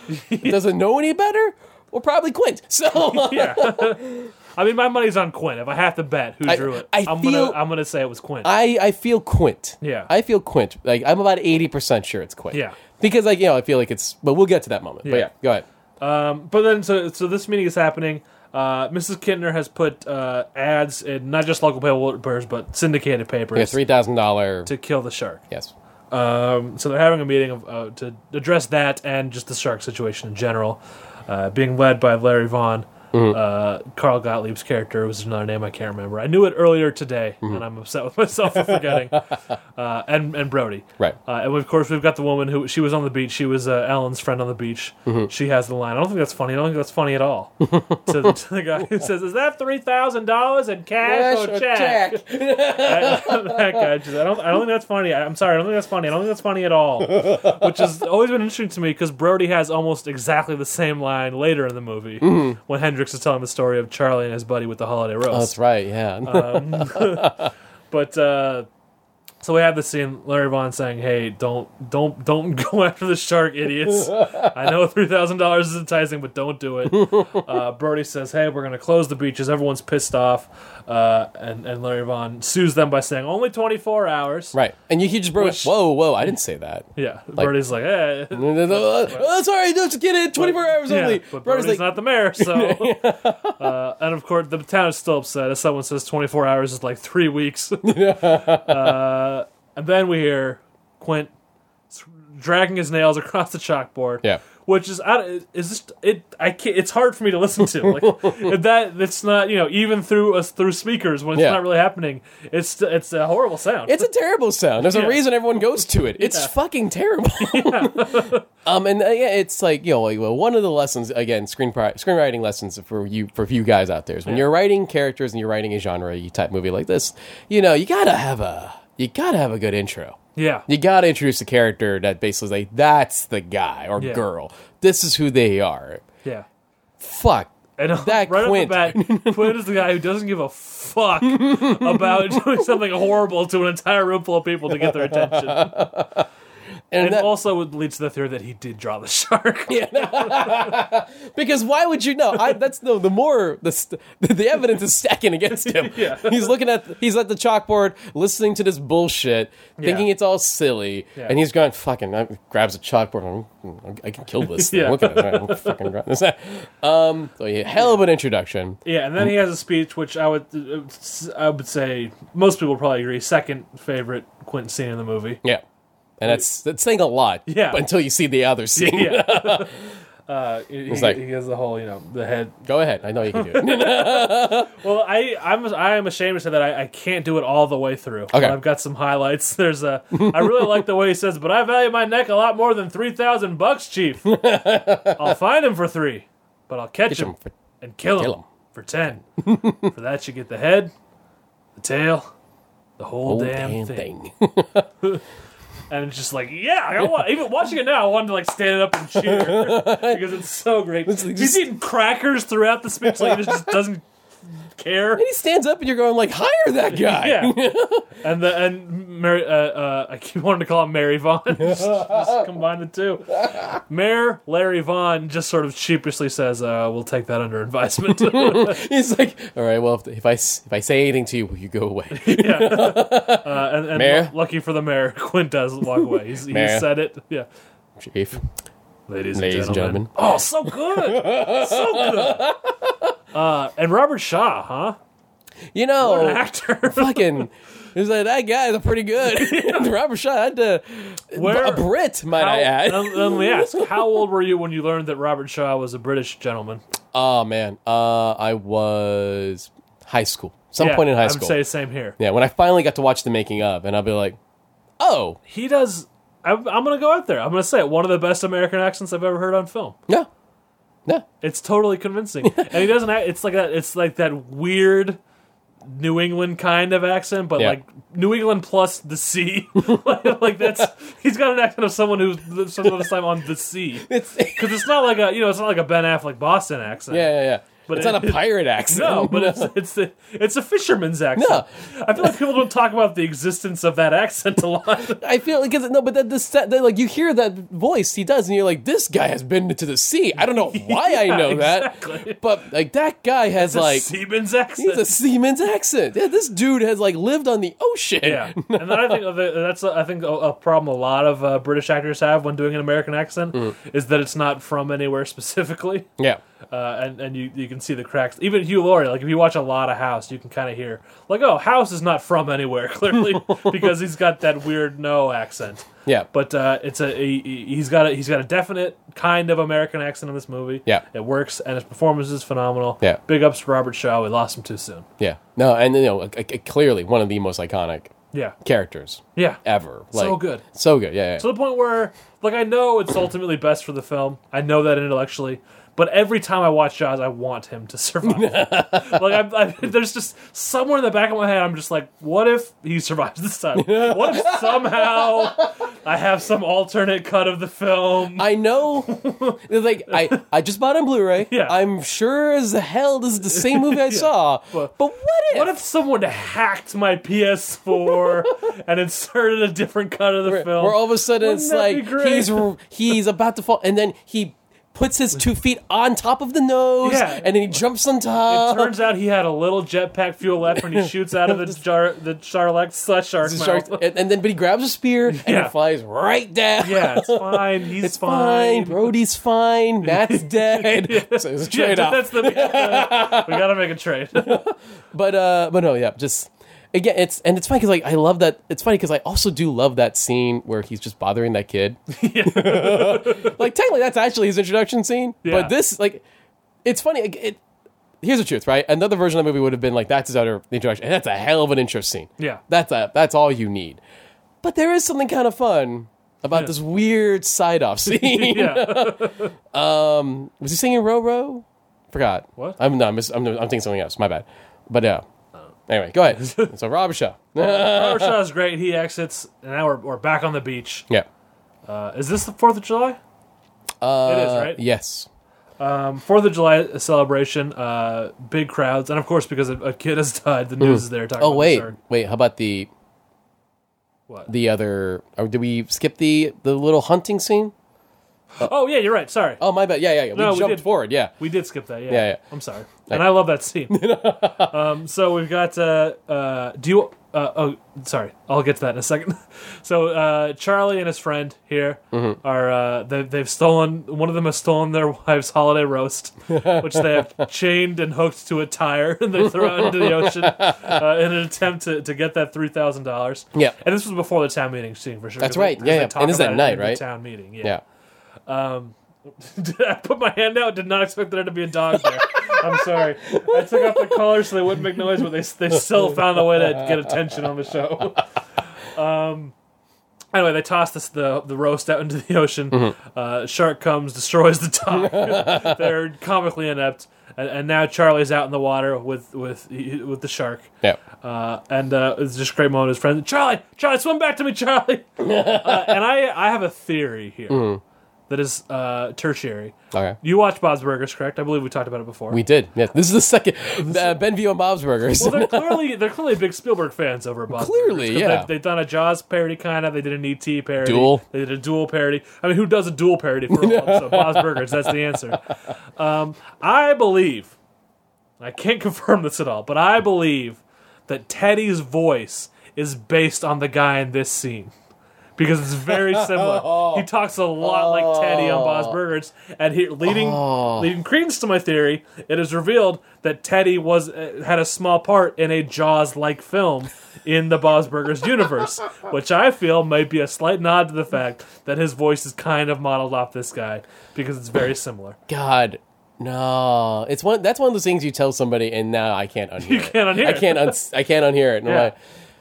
Speaker 2: Doesn't know any better. Well, probably Quint. <laughs> So
Speaker 1: yeah. I mean, my money's on Quinn. If I have to bet who drew it,
Speaker 2: I
Speaker 1: am
Speaker 2: feel-
Speaker 1: gonna I'm gonna say it was Quinn.
Speaker 2: I, I feel Quint.
Speaker 1: Yeah.
Speaker 2: I feel Quint. Like I'm about eighty percent sure it's Quint.
Speaker 1: Yeah.
Speaker 2: Because like you know I feel like it's. But we'll get to that moment. But
Speaker 1: Yeah.
Speaker 2: yeah, go ahead.
Speaker 1: Um, but then, so so this meeting is happening. Uh, Mrs. Kittner has put uh, ads in not just local papers but syndicated papers
Speaker 2: Yeah, three thousand dollar.
Speaker 1: to kill the shark.
Speaker 2: Yes.
Speaker 1: Um, so they're having a meeting of, uh, to address that and just the shark situation in general, uh, being led by Larry Vaughn. Uh, Carl Gottlieb's character was another name I can't remember. I knew it earlier today, and I'm upset with <laughs> myself for forgetting. uh, and and Brody,
Speaker 2: Right.
Speaker 1: Uh, and of course, we've got the woman who she was on the beach. She was uh, Ellen's friend on the beach. She has the line. I don't think that's funny. I don't think that's funny at <laughs> all. to, the, to the guy who says, "Is that three thousand dollars in cash, or, check?" I, <laughs> that guy just, I don't. I don't think that's funny. I, am sorry. I don't think that's funny. I don't think that's funny at all. Which has always been interesting to me because Brody has almost exactly the same line later in the movie when Hendrix is telling the story of Charlie and his buddy with the holiday
Speaker 2: Oh,
Speaker 1: roast.
Speaker 2: that's right. Yeah. <laughs>
Speaker 1: Uh, But uh, so we have the scene Larry Vaughn saying, "Hey, don't don't don't <laughs> go after the shark, idiots. I know three thousand dollars is enticing, but don't do it." Uh, Brody says, "Hey, we're gonna close the beaches. Everyone's pissed off," uh, and and Larry Vaughn sues them by saying, "Only twenty four hours."
Speaker 2: right. And you, you just broke.
Speaker 1: Which-
Speaker 2: whoa, whoa! I didn't say
Speaker 1: <laughs>
Speaker 2: that.
Speaker 1: Yeah, Brody's like,
Speaker 2: <laughs>
Speaker 1: "Hey."
Speaker 2: No, no, no, uh, oh, sorry, just get it. Twenty four hours
Speaker 1: Yeah,
Speaker 2: only.
Speaker 1: but Brody's
Speaker 2: Brody's like,
Speaker 1: not the mayor, so.
Speaker 2: <laughs>
Speaker 1: uh, and of course, the town is still upset. As someone says, 24 hours is like three weeks. <laughs> uh, and then we hear Quint s- dragging his nails across the chalkboard.
Speaker 2: Yeah.
Speaker 1: Which is out. Is this it? I can't. It's hard for me to listen to.
Speaker 2: <laughs>
Speaker 1: Like that. It's not. You know, even through us through speakers when it's
Speaker 2: Yeah.
Speaker 1: not really happening. It's st- it's a horrible sound.
Speaker 2: It's a terrible sound. There's
Speaker 1: Yeah.
Speaker 2: a reason everyone goes to it. It's
Speaker 1: Yeah. <laughs>
Speaker 2: fucking terrible. <laughs> um, and uh, yeah, it's like you know, like, well, one of the lessons again, screen pri- screenwriting lessons for you for you guys out there is when you're writing characters and you're writing a genre you type movie like this, you know, you gotta have a you gotta have a good intro.
Speaker 1: yeah.
Speaker 2: You gotta introduce a character that basically is like that's the guy or
Speaker 1: Yeah.
Speaker 2: girl. This is who they are.
Speaker 1: Yeah.
Speaker 2: Fuck.
Speaker 1: <laughs> And
Speaker 2: That
Speaker 1: right
Speaker 2: Quint.
Speaker 1: off the <laughs> bat, Quint is the guy who doesn't give a <laughs> fuck about doing something horrible to an entire room full of people to get their attention. <laughs> And,
Speaker 2: And, that,
Speaker 1: also would lead to the theory that he did draw the shark.
Speaker 2: because why would you know? I, that's the the more the st- <laughs> the evidence is stacking against him.
Speaker 1: <laughs> Yeah.
Speaker 2: He's looking at he's at the chalkboard, listening to this bullshit, thinking it's all silly,
Speaker 1: Yeah.
Speaker 2: and he's going fucking uh, grabs a chalkboard. and I can
Speaker 1: <laughs>
Speaker 2: kill this. Thing.
Speaker 1: Yeah.
Speaker 2: Look at it. I'm fucking grab this. <laughs> Um, so yeah, hell of an introduction.
Speaker 1: <laughs> Yeah, and then he has a speech which I would uh, I would say most people probably agree second favorite Quint scene in the <laughs> movie.
Speaker 2: Yeah, and that's that's saying a lot.
Speaker 1: Yeah.
Speaker 2: but until you see the other scene.
Speaker 1: Yeah. <laughs> Uh, he,
Speaker 2: like-
Speaker 1: he has the whole, you know, the head
Speaker 2: <laughs> Go ahead. I know you
Speaker 1: <laughs>
Speaker 2: can do it.
Speaker 1: Well, I I'm I'm ashamed to say that I, I can't do it all the way through.
Speaker 2: Okay.
Speaker 1: I've got some highlights. <laughs> There's a I really like the way he says, but I value my neck a lot more than three thousand bucks,
Speaker 2: <laughs>
Speaker 1: Chief. I'll find him for three, but I'll catch him,
Speaker 2: him for-
Speaker 1: and kill,
Speaker 2: kill
Speaker 1: him,
Speaker 2: him.
Speaker 1: for
Speaker 2: <laughs>
Speaker 1: ten. for that, you get the head, the tail, the whole,
Speaker 2: Whole
Speaker 1: damn,
Speaker 2: damn
Speaker 1: thing.
Speaker 2: thing. <laughs>
Speaker 1: And it's just like, yeah, I want even watching it now. I wanted to like stand up and
Speaker 2: <laughs>
Speaker 1: cheer because it's so great.
Speaker 2: like
Speaker 1: He's
Speaker 2: just-
Speaker 1: eating crackers throughout the speech, like he just doesn't care.
Speaker 2: he stands up, and you're going like, hire
Speaker 1: <laughs>
Speaker 2: that guy.
Speaker 1: Yeah. and the and Mary, uh, uh, I keep wanting to call him Mary Vaughn. <laughs> just, just combine the two. Mayor Larry Vaughn just sort of sheepishly says, uh, "We'll take that under
Speaker 2: <laughs>
Speaker 1: advisement."
Speaker 2: <laughs>
Speaker 1: Uh,
Speaker 2: He's like, all right, well, if, if I s- if I say anything to you, will you go away? <laughs>
Speaker 1: yeah. Uh, and and
Speaker 2: Mayor?
Speaker 1: lu- lucky for the mayor, <laughs> Quint does walk away. He's, he
Speaker 2: Mayor.
Speaker 1: said it. Yeah.
Speaker 2: Chief.
Speaker 1: Ladies, and,
Speaker 2: Ladies and
Speaker 1: gentlemen. Oh, so good. so good. Uh, and Robert Shaw, huh?
Speaker 2: You know, <laughs>
Speaker 1: Actor.
Speaker 2: fucking. He's like, that guy's
Speaker 1: <laughs>
Speaker 2: pretty good. <laughs> Robert Shaw had to.
Speaker 1: Where-
Speaker 2: a Brit, might I
Speaker 1: How, uh,
Speaker 2: add.
Speaker 1: let, let me ask, how old were you when you learned that Robert Shaw was a British gentleman?
Speaker 2: oh, man. Uh, I was high school. Some
Speaker 1: Yeah,
Speaker 2: point in high
Speaker 1: I
Speaker 2: school.
Speaker 1: would say the same here.
Speaker 2: yeah, when I finally got to watch the making of, and I'll be like, oh,
Speaker 1: He does. I'm, I'm going to go out there. I'm going to say it. One of the best American accents I've ever heard on film.
Speaker 2: no. No. <laughs>
Speaker 1: It's totally convincing, and he doesn't. Act, it's like that. It's like that weird New England kind of accent, but
Speaker 2: Yeah.
Speaker 1: like New England plus the sea. <laughs> like, like that's he's got an accent of someone who's lived some of his time on the sea.
Speaker 2: <laughs> It's,
Speaker 1: Because it's not like a you know it's not like a Ben Affleck Boston accent.
Speaker 2: yeah, yeah, yeah.
Speaker 1: But
Speaker 2: it's
Speaker 1: it-
Speaker 2: not a pirate
Speaker 1: <laughs>
Speaker 2: accent.
Speaker 1: No,
Speaker 2: <laughs>
Speaker 1: but it's it's a, it's a fisherman's accent.
Speaker 2: No.
Speaker 1: I feel like people don't talk about the existence of that accent a lot. <laughs>
Speaker 2: I feel like 'cause- no, but that, this, that, that, like you hear that voice he does, and you're like, this guy has been to the sea. I
Speaker 1: <laughs>
Speaker 2: don't know why I know
Speaker 1: exactly.
Speaker 2: that, but like that guy has like
Speaker 1: seaman's accent.
Speaker 2: he's a seaman's accent. Yeah, this dude has like lived on the ocean. <laughs>
Speaker 1: Yeah, and then I think the- that's I think a, a problem a lot of uh, British actors have when doing an American accent
Speaker 2: Mm.
Speaker 1: is that it's not from anywhere <laughs> specifically,
Speaker 2: yeah,
Speaker 1: uh, and and you you can see the cracks. Even Hugh Laurie, like if you watch a lot of House, you can kind of hear like, oh, House is not from anywhere <laughs>
Speaker 2: <laughs>
Speaker 1: clearly because he's got that weird no accent.
Speaker 2: yeah. But
Speaker 1: But uh, it's a he, he- he's got a he's got a definite kind of American accent in this movie.
Speaker 2: Yeah.
Speaker 1: it works, and his performance is phenomenal.
Speaker 2: Yeah.
Speaker 1: big ups to Robert Shaw. We lost him too soon.
Speaker 2: yeah, no, and you know, like, like, clearly one of the most iconic
Speaker 1: Yeah,
Speaker 2: characters
Speaker 1: yeah.
Speaker 2: ever. Like,
Speaker 1: So good.
Speaker 2: so good. Yeah, yeah.
Speaker 1: to the point where Like I know it's ultimately best for the film. I know that intellectually, but every time I watch Jaws, I want him to <laughs> survive. like I, I, <laughs> there's just somewhere in the back of my head, I'm just like, what if he survives this time? What if
Speaker 2: <laughs>
Speaker 1: somehow I have some alternate cut of the film?
Speaker 2: I
Speaker 1: <laughs>
Speaker 2: know. like I, I just bought it on Blu-ray.
Speaker 1: Yeah.
Speaker 2: I'm sure as the hell this is the same
Speaker 1: <laughs>
Speaker 2: movie I saw. But, what if?
Speaker 1: What if someone hacked my PS4 and inserted a different cut of the film?
Speaker 2: Where all of a sudden
Speaker 1: Wouldn't
Speaker 2: it's
Speaker 1: that be
Speaker 2: like
Speaker 1: great?
Speaker 2: he's he's about to fall, and then he puts his two feet on top of the nose,
Speaker 1: Yeah.
Speaker 2: and then he jumps on top. <laughs>
Speaker 1: Turns out he had a little jetpack fuel left when he shoots out of the jar, the Charlock slash shark
Speaker 2: the
Speaker 1: mouth.
Speaker 2: shark- and, and then but he grabs a spear and
Speaker 1: Yeah.
Speaker 2: it flies right down. <laughs>
Speaker 1: Yeah, it's fine. He's
Speaker 2: It's fine.
Speaker 1: <laughs>
Speaker 2: Brody's fine. Matt's dead. So it's a
Speaker 1: Yeah,
Speaker 2: trade off.
Speaker 1: that's the. uh, We
Speaker 2: <laughs>
Speaker 1: gotta make a trade. <laughs>
Speaker 2: but uh, but no, yeah, just again, it's and it's funny because like I love that. It's funny because I also do love that scene where he's just bothering
Speaker 1: <laughs>
Speaker 2: that kid. <laughs> like technically, that's actually his introduction scene.
Speaker 1: Yeah.
Speaker 2: But this, like, it's funny. like, It, here's the truth, right? Another version of the movie would have been like that's his other introduction, and that's a hell of an intro scene.
Speaker 1: Yeah.
Speaker 2: that's a, that's all you need. But there is something kind of fun about this weird
Speaker 1: <laughs>
Speaker 2: side off scene.
Speaker 1: Yeah,
Speaker 2: Was he singing row row? Forgot.
Speaker 1: What? Oh.
Speaker 2: I'm no, I'm, mis- I'm, I'm thinking something else. My bad. But yeah. Anyway, go
Speaker 1: <laughs>
Speaker 2: ahead. so Rob Shaw.
Speaker 1: Robert Shaw is great. He exits, and now we're, we're back on the beach.
Speaker 2: Yeah.
Speaker 1: Uh, is this the Fourth of July?
Speaker 2: Uh,
Speaker 1: it is right.
Speaker 2: Yes.
Speaker 1: Um, Fourth of July celebration, uh, big crowds, and of course because a, a kid has died, the news is there talking.
Speaker 2: Oh
Speaker 1: about
Speaker 2: wait,
Speaker 1: the shark.
Speaker 2: wait. How about the
Speaker 1: What?
Speaker 2: the other? Or did we skip the the little hunting scene? Uh,
Speaker 1: oh yeah, you're right. Sorry,
Speaker 2: Oh my bad. Yeah, yeah. yeah. We
Speaker 1: No, we
Speaker 2: jumped
Speaker 1: did.
Speaker 2: forward. Yeah.
Speaker 1: we did skip that. Yeah,
Speaker 2: Yeah, yeah.
Speaker 1: I'm sorry, and I love that
Speaker 2: <laughs>
Speaker 1: scene. um, so we've got. Uh, uh, do you? Uh, oh, sorry. I'll get to that in a second. <laughs> So uh, Charlie and his friend here
Speaker 2: Mm-hmm.
Speaker 1: are uh, they, they've stolen. One of them has stolen their <laughs> wife's holiday
Speaker 2: <laughs>
Speaker 1: roast, which they have chained and hooked to a tire, <laughs> and they throw it into the ocean uh, in an attempt to, to get that three thousand dollars.
Speaker 2: Yeah.
Speaker 1: And this was before the town meeting scene for sure. 'cause
Speaker 2: That's
Speaker 1: they-
Speaker 2: right.
Speaker 1: 'cause
Speaker 2: Yeah,
Speaker 1: they
Speaker 2: yeah.
Speaker 1: talk
Speaker 2: And it's
Speaker 1: about
Speaker 2: that
Speaker 1: it
Speaker 2: night,
Speaker 1: in the
Speaker 2: right?
Speaker 1: Town meeting.
Speaker 2: Yeah.
Speaker 1: <laughs> I put my hand out. Did not expect there to be a dog there. I'm sorry. I took off the collar so they wouldn't make noise, but they they still found a way to get attention on the show. <laughs> Um. Anyway, they toss this the the roast out into the ocean. Uh, shark comes, destroys the dog. They're comically inept, and, and now Charlie's out in the water with with with the shark.
Speaker 2: Yeah.
Speaker 1: Uh, and uh, it's just a great moment. His friend Charlie, Charlie, swim back to me, Charlie. uh, and I, I have a theory here that is uh, tertiary.
Speaker 2: Okay.
Speaker 1: You watch Bob's Burgers, correct? I believe we talked about it before.
Speaker 2: We did. Yeah. This is the second uh, Benview and Bob's Burgers.
Speaker 1: well, they're clearly they're clearly big Spielberg fans over at Bob's. Burgers,
Speaker 2: Clearly,
Speaker 1: 'cause
Speaker 2: yeah.
Speaker 1: They, have done a Jaws parody, kind of. They did an ET parody.
Speaker 2: Duel.
Speaker 1: They did a dual parody. I mean, who does a dual parody
Speaker 2: <laughs>
Speaker 1: for all episode? Bob's Burgers. That's the answer. Um, I believe. I can't <laughs> confirm this at all, but I believe that Teddy's voice is based on the guy in this scene. Because it's very similar. He talks a lot like Teddy on Bob's Burgers, and he, leading leading credence to my theory, it is revealed that Teddy was uh, had a small part in a Jaws-like film in the Bob's Burgers universe, which I feel might be a slight nod to the fact that his voice is kind of modeled off this guy because it's very similar.
Speaker 2: God. No, it's one. That's one of those things you tell somebody, and now I can't unhear. You
Speaker 1: can't unhear
Speaker 2: I
Speaker 1: it.
Speaker 2: can't. Un- I can't unhear it. And I'm
Speaker 1: Yeah.
Speaker 2: like,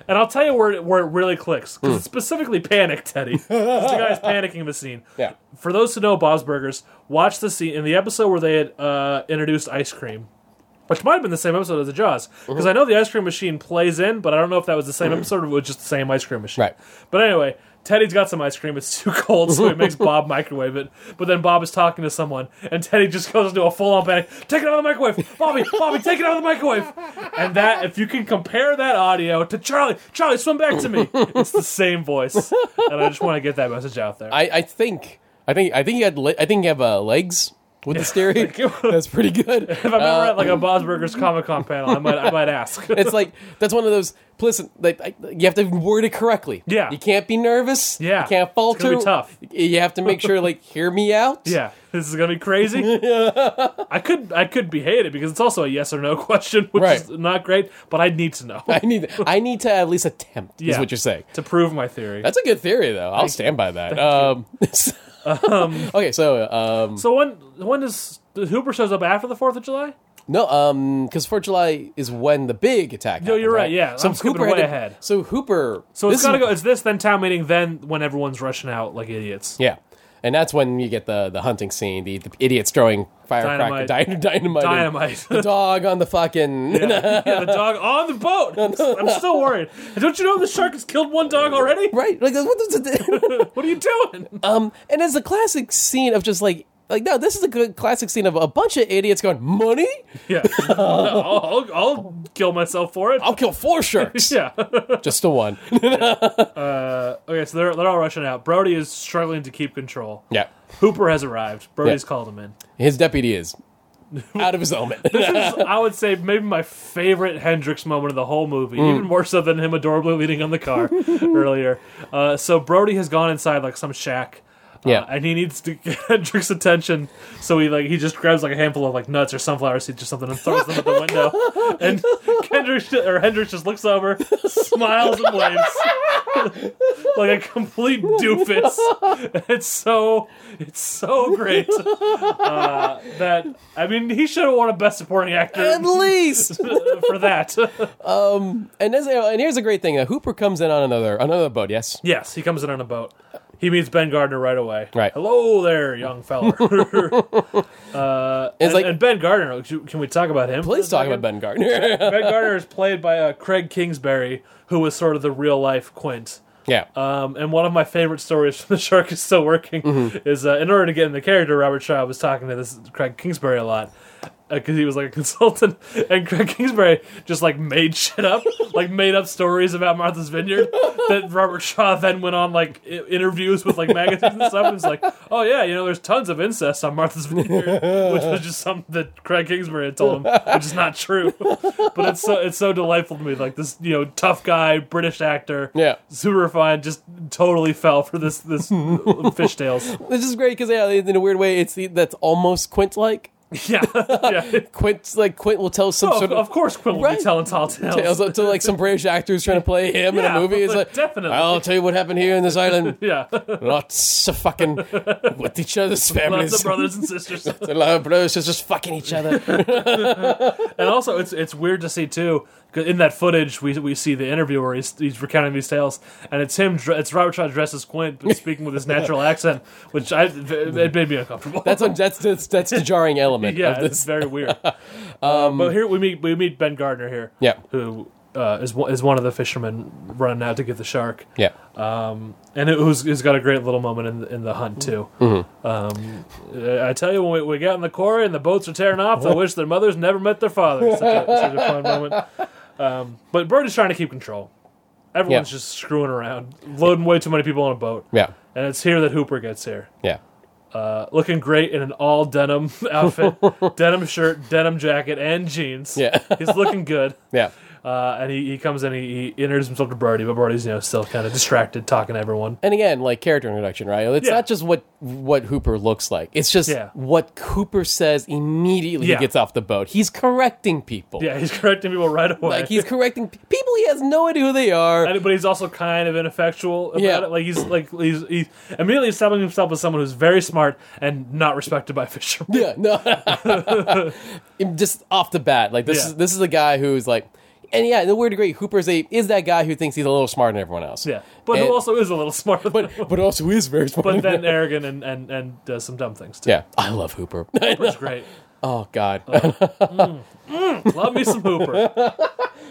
Speaker 1: And I'll tell you where it, where it really clicks because it's specifically panic, Teddy. 'Cause the guy's panicking in the scene.
Speaker 2: Yeah.
Speaker 1: For those who know Bob's Burgers, watch the scene in the episode where they had uh, introduced ice cream, which might have been the same episode as the Jaws because I know the ice cream machine plays in, but I don't know if that was the same episode or it was just the same ice cream machine.
Speaker 2: Right.
Speaker 1: But anyway. Teddy's got some ice cream. It's too <laughs> cold, so he makes Bob microwave it. But then Bob is talking to someone, and Teddy just goes into a full-on panic. Take it out of the microwave, Bobby! Bobby, take it out of the microwave! And that, if you can compare that audio to Charlie, Charlie, swim back to me. It's the same voice, and I just want to get that message out there.
Speaker 2: I, I think I think I think you had le- I think you have uh, legs with this
Speaker 1: <laughs>
Speaker 2: theory. <laughs> that's pretty good. Uh,
Speaker 1: If I'm ever at like a Bob's Burgers
Speaker 2: <laughs>
Speaker 1: Comic Con panel, I might I might ask.
Speaker 2: It's like that's one of those. Listen, like I, you have to word it correctly.
Speaker 1: Yeah.
Speaker 2: you can't be nervous.
Speaker 1: Yeah.
Speaker 2: you can't falter.
Speaker 1: It's gonna be tough.
Speaker 2: You have to
Speaker 1: <laughs>
Speaker 2: make sure like hear me out.
Speaker 1: <laughs> yeah, this is gonna be
Speaker 2: <laughs>
Speaker 1: crazy. I could I could be hated because it's also a yes or no <laughs> question, which is
Speaker 2: Right.
Speaker 1: not great. But I need to know
Speaker 2: <laughs> I need I need to at least attempt. Is
Speaker 1: Yeah.
Speaker 2: what you're saying.
Speaker 1: <laughs> to prove my theory.
Speaker 2: That's a good theory though. I'll stand by that. Um, <laughs> okay, so um,
Speaker 1: so when when does Hooper shows up after the Fourth of July?
Speaker 2: no, um, because Fourth of July is when the big attack. No,
Speaker 1: you're right, yeah.
Speaker 2: so
Speaker 1: I'm skipping
Speaker 2: Hooper had
Speaker 1: way
Speaker 2: to-
Speaker 1: ahead.
Speaker 2: So Hooper.
Speaker 1: So it's
Speaker 2: this
Speaker 1: gotta
Speaker 2: is,
Speaker 1: go. It's this then town meeting, then when everyone's rushing out like idiots.
Speaker 2: Yeah. and that's when you get the the hunting scene. The, the idiots throwing firecracker dynamite,
Speaker 1: Dynamite.
Speaker 2: dynamite, and
Speaker 1: Dynamite. <laughs>
Speaker 2: <laughs> the dog on the fucking.
Speaker 1: Yeah, yeah, the dog on the boat. I'm still worried. And don't you know the shark has killed one dog
Speaker 2: <laughs>
Speaker 1: already?
Speaker 2: <laughs> Right, like what does it?
Speaker 1: <laughs> What are you doing?
Speaker 2: <laughs> um, and it's a classic scene of just like, like no, this is a good classic scene of a bunch of idiots going money. <laughs>
Speaker 1: Yeah, No, I'll, I'll, I'll kill myself for it.
Speaker 2: I'll kill four sharks,
Speaker 1: <laughs> yeah.
Speaker 2: just the one. <laughs>
Speaker 1: okay, so they're they're all rushing out. Brody is struggling to keep control.
Speaker 2: yeah,
Speaker 1: Hooper has arrived. Brody's
Speaker 2: Yeah.
Speaker 1: called him in.
Speaker 2: his deputy is out of his element.
Speaker 1: This is, <laughs> I would say, maybe my favorite Hendrix moment of the whole movie,
Speaker 2: Mm.
Speaker 1: even more so than him adorably leaning on the
Speaker 2: <laughs>
Speaker 1: car earlier. Uh, so Brody has gone inside like some shack. uh,
Speaker 2: Yeah.
Speaker 1: and he needs to <laughs> get Hendrix's attention, so he like he just grabs like a handful of like nuts or sunflower seeds or something and throws them at the
Speaker 2: <laughs>
Speaker 1: window. And Kendrick or Hendrix just looks over, smiles and waves
Speaker 2: <laughs>
Speaker 1: <laughs> like a complete doofus. <laughs> It's so it's so great uh, that I mean he should have won a best supporting actor
Speaker 2: <laughs> At least,
Speaker 1: <laughs> for that.
Speaker 2: and this, and here's a great thing: uh, Hooper comes in on another another boat. Yes,
Speaker 1: yes, he comes in on a boat. He meets Ben Gardner right away.
Speaker 2: Right.
Speaker 1: Hello there, young fella. <laughs> uh, and,
Speaker 2: like-
Speaker 1: and Ben Gardner. Can we talk about him? for
Speaker 2: please
Speaker 1: a
Speaker 2: talk
Speaker 1: second?
Speaker 2: about Ben Gardner. <laughs>
Speaker 1: Ben Gardner is played by uh, Craig Kingsbury, who was sort of the real life Quint.
Speaker 2: yeah,
Speaker 1: Um, and one of my favorite stories <laughs> from The Shark is Still Working
Speaker 2: Mm-hmm.
Speaker 1: is uh, in order to get in the character, Robert Shaw was talking to this Craig Kingsbury a lot because uh, he was like a <laughs> consultant, and Craig Kingsbury just like made shit up, like made up stories about Martha's Vineyard that Robert Shaw then went on like I- interviews with like magazines and stuff, and was like, oh yeah, you know, there's tons of incest on Martha's Vineyard, which was just something that Craig Kingsbury had told him, which is not true, but it's so it's so delightful to me, like this you know tough guy British actor,
Speaker 2: yeah.
Speaker 1: super refined, just totally fell for this
Speaker 2: <laughs>
Speaker 1: this fishtails.
Speaker 2: This is great because yeah, in a weird way, it's the, that's almost Quint like.
Speaker 1: Yeah, <laughs> yeah.
Speaker 2: Quint like Quint will tell some
Speaker 1: Oh,
Speaker 2: sort
Speaker 1: of
Speaker 2: of.
Speaker 1: course, Quinn will
Speaker 2: Right.
Speaker 1: be telling tall tales.
Speaker 2: tales to like some British actor who's trying to play him in a
Speaker 1: Yeah,
Speaker 2: movie. It's like,
Speaker 1: definitely.
Speaker 2: I'll tell you what happened here in this island.
Speaker 1: Yeah,
Speaker 2: Lots of fucking with each
Speaker 1: lots <laughs>
Speaker 2: other's families.
Speaker 1: of brothers and sisters, and
Speaker 2: <laughs> A lot of brothers just fucking each other.
Speaker 1: also it's it's weird to see too. 'cause In that footage, we we see the interview where he's, he's recounting these tales, and it's him. dre- It's Robert Shaw dressed as Quint, but speaking with his <laughs> natural accent, which I it made me <laughs> uncomfortable.
Speaker 2: That's a, that's, that's that's the jarring element
Speaker 1: yeah,
Speaker 2: of
Speaker 1: it's
Speaker 2: this.
Speaker 1: very weird. <laughs> um, but here we meet we meet Ben Gardner here,
Speaker 2: Yeah.
Speaker 1: who uh, is one- is one of the fishermen running out to get the shark.
Speaker 2: Yeah.
Speaker 1: and it was, it's got a great little moment in the, in the hunt too.
Speaker 2: Mm-hmm.
Speaker 1: Um, I tell you, when we, we got in the quarry and the boats are tearing off, I wish their mothers never met their fathers. Such a, such a
Speaker 2: <laughs>
Speaker 1: fun moment. Um, but Birdie's trying to keep control. Everyone's
Speaker 2: Yeah.
Speaker 1: just screwing around, loading way too many people on a boat.
Speaker 2: Yeah.
Speaker 1: And it's here that Hooper gets here,
Speaker 2: Yeah.
Speaker 1: uh, looking great in an all denim <laughs>
Speaker 2: <laughs>
Speaker 1: outfit, denim shirt, denim jacket, and jeans.
Speaker 2: Yeah.
Speaker 1: <laughs> he's looking good.
Speaker 2: Yeah.
Speaker 1: Uh, and he, he comes in, he, he introduces himself to Birdie, but Birdie's you know still kind of distracted, talking to everyone.
Speaker 2: And again, like character introduction, right? It's
Speaker 1: Yeah.
Speaker 2: not just what what Hooper looks like. It's just
Speaker 1: Yeah.
Speaker 2: what Cooper says immediately
Speaker 1: Yeah.
Speaker 2: he gets off the boat. He's correcting people.
Speaker 1: Yeah, he's correcting people right away.
Speaker 2: Like he's correcting pe- people he has no idea who they are.
Speaker 1: And- but he's also kind of ineffectual about
Speaker 2: Yeah.
Speaker 1: it. Like he's like he's, he's immediately establishing himself as someone who's very smart and not respected by <laughs> fishermen.
Speaker 2: Yeah, no. <laughs> just off the bat, like this
Speaker 1: Yeah.
Speaker 2: is this is a guy who's like, and yeah, in a weird degree, Hooper's a is that guy who thinks he's a little smarter than everyone else.
Speaker 1: Yeah, but
Speaker 2: And-
Speaker 1: who also is a little smart, but
Speaker 2: but also is very smart.
Speaker 1: but
Speaker 2: <laughs>
Speaker 1: then arrogant and, and and does some dumb things too.
Speaker 2: yeah, I love Hooper. <laughs>
Speaker 1: which is great.
Speaker 2: oh God. <laughs>
Speaker 1: Love me some Hooper.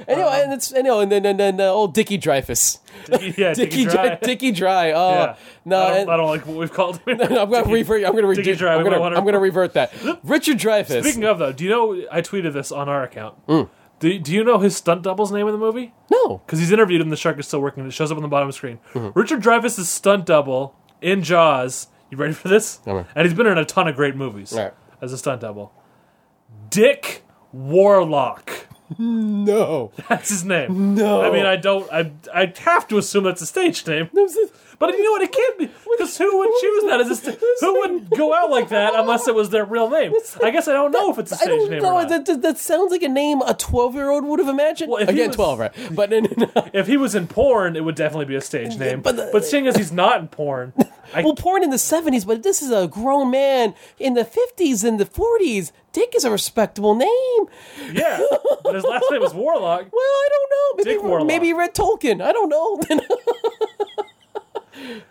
Speaker 2: anyway, and it's anyway, and then and then uh, old Dickie Dreyfus,
Speaker 1: Yeah,
Speaker 2: Dickie
Speaker 1: Dickie Dry.
Speaker 2: Dickie
Speaker 1: <laughs>
Speaker 2: Dry. Oh
Speaker 1: yeah.
Speaker 2: no.
Speaker 1: I
Speaker 2: and-
Speaker 1: don't, I don't like what we've called him.
Speaker 2: <laughs> I'm gonna revert. I'm gonna
Speaker 1: Dickie
Speaker 2: redo.
Speaker 1: Dry,
Speaker 2: I'm
Speaker 1: we
Speaker 2: gonna,
Speaker 1: might wanna-
Speaker 2: I'm gonna
Speaker 1: <laughs>
Speaker 2: revert that. Richard Dreyfus.
Speaker 1: Speaking of though, do you know I tweeted this on our account?
Speaker 2: Mm.
Speaker 1: Do, do you know his stunt double's name in the movie?
Speaker 2: no.
Speaker 1: because he's interviewed and the shark is still working and it shows up on the bottom of the screen.
Speaker 2: Mm-hmm.
Speaker 1: Richard Dreyfuss is stunt double in Jaws. You ready for this?
Speaker 2: ready.
Speaker 1: And he's been in a ton of great movies
Speaker 2: All right.
Speaker 1: as a stunt double. Dick Warlock. <laughs>
Speaker 2: No.
Speaker 1: That's his name.
Speaker 2: No.
Speaker 1: <laughs> I mean, I don't. I I have to assume that's a stage name. But you know what? It can't be because who would choose that as a sta- who would go out like that unless it was their real name? I guess I don't know if it's a
Speaker 2: I
Speaker 1: stage
Speaker 2: don't
Speaker 1: name.
Speaker 2: know.
Speaker 1: or not.
Speaker 2: That, that, that sounds like a name a 12 year old would have imagined.
Speaker 1: Well, if he
Speaker 2: Again,
Speaker 1: was-
Speaker 2: 12, right? But then,
Speaker 1: <laughs> If he was in porn, it would definitely be a stage name.
Speaker 2: but
Speaker 1: But,
Speaker 2: the-
Speaker 1: seeing as he's not in
Speaker 2: <laughs>
Speaker 1: porn, I
Speaker 2: well, porn in the 70s, but this is a grown man in the 50s and the 40s. Dick is a respectable name.
Speaker 1: Yeah, but his last name was Warlock.
Speaker 2: Well, I don't know. Maybe,
Speaker 1: Dick Warlock.
Speaker 2: maybe he read Tolkien. I don't know. <laughs>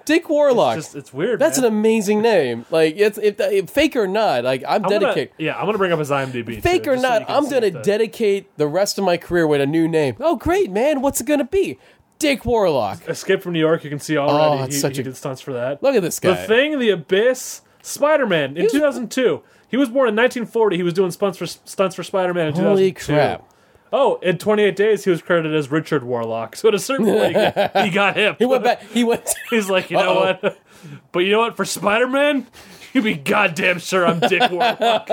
Speaker 2: Dick Warlock.
Speaker 1: It's just it's weird.
Speaker 2: That's an
Speaker 1: man.
Speaker 2: amazing name. Like it's if, if fake or not. Like I'm,
Speaker 1: I'm gonna,
Speaker 2: dedicated.
Speaker 1: yeah, I'm gonna bring up his IMDb.
Speaker 2: Fake
Speaker 1: too,
Speaker 2: or
Speaker 1: just so you
Speaker 2: not,
Speaker 1: can
Speaker 2: I'm
Speaker 1: see
Speaker 2: gonna
Speaker 1: that-
Speaker 2: dedicate the rest of my career with a new name. Oh great, man! What's it gonna be? Dick Warlock.
Speaker 1: Escape from New York. You can see already.
Speaker 2: Oh, it's
Speaker 1: he,
Speaker 2: such
Speaker 1: he
Speaker 2: a-
Speaker 1: did stunts for that.
Speaker 2: Look at this
Speaker 1: The
Speaker 2: guy.
Speaker 1: Thing, The Abyss, Spider Man in
Speaker 2: was-
Speaker 1: 2002. He was born in 1940. He was doing stunts for stunts for Spider Man in
Speaker 2: Holy
Speaker 1: 2002.
Speaker 2: crap.
Speaker 1: Oh, in 28 days, he was credited as Richard Warlock. <laughs> So at a certain point, he got him.
Speaker 2: He went back. He went.
Speaker 1: He's like, you know
Speaker 2: Uh-oh.
Speaker 1: what? <laughs> But you know what? For Spider Man, you be goddamn sure I'm Dick
Speaker 2: <laughs>
Speaker 1: Warlock.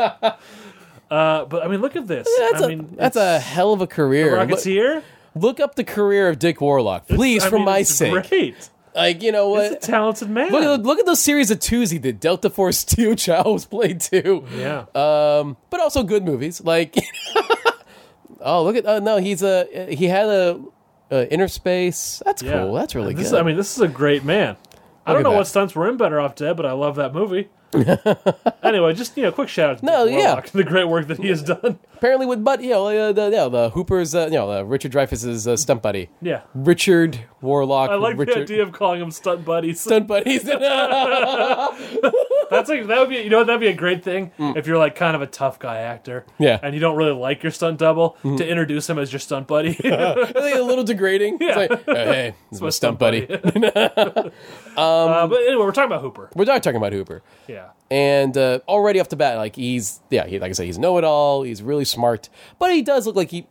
Speaker 1: Uh, but I mean, look at this.
Speaker 2: That's
Speaker 1: <laughs> I
Speaker 2: a
Speaker 1: mean,
Speaker 2: that's a hell of a career. Look,
Speaker 1: Rocketeer.
Speaker 2: look up the career of Dick Warlock, please,
Speaker 1: I
Speaker 2: for
Speaker 1: mean,
Speaker 2: my
Speaker 1: it's
Speaker 2: sake.
Speaker 1: Great.
Speaker 2: Like you know
Speaker 1: He's a
Speaker 2: what?
Speaker 1: talented man.
Speaker 2: Look at, look at those series of twos he did: Delta Force Two, <laughs> Child's Play Two,
Speaker 1: yeah.
Speaker 2: um, but also good movies. Like, <laughs> oh look at oh no, he's a he had a, uh Inner Space. That's
Speaker 1: Yeah.
Speaker 2: cool. That's really
Speaker 1: This is-
Speaker 2: good.
Speaker 1: I mean, this is a great man. I don't
Speaker 2: at
Speaker 1: know
Speaker 2: that.
Speaker 1: what stunts were in Better Off Dead, but I love that
Speaker 2: <laughs>
Speaker 1: movie. anyway, just you know, quick shout out to
Speaker 2: No,
Speaker 1: Dick
Speaker 2: yeah.
Speaker 1: Warlock <laughs> and the great work that he has done.
Speaker 2: Apparently, with but you know uh, the, yeah, the Hooper's uh, you know uh, Richard Dreyfuss's uh, stunt buddy,
Speaker 1: Yeah,
Speaker 2: Richard Warlock.
Speaker 1: I like
Speaker 2: Richard,
Speaker 1: the idea of calling him stunt buddies. <laughs>
Speaker 2: stunt buddies. <laughs>
Speaker 1: That's like that would be you know what, that'd be a great thing if you're like kind of a tough guy actor,
Speaker 2: Yeah.
Speaker 1: and you don't really like your stunt double to introduce him as your stunt buddy.
Speaker 2: I think a little degrading. It's like, oh, hey, it's my stump
Speaker 1: <laughs>
Speaker 2: buddy.
Speaker 1: uh, but anyway, we're talking about Hooper. <laughs>
Speaker 2: We're not talking about Hooper.
Speaker 1: Yeah,
Speaker 2: And uh, already off the bat, like he's yeah, he, like I said, he's know it all. He's really smart, but he does look like he,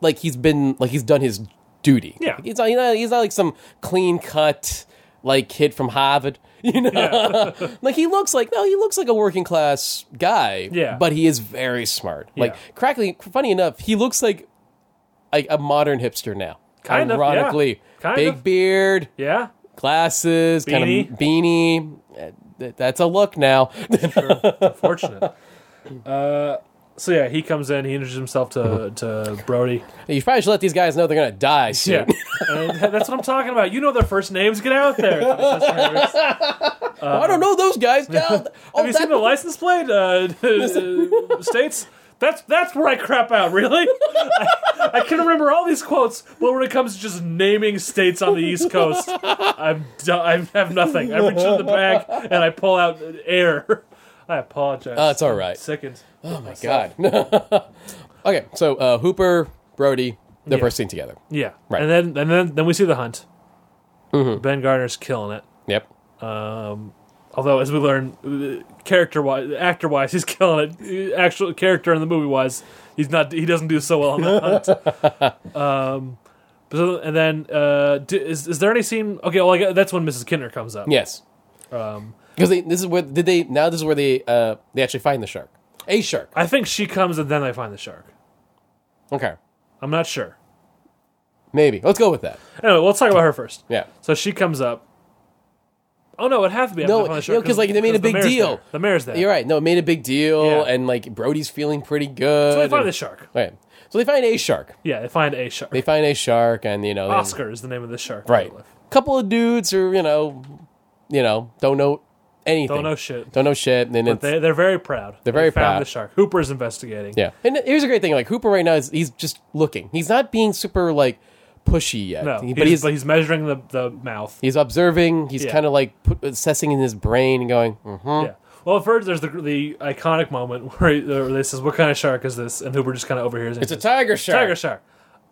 Speaker 2: like he's been like he's done his duty.
Speaker 1: Yeah.
Speaker 2: he's not, he's not, he's not like some clean cut like kid from Harvard. <laughs> You know, <laughs> like he looks like no, he looks like a working class guy.
Speaker 1: Yeah.
Speaker 2: but he is very smart. Like
Speaker 1: Yeah.
Speaker 2: crackly, funny enough, he looks like like a modern hipster now.
Speaker 1: Kind of, yeah.
Speaker 2: ironically,
Speaker 1: Kind
Speaker 2: big
Speaker 1: of.
Speaker 2: beard,
Speaker 1: yeah,
Speaker 2: glasses, kind of
Speaker 1: Beanie.
Speaker 2: beanie. Uh, th- That's a look now. <laughs>
Speaker 1: fortunate. uh, so yeah, he comes in. He introduces himself to to Brody.
Speaker 2: you probably should let these guys know they're gonna die soon.
Speaker 1: Yeah, and that's what I'm talking about. You know their first names. Get out there.
Speaker 2: Oh, <laughs> I don't know those guys. No. Oh,
Speaker 1: uh-huh. <laughs> Have you
Speaker 2: that-
Speaker 1: seen the license plate?
Speaker 2: <laughs>
Speaker 1: Uh, states. That's that's where I crap out. Really, I, I can remember all these quotes, but when it comes to just naming states on the East Coast, I'm do- I have nothing. I reach in the bag and I pull out air. <laughs> I apologize.
Speaker 2: Uh, it's all
Speaker 1: <laughs>
Speaker 2: right.
Speaker 1: Second.
Speaker 2: oh my god. <laughs> okay, so uh, Hooper, Brody, they're
Speaker 1: Yeah.
Speaker 2: first seen together.
Speaker 1: Yeah.
Speaker 2: Right. Mm-hmm.
Speaker 1: And then and then then we see the hunt. Ben Gardner's killing it.
Speaker 2: Yep.
Speaker 1: Although, as we learn, character wise, actor wise, he's <laughs> killing it. Actual character in the movie wise, he's not. He doesn't do so well on the hunt. um,
Speaker 2: <laughs>
Speaker 1: but so- and then uh, d is is there any scene? Okay, well, I guess that's when Mrs. Kinder comes up.
Speaker 2: Yes.
Speaker 1: Um,
Speaker 2: Because this is where did they now? This is where they uh, they actually find the shark, a shark.
Speaker 1: I think she comes and then they find the shark.
Speaker 2: Okay,
Speaker 1: I'm not sure.
Speaker 2: maybe let's go with that.
Speaker 1: Anyway, let's talk about her first.
Speaker 2: Yeah.
Speaker 1: So she comes up. Oh no, it has to be.
Speaker 2: No,
Speaker 1: after they find the shark,
Speaker 2: no, 'cause, like, they made
Speaker 1: the
Speaker 2: a big
Speaker 1: mayor's
Speaker 2: deal.
Speaker 1: there. The mayor's there.
Speaker 2: You're right. No, it made a big deal,
Speaker 1: Yeah.
Speaker 2: and like Brody's feeling pretty good.
Speaker 1: So they find
Speaker 2: and-
Speaker 1: the shark.
Speaker 2: Okay. So they find a shark.
Speaker 1: Yeah, they find a shark.
Speaker 2: They find a shark, and you know, they-
Speaker 1: Oscar is the name of the shark.
Speaker 2: right? Couple of dudes who you know, you know, don't know anything,
Speaker 1: Don't know shit.
Speaker 2: don't know shit. And then it's,
Speaker 1: They, they're very proud. They're
Speaker 2: very
Speaker 1: found
Speaker 2: proud.
Speaker 1: The shark. Hooper's investigating.
Speaker 2: yeah. And here's a great thing: like Hooper right now is he's just looking. He's not being super like pushy yet,
Speaker 1: No,
Speaker 2: He-
Speaker 1: but, Oh, he's,
Speaker 2: he's
Speaker 1: but he's measuring the, the mouth.
Speaker 2: he's observing. He's
Speaker 1: Yeah.
Speaker 2: kind of like put, assessing in his brain and going, mm-hmm.
Speaker 1: Yeah. Well, first there's the the iconic moment <laughs> where, he, where they says, "What kind of shark is this?" And Hooper just kind of overhears.
Speaker 2: "It's a tiger shark."
Speaker 1: tiger shark.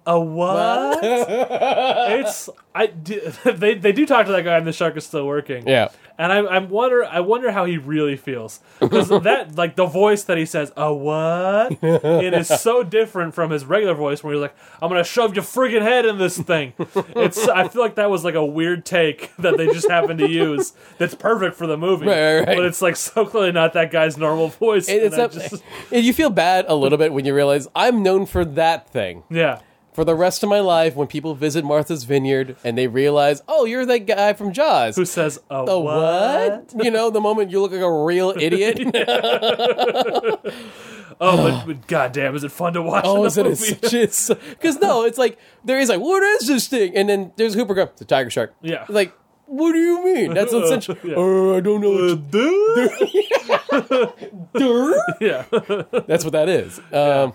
Speaker 1: A what? <laughs> it's I. d- <laughs> They they do talk to that guy, and the shark is still working.
Speaker 2: Yeah.
Speaker 1: And I, I wonder, I wonder how he really feels
Speaker 2: <laughs>
Speaker 1: because that, like, the voice that he says, "A what?" it is so different from his regular voice, where he's like, "I'm gonna shove your friggin' head in this thing." It's, I feel like that was like a weird take that they just happened to use. That's perfect for the movie,
Speaker 2: Right, right, right.
Speaker 1: but it's like so clearly not that guy's normal voice.
Speaker 2: And it's
Speaker 1: and I
Speaker 2: not,
Speaker 1: just-
Speaker 2: <laughs> and you feel bad a little bit when you realize I'm known for that thing
Speaker 1: yeah,
Speaker 2: for the rest of my life. When people visit Martha's Vineyard and they realize, oh, you're that guy from Jaws.
Speaker 1: who says, "A
Speaker 2: the
Speaker 1: what?"
Speaker 2: what? You know, the moment you look like a real
Speaker 1: <laughs>
Speaker 2: idiot.
Speaker 1: Oh, but, but goddamn, is it fun to watch? in
Speaker 2: oh,
Speaker 1: the
Speaker 2: is it
Speaker 1: movie?
Speaker 2: a <laughs> Because no, it's like there is like, what is this thing? And then there's Hooper going, it's a tiger shark.
Speaker 1: Yeah.
Speaker 2: Like, what do you mean? That's
Speaker 1: Uh,
Speaker 2: essentially.
Speaker 1: <laughs> yeah.
Speaker 2: Oh, I
Speaker 1: <laughs>
Speaker 2: don't know. <laughs> What you-
Speaker 1: yeah.
Speaker 2: That's what that is. Um,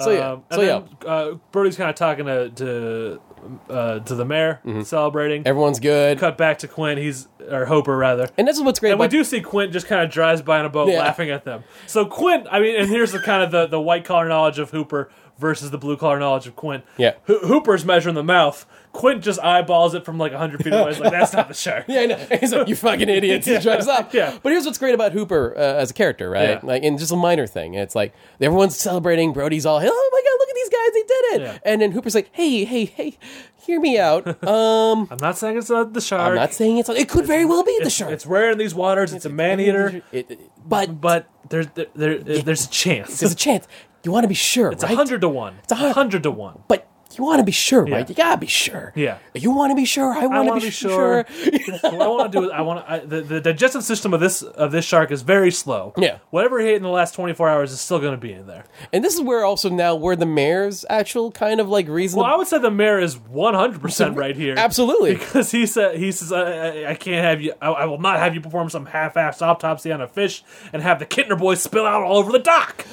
Speaker 2: so yeah,
Speaker 1: Um, and
Speaker 2: so yeah,
Speaker 1: then, uh, Brody's kind of talking to, to uh, to the mayor
Speaker 2: Mm-hmm.
Speaker 1: celebrating.
Speaker 2: Everyone's good.
Speaker 1: Cut back to Quint. He's or Hooper rather.
Speaker 2: And this is what's great
Speaker 1: And we
Speaker 2: about
Speaker 1: do see Quint just kind of drives by in a boat
Speaker 2: Yeah.
Speaker 1: laughing at them. So Quint, I mean, and here's the kind of the, the white collar knowledge of Hooper versus the blue collar knowledge of Quint.
Speaker 2: Yeah.
Speaker 1: Ho- Hooper's measuring the mouth. Quint just eyeballs it from like 100 feet away. He's like, that's not the shark.
Speaker 2: <laughs> Yeah, I know. He's like, you fucking idiots. He drives up.
Speaker 1: <laughs> Yeah.
Speaker 2: But here's what's great about Hooper uh, as a character, right?
Speaker 1: Yeah.
Speaker 2: Like, and just a minor thing. It's like everyone's celebrating. Brody's all, oh my god, look at these guys, they did it.
Speaker 1: Yeah.
Speaker 2: And then Hooper's like, hey, hey, hey, hear me out.
Speaker 1: <laughs>
Speaker 2: Um,
Speaker 1: I'm not saying it's not the shark.
Speaker 2: I'm not saying it's. It could very well be the shark.
Speaker 1: It's rare in these waters. It's a man eater.
Speaker 2: It- it- but
Speaker 1: But there's there, there, there's a chance.
Speaker 2: there's a
Speaker 1: It's
Speaker 2: chance. You want to be sure,
Speaker 1: a
Speaker 2: right?
Speaker 1: hundred to one. It's
Speaker 2: a hun-
Speaker 1: hundred to one.
Speaker 2: But you want to be sure,
Speaker 1: Yeah.
Speaker 2: right? You gotta be sure.
Speaker 1: Yeah.
Speaker 2: You want to be sure. I want to
Speaker 1: wanna
Speaker 2: be,
Speaker 1: be
Speaker 2: sure.
Speaker 1: sure. what I want to do is I want to the, the digestive system of this of this shark is very slow.
Speaker 2: Yeah.
Speaker 1: whatever he ate in the last twenty four hours is still going to be in there.
Speaker 2: <laughs> and this is where also now where the mayor's actual kind of like reason.
Speaker 1: Well, I would say the mayor is one hundred percent right here. <laughs>
Speaker 2: absolutely.
Speaker 1: because he said he says I, I, I can't have you. I, I will not have you perform some half-assed autopsy on a fish and have the Kittner boys spill out all over the dock,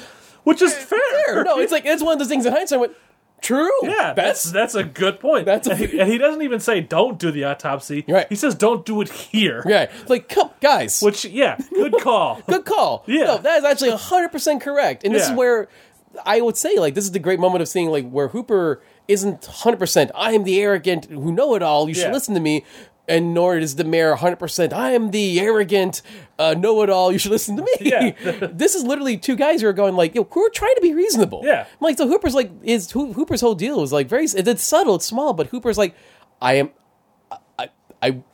Speaker 1: which is fair.
Speaker 2: Sure. No, it's like it's one of those things in hindsight. I went, true.
Speaker 1: Yeah, that's
Speaker 2: that's
Speaker 1: that's a good point.
Speaker 2: That's a-
Speaker 1: and, he, and he doesn't even say don't do the autopsy.
Speaker 2: Right.
Speaker 1: He says don't do it here.
Speaker 2: right. Like, come, guys,
Speaker 1: Which yeah, good
Speaker 2: <laughs>
Speaker 1: call.
Speaker 2: good call.
Speaker 1: Yeah.
Speaker 2: no, that is actually hundred percent correct. And this
Speaker 1: Yeah.
Speaker 2: is where I would say, like, this is the great moment of seeing, like, where Hooper isn't hundred percent. I am the arrogant who know it all. You should
Speaker 1: Yeah.
Speaker 2: listen to me. And nor is the mayor 100%. I am the arrogant uh, know it all. You should listen to me.
Speaker 1: <laughs> Yeah.
Speaker 2: <laughs> this is literally two guys who are going, like, yo, who are trying to be reasonable.
Speaker 1: Yeah.
Speaker 2: I'm like so Hooper's like is Ho- Hooper's whole deal is like very it's subtle, it's small, but Hooper's like I am I I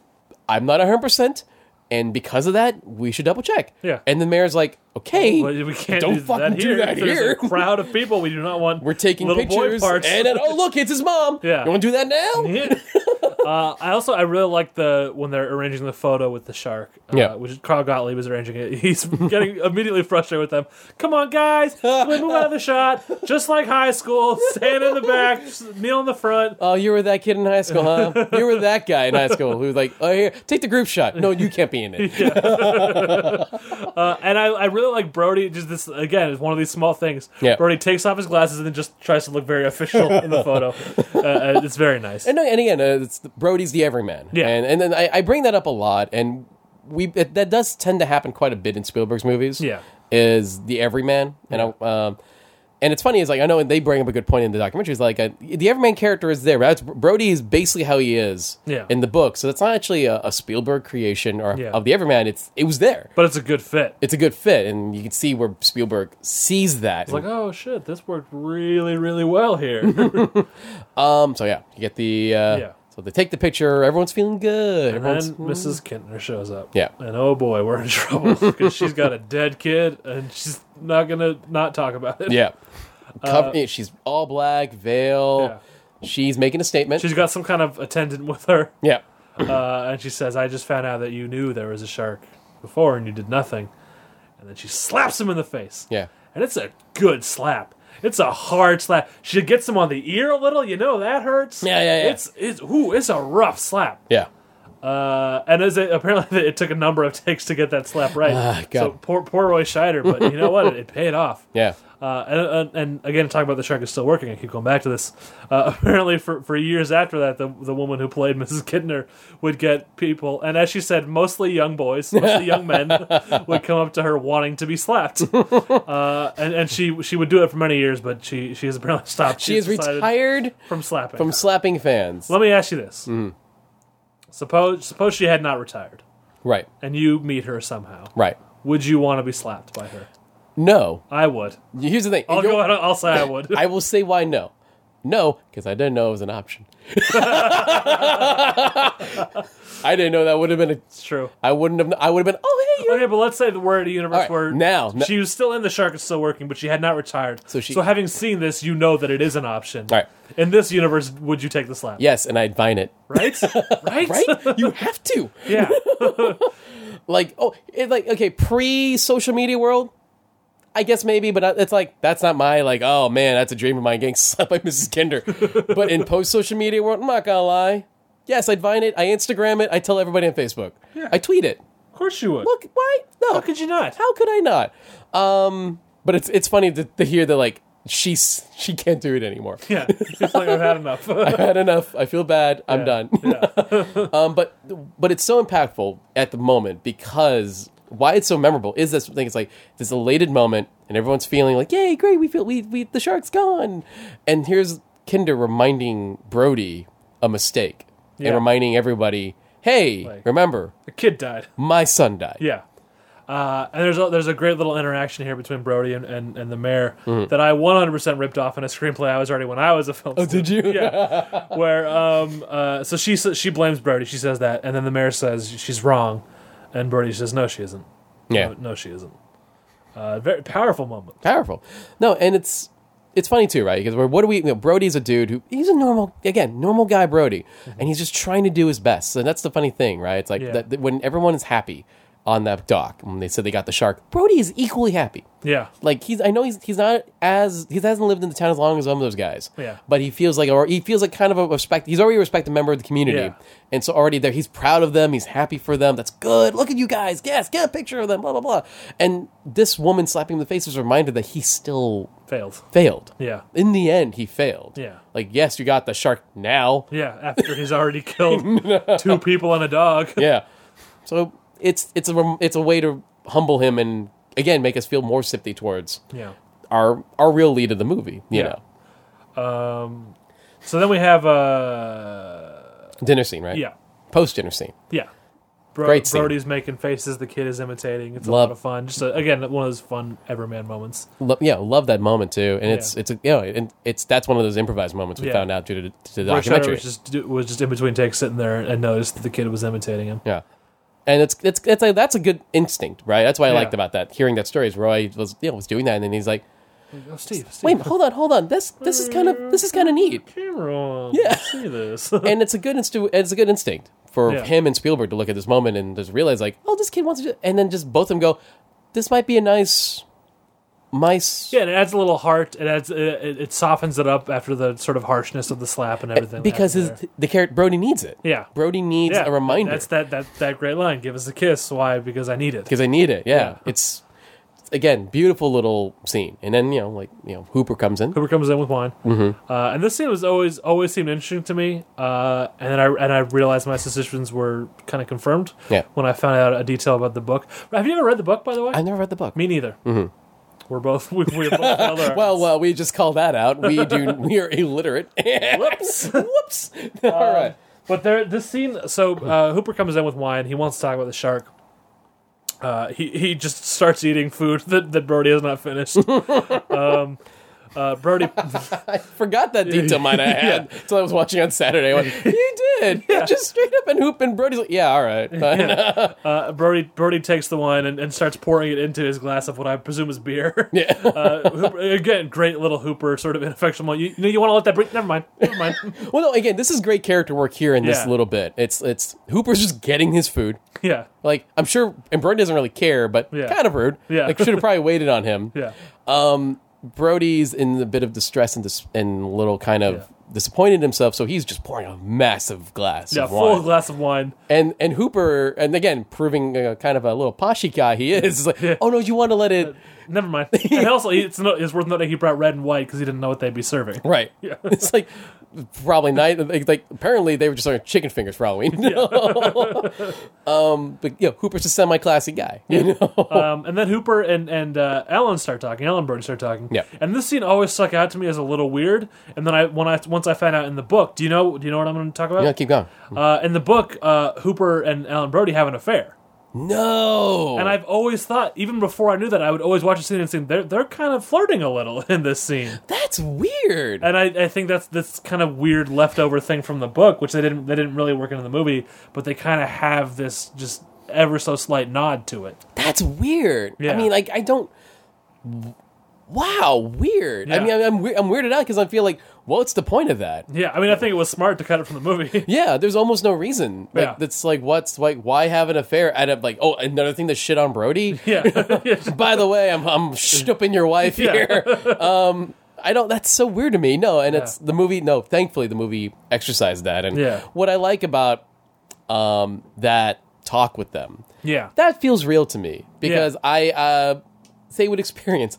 Speaker 2: I'm not 100% and because of that, we should double check.
Speaker 1: Yeah.
Speaker 2: And the mayor's like, "Okay,
Speaker 1: Well, we can't
Speaker 2: don't
Speaker 1: do
Speaker 2: fucking
Speaker 1: that
Speaker 2: do
Speaker 1: here.
Speaker 2: that
Speaker 1: There's
Speaker 2: here.
Speaker 1: a crowd of people. We do not want.
Speaker 2: We're taking
Speaker 1: little
Speaker 2: pictures
Speaker 1: boy parts. <laughs>
Speaker 2: and then, oh look, it's his mom.
Speaker 1: Yeah. Mm-hmm.
Speaker 2: You want to do that now?
Speaker 1: Yeah. uh, I also I really like the when they're arranging the photo with the shark. Uh,
Speaker 2: Yeah.
Speaker 1: which is Carl Gottlieb is arranging it. <laughs> He's
Speaker 2: <laughs>
Speaker 1: getting immediately frustrated with them. Come on, guys, can we move out of the shot? Just like high school, stand in the
Speaker 2: <laughs>
Speaker 1: back, kneel in the front.
Speaker 2: Oh, you were that kid in high school,
Speaker 1: <laughs>
Speaker 2: huh? you were that guy in high school who was like, "Oh, here, take the group shot." No, you can't be in
Speaker 1: <laughs>
Speaker 2: it.
Speaker 1: Uh, and I, I really like Brody. Just this again is one of these small things.
Speaker 2: Yeah.
Speaker 1: Brody takes off his glasses and then just tries to look very official in the
Speaker 2: <laughs>
Speaker 1: photo. Uh, Uh, it's very nice.
Speaker 2: And, no, and again, uh, it's Brody's the everyman.
Speaker 1: Yeah.
Speaker 2: And and then I, I bring that up a lot, and we it, that does tend to happen quite a bit in Spielberg's movies.
Speaker 1: Yeah.
Speaker 2: Is the everyman, and I, um, and it's funny is like I know they bring up a good point in the documentary. Is like uh, the everyman character is there. That's Brody is basically how he is.
Speaker 1: Yeah.
Speaker 2: In the book, so that's not actually a, a Spielberg creation or
Speaker 1: Yeah.
Speaker 2: of the everyman. It's it was there.
Speaker 1: but it's a good fit.
Speaker 2: It's a good fit, and you can see where Spielberg sees that.
Speaker 1: It's like, oh shit, this worked really, really well
Speaker 2: <laughs>
Speaker 1: here.
Speaker 2: um, so yeah, you get the uh,
Speaker 1: Yeah.
Speaker 2: So they take the picture. Everyone's feeling good.
Speaker 1: And
Speaker 2: everyone's
Speaker 1: then Mrs. Kintner shows up.
Speaker 2: Yeah.
Speaker 1: And oh boy, we're in <laughs> trouble because she's got a dead kid and she's not going to not talk about it.
Speaker 2: Yeah. Cover- yeah, she's all black, veil. She's making a statement.
Speaker 1: She's got some kind of attendant with her.
Speaker 2: yeah.
Speaker 1: Uh, and she says, I just found out that you knew there was a shark before and you did nothing. And then she slaps him in the face.
Speaker 2: Yeah.
Speaker 1: And it's a good slap. It's a hard slap. She gets him on the ear a little. You know that hurts.
Speaker 2: Yeah, yeah, yeah.
Speaker 1: It's, it's, ooh, it's a rough slap.
Speaker 2: Yeah.
Speaker 1: Uh, and as it, apparently it took a number of takes to get that slap right.
Speaker 2: Ah, God.
Speaker 1: so poor, poor Roy Scheider, but you know what? It, it paid off.
Speaker 2: <laughs> Yeah.
Speaker 1: Uh, and, and, and again, talking about the shark is still working. I keep going back to this. Uh, <laughs> apparently, for, for years after that, the, the woman who played <laughs> Mrs. Kidner would get people, and as she said, mostly young boys, mostly young
Speaker 2: <laughs>
Speaker 1: men, would come up to her wanting to be slapped. Uh, and and she she would do it for many years, but she, she has apparently stopped.
Speaker 2: She is retired
Speaker 1: from slapping.
Speaker 2: from slapping fans.
Speaker 1: Let me ask you this:
Speaker 2: Mm-hmm.
Speaker 1: suppose suppose she had not retired,
Speaker 2: Right.
Speaker 1: and you meet her somehow.
Speaker 2: Right.
Speaker 1: Would you want to be slapped by her?
Speaker 2: No.
Speaker 1: I would.
Speaker 2: Here's the thing.
Speaker 1: I'll
Speaker 2: You'll-
Speaker 1: Oh, go. out- I'll say I would.
Speaker 2: <laughs> I will say why no. No, because I didn't know it was an option. <laughs> I didn't know that would have been a.
Speaker 1: it's true.
Speaker 2: I wouldn't have. I would have been. Oh
Speaker 1: <laughs>
Speaker 2: hey, you're
Speaker 1: Okay, but let's say the word universe
Speaker 2: All right,
Speaker 1: word
Speaker 2: now- n-
Speaker 1: she was still in the shark is still working, but she had not retired.
Speaker 2: So she-
Speaker 1: having seen this, you know that it is an option.
Speaker 2: All right.
Speaker 1: In this universe, would you take the slap?
Speaker 2: yes, and I'd vine it.
Speaker 1: Right.
Speaker 2: <laughs>
Speaker 1: right. <laughs>
Speaker 2: Right? you have to. <laughs>
Speaker 1: yeah.
Speaker 2: like oh it, like okay pre social media world i guess maybe but I- it's like that's not my like oh man that's a dream of mine getting <laughs> slapped by mrs kinder but in post social media world i'm not gonna lie yes i'd vine it i instagram it i tell everybody on facebook i tweet it
Speaker 1: Of course you would.
Speaker 2: look why no <laughs>
Speaker 1: How could you not?
Speaker 2: how could i not um but it's it's funny to, to hear that like she's she can't do it anymore.
Speaker 1: Yeah, <laughs> it's like I've had
Speaker 2: <laughs>
Speaker 1: enough. <laughs>
Speaker 2: I've had enough. I feel bad. I'm done. <laughs> um, but but it's so impactful at the moment because why it's so memorable is this thing. It's like this elated moment, and everyone's feeling like, "Yay, great! We feel we we the shark's gone." And here's Kinder reminding Brody a mistake
Speaker 1: Yeah.
Speaker 2: and reminding everybody, "Hey,
Speaker 1: Like-
Speaker 2: remember
Speaker 1: the kid died.
Speaker 2: my son died."
Speaker 1: Yeah. Uh, and there's a, there's a great little interaction here between Brody and, and, and the mayor that I 100% ripped off in a screenplay I was already when I was a film.
Speaker 2: Oh, <laughs> did you?
Speaker 1: Yeah. Where um uh so she sa- she blames Brody. She says that, and then the mayor says she's wrong, and Brody says no, she isn't.
Speaker 2: Yeah.
Speaker 1: No, no, she isn't. Uh, very powerful moment.
Speaker 2: powerful. No, and it's it's funny too, right? Because what do we? You know, Brody's a dude who he's a normal again normal guy Brody, and he's just trying to do his best. And that's the funny thing, right? It's like
Speaker 1: Yeah.
Speaker 2: that, that when everyone is happy on that dock, when they said they got the shark, Brody is equally happy.
Speaker 1: Yeah.
Speaker 2: Like he's, I know he's he's not as he hasn't lived in the town as long as some of those guys.
Speaker 1: Yeah.
Speaker 2: But he feels like, or he feels like kind of a respect. He's already a respected member of the community,
Speaker 1: Yeah.
Speaker 2: and so already there, he's proud of them. He's happy for them. That's good. Look at you guys. Yes, get a picture of them. Blah blah blah. And this woman slapping him in the face is a reminder that he still
Speaker 1: Failed.
Speaker 2: failed.
Speaker 1: Yeah.
Speaker 2: In the end, he failed.
Speaker 1: Yeah.
Speaker 2: Like yes, you got the shark
Speaker 1: <laughs>
Speaker 2: now.
Speaker 1: Yeah. After he's already killed two people and a dog.
Speaker 2: yeah. So it's it's a rem- it's a way to humble him and again make us feel more sympathy towards
Speaker 1: Yeah.
Speaker 2: our our real lead of the movie. You
Speaker 1: Yeah.
Speaker 2: know.
Speaker 1: So then we have uh
Speaker 2: Dinner scene, right?
Speaker 1: yeah
Speaker 2: Post dinner scene.
Speaker 1: yeah. Bro-
Speaker 2: Great scene.
Speaker 1: Brody's making faces. The kid is imitating. It's a
Speaker 2: Love-
Speaker 1: lot of fun. Just a, again one of those fun Everman moments.
Speaker 2: Lo- yeah, love that moment too. And it's
Speaker 1: Yeah.
Speaker 2: it's a, you know, and it's that's one of those improvised moments we
Speaker 1: Yeah.
Speaker 2: found out due to, to the
Speaker 1: Rock Shadow
Speaker 2: documentary.
Speaker 1: was just was just in between takes, sitting there and noticed that the kid was imitating him.
Speaker 2: yeah. And it's it's it's a, that's a good instinct, right? That's why I
Speaker 1: Yeah.
Speaker 2: liked about that. Hearing that story is Roy was you know, was doing that, and then he's like,
Speaker 1: Oh, Steve, Steve.
Speaker 2: "Wait, hold on, hold on. This this is kind of this is kind of neat."
Speaker 1: camera on.
Speaker 2: Yeah.
Speaker 1: see this. <laughs>
Speaker 2: And it's a good instu- it's a good instinct for
Speaker 1: Yeah.
Speaker 2: him and Spielberg to look at this moment and just realize like, "Oh, this kid wants to," do and then just both of them go, "This might be a nice, nice."
Speaker 1: yeah, and it adds a little heart. It adds it, it, it softens it up after the sort of harshness of the slap and everything. that
Speaker 2: Eh, Because
Speaker 1: happened
Speaker 2: his, the character Brody needs it.
Speaker 1: Yeah.
Speaker 2: Brody needs
Speaker 1: there. yeah,
Speaker 2: a reminder.
Speaker 1: That's that that that great line. Give us a kiss. Why? Because I need it.
Speaker 2: because I need it. Yeah.
Speaker 1: Yeah.
Speaker 2: it's again beautiful little scene, and then you know, like you know, Hooper comes in.
Speaker 1: Cooper comes in with wine, mm-hmm. uh, and this scene was always always seemed interesting to me. Uh, and then I and I realized my suspicions were kind of confirmed
Speaker 2: Yeah.
Speaker 1: when I found out a detail about the book. Have you ever read the book, by the way?
Speaker 2: I never read the book.
Speaker 1: Me neither. We're both <laughs> we, we're both
Speaker 2: <laughs>
Speaker 1: other.
Speaker 2: well, well, we just call that out.
Speaker 1: <laughs>
Speaker 2: We do. we are illiterate. <laughs>
Speaker 1: Whoops.
Speaker 2: Whoops.
Speaker 1: Uh,
Speaker 2: All right.
Speaker 1: <laughs> but there this scene. So uh, Hooper comes in with wine. He wants to talk about the shark. Uh, he he just starts eating food <laughs> that, that Brody has not
Speaker 2: <laughs>
Speaker 1: finished. um, uh, Brody
Speaker 2: I forgot that detail mine I had until I was watching on Saturday.
Speaker 1: <laughs>
Speaker 2: I went, you did. You just straight up and hoop and Brody's like, yeah,
Speaker 1: <laughs>
Speaker 2: all right. fine."
Speaker 1: uh, Brody Brody takes the wine and, and starts pouring it into his glass of what I presume is beer.
Speaker 2: <laughs>
Speaker 1: <laughs>
Speaker 2: Yeah.
Speaker 1: uh, Hooper, again, great little Hooper sort of ineffectual. moment. You, you, want to let that break? Never mind. Never
Speaker 2: <laughs>
Speaker 1: mind.
Speaker 2: well, no, again, this is great character work here in this
Speaker 1: Yeah.
Speaker 2: little bit. It's it's Hooper's just getting his food.
Speaker 1: yeah.
Speaker 2: Like I'm sure, and Brody doesn't really care, but
Speaker 1: Yeah.
Speaker 2: kind of rude.
Speaker 1: Yeah.
Speaker 2: Like should have probably waited on him.
Speaker 1: <laughs> Yeah.
Speaker 2: Um, Brody's in a bit of distress and dis- and a little kind of disappointed in himself, so he's just pouring a massive glass
Speaker 1: Yeah.
Speaker 2: of
Speaker 1: Full
Speaker 2: wine.
Speaker 1: glass of wine.
Speaker 2: and and Hooper, and again proving uh, kind of a little poshy guy he is. is like, oh no, you want to
Speaker 1: <laughs>
Speaker 2: let it
Speaker 1: Never
Speaker 2: <laughs>
Speaker 1: mind. And also, it's, no, it's worth noting he brought red and white because he didn't know what they'd be serving.
Speaker 2: right? Yeah. <laughs> It's like probably not. Like, like, apparently they were just like chicken fingers for Halloween. <laughs> um, but yeah, Hooper's a semi-classy guy. You know,
Speaker 1: Um, and then Hooper and and uh, Alan start talking. Alan Brody start talking.
Speaker 2: Yeah.
Speaker 1: And this scene always stuck out to me as a little weird. And then I when I once I found out in the book, do you know do you know what I'm going to talk about?
Speaker 2: yeah, keep going.
Speaker 1: Uh, in the book, uh, Hooper and Alan Brody have an affair.
Speaker 2: No,
Speaker 1: And I've always thought, even before I knew that, I would always watch a scene and think they're they're kind of flirting a little <laughs> in this scene.
Speaker 2: that's weird.
Speaker 1: And I, I think that's this kind of weird leftover thing from the book, which they didn't they didn't really work into the movie, but they kind of have this just ever so slight nod to it.
Speaker 2: That's weird. I
Speaker 1: Yeah.
Speaker 2: mean, like I don't. Wow, weird. I
Speaker 1: Yeah.
Speaker 2: mean, I'm I'm, weir- I'm weirded out because I feel like, what's the point of that?
Speaker 1: Yeah, I mean, I think it was smart to cut it from the movie.
Speaker 2: Yeah, there's almost no reason. Like,
Speaker 1: Yeah.
Speaker 2: That's like, what's like, why have an affair? Out of like, oh, another thing to shit on Brody.
Speaker 1: <laughs> yeah, yeah,
Speaker 2: By the way, I'm I'm schnooping your wife
Speaker 1: Yeah.
Speaker 2: here.
Speaker 1: <laughs>
Speaker 2: Um, I don't. That's so weird to me. No, and it's the movie. No, thankfully the movie exercised that. And
Speaker 1: Yeah.
Speaker 2: what I like about um that talk with them
Speaker 1: yeah,
Speaker 2: that feels real to me because I uh, say with experience,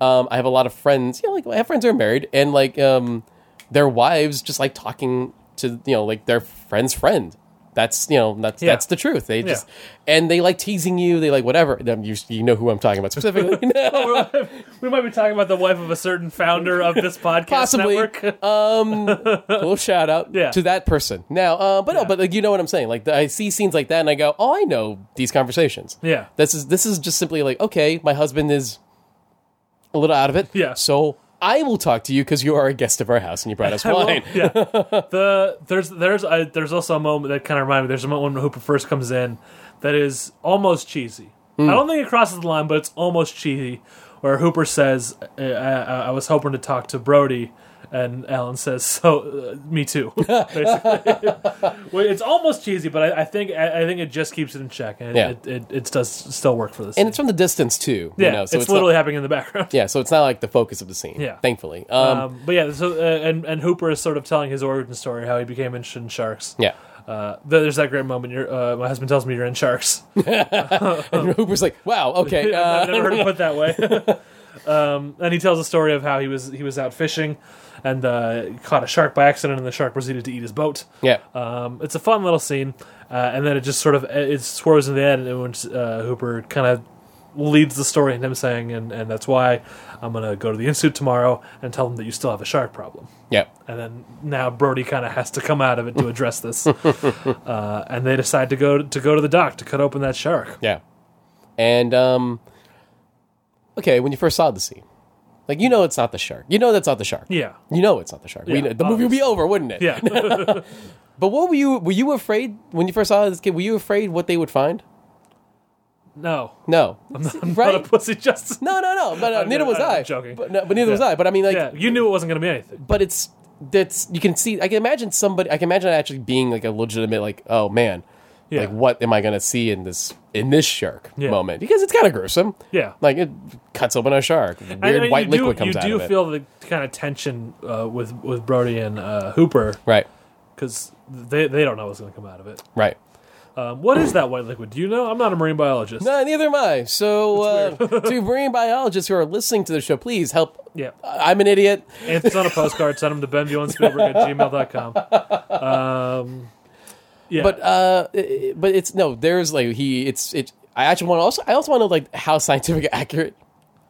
Speaker 2: um, I have a lot of friends. You know, like I have friends who are married, and like um, their wives just like talking to you know like their friend's friend. That's you know that's
Speaker 1: Yeah.
Speaker 2: that's the truth. They just and they like teasing you. They like whatever. Um, You, you know who I'm talking about specifically.
Speaker 1: <laughs>
Speaker 2: <laughs>
Speaker 1: we might be talking about the wife of a certain founder of this podcast
Speaker 2: Possibly.
Speaker 1: network.
Speaker 2: A little shout out
Speaker 1: Yeah.
Speaker 2: to that person. Now, uh, but no,
Speaker 1: Yeah.
Speaker 2: but like you know what I'm saying. Like I see scenes like that, and I go, oh, I know these conversations.
Speaker 1: Yeah.
Speaker 2: this is this is just simply like okay, my husband is a little out of it.
Speaker 1: Yeah.
Speaker 2: so I will talk to you because you are a guest of our house and
Speaker 1: <laughs>
Speaker 2: you brought us
Speaker 1: I will-
Speaker 2: wine.
Speaker 1: yeah. The there's there's a, there's also a moment that kind of reminded me. There's a moment when Hooper first comes in that is almost cheesy.
Speaker 2: Hmm.
Speaker 1: I don't think it crosses the line, but it's almost cheesy. Where Hooper says, I, I, "I was hoping to talk to Brody," and Alan says, "So, uh, me
Speaker 2: <laughs>
Speaker 1: too." Basically, <laughs> Well, it's almost cheesy, but I, I think I, I think it just keeps it in check, and it,
Speaker 2: Yeah.
Speaker 1: it, it, it does still work for this.
Speaker 2: And it's from the distance too.
Speaker 1: yeah,
Speaker 2: you know, so
Speaker 1: it's,
Speaker 2: not-
Speaker 1: literally happening in the background.
Speaker 2: yeah, so it's not like the focus of the scene.
Speaker 1: Yeah.
Speaker 2: thankfully. Um,
Speaker 1: Um, but yeah, so uh, and and Hooper is sort of telling his origin story, how he became interested in sharks.
Speaker 2: yeah. <laughs>
Speaker 1: Uh, th- there's that great moment. You're, uh, my husband tells me you're in sharks.
Speaker 2: And Hooper's like, wow,
Speaker 1: <laughs>
Speaker 2: okay.
Speaker 1: I've
Speaker 2: Uh,
Speaker 1: never heard it put that way. <laughs> um, and he tells a story of how he was he was out fishing and uh, caught a shark by accident, and the shark proceeded to eat his boat.
Speaker 2: yeah.
Speaker 1: Um, it's a fun little scene, uh, and then it just sort of it swerves in the end, and when uh, Hooper kind of leads the story in him saying, and, and that's why I'm gonna go to the institute tomorrow and tell them that you still have a shark problem.
Speaker 2: yeah.
Speaker 1: and then now Brody kind of has to come out of it to address
Speaker 2: <laughs>
Speaker 1: this. uh, and they decide to go to go to the dock to cut open that shark.
Speaker 2: Yeah. And um okay, when you first saw the scene, like you know it's not the shark. You know that's not the shark.
Speaker 1: Yeah,
Speaker 2: You know it's not the shark. we
Speaker 1: Yeah,
Speaker 2: know, the movie would be over, wouldn't it?
Speaker 1: yeah.
Speaker 2: <laughs> But what were you were you afraid when you first saw this kid? Were you afraid what they would find?
Speaker 1: no,
Speaker 2: No.
Speaker 1: not
Speaker 2: right?
Speaker 1: a pussy justice.
Speaker 2: <laughs> no, no, no. But uh,
Speaker 1: I'm
Speaker 2: neither
Speaker 1: joking,
Speaker 2: was
Speaker 1: I'm
Speaker 2: I.
Speaker 1: joking.
Speaker 2: But, no, but neither was I. But I mean, like,
Speaker 1: Yeah, you knew it wasn't going to be anything.
Speaker 2: but it's that's you can see. I can imagine somebody. I can imagine it actually being like a legitimate, like, oh man,
Speaker 1: Yeah.
Speaker 2: like what am I going to see in this in this shark
Speaker 1: Yeah.
Speaker 2: moment? Because it's kind of gruesome.
Speaker 1: Yeah.
Speaker 2: like it cuts open a shark. Weird
Speaker 1: And, uh,
Speaker 2: white
Speaker 1: you
Speaker 2: liquid
Speaker 1: do,
Speaker 2: comes
Speaker 1: you
Speaker 2: out
Speaker 1: do
Speaker 2: of it.
Speaker 1: feel the kind of tension uh, with with Brody and uh, Hooper
Speaker 2: right,
Speaker 1: because they they don't know what's going to come out of it.
Speaker 2: right.
Speaker 1: Um, what is that white liquid? Do you know? I'm not a marine biologist.
Speaker 2: No, neither am I. So uh,
Speaker 1: <laughs>
Speaker 2: to marine biologists who are listening to the show, please help.
Speaker 1: Yeah,
Speaker 2: I'm an idiot.
Speaker 1: if it's on a postcard, send them to benbeyondspielberg at gmail.com. Um,
Speaker 2: <laughs>
Speaker 1: yeah,
Speaker 2: But uh, i- but it's no. There's like he. It's it. I actually want to also. I also want to like how scientific <laughs> accurate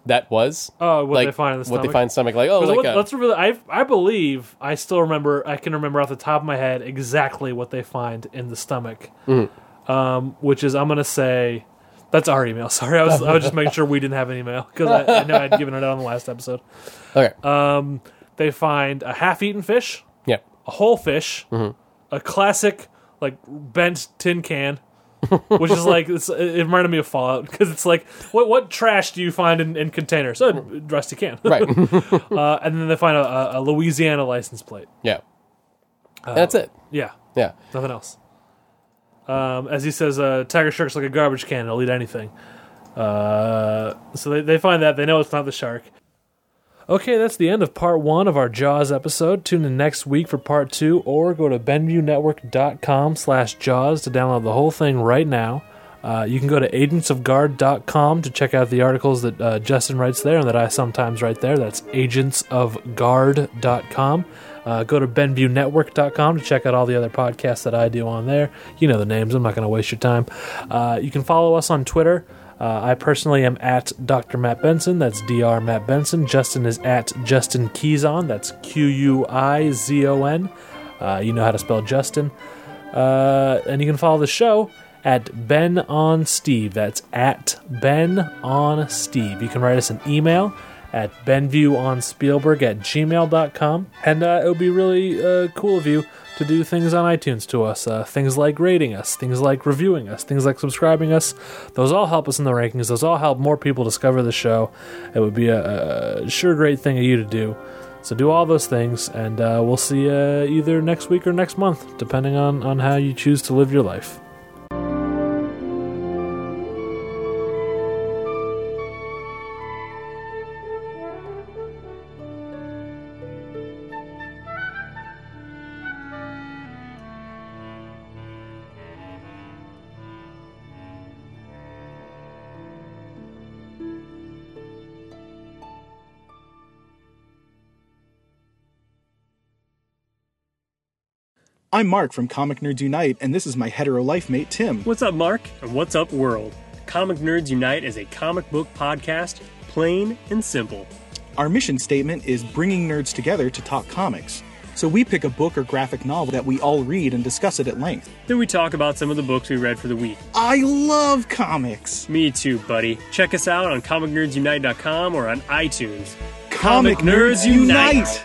Speaker 2: that was.
Speaker 1: Oh, what
Speaker 2: like
Speaker 1: they find in the
Speaker 2: what they
Speaker 1: stomach?
Speaker 2: find in the stomach. Like oh,
Speaker 1: So
Speaker 2: like
Speaker 1: what-
Speaker 2: a,
Speaker 1: let's reveal. I I believe I still remember. I can remember off the top of my head exactly what they find in the stomach,
Speaker 2: Mm-hmm.
Speaker 1: um, which is I'm gonna say that's our email. <laughs> Sorry, I was I was just making sure we didn't have an email because I, I know I'd given it out on the last episode.
Speaker 2: okay.
Speaker 1: Um, they find a half-eaten fish,
Speaker 2: yeah.
Speaker 1: a whole fish,
Speaker 2: Mm-hmm.
Speaker 1: a classic like bent tin can. which is like it's, it reminded me of Fallout because it's like what what trash do you find in, in containers? A
Speaker 2: Mm-hmm.
Speaker 1: rusty can, <laughs>
Speaker 2: Right. <laughs>
Speaker 1: uh, and then they find a, a, a Louisiana license plate.
Speaker 2: yeah. That's it.
Speaker 1: Yeah,
Speaker 2: Yeah.
Speaker 1: nothing else. Um, as he says, uh, tiger shark's like a garbage can; it'll eat anything. Uh, so they, they find that they know it's not the shark. Okay, that's the end of part one of our Jaws episode. Tune in next week for part two, or go to BenviewNetwork.com slash Jaws to download the whole thing right now. Uh, you can go to agentsofguard.com to check out the articles that uh, Justin writes there and that I sometimes write there. That's agentsofguard.com. Uh, go to BenviewNetwork.com to check out all the other podcasts that I do on there. You know the names, I'm not going to waste your time. Uh, you can follow us on Twitter. Uh, I personally am at Dr. Matt Benson. That's Dr. Matt Benson. Justin is at Justin Keyson. That's Q U I Z O N. Uh, you know how to spell Justin. Uh, and you can follow the show at Ben on Steve. That's at Ben on Steve. You can write us an email at benviewonspielberg at gmail.com. And uh, it would be really uh, cool of you to do things on iTunes to us. Uh, things like rating us, things like reviewing us, things like subscribing us. Those all help us in the rankings. Those all help more people discover the show. It would be a, a sure great thing of you to do. So do all those things, and uh, we'll see you uh, either next week or next month, depending on, on how you choose to live your life.
Speaker 3: I'm Mark from Comic Nerds Unite, and this is my hetero life mate, Tim.
Speaker 4: What's up, Mark? And what's up, world? Comic Nerds Unite is a comic book podcast, plain and simple.
Speaker 3: Our mission statement is bringing nerds together to talk comics. So we pick a book or graphic novel that we all read and discuss it at length.
Speaker 4: Then we talk about some of the books we read for the week.
Speaker 3: I love comics!
Speaker 4: Me too, buddy. Check us out on comicnerdsunite.com or on iTunes.
Speaker 3: Comic, Nerds, Unite!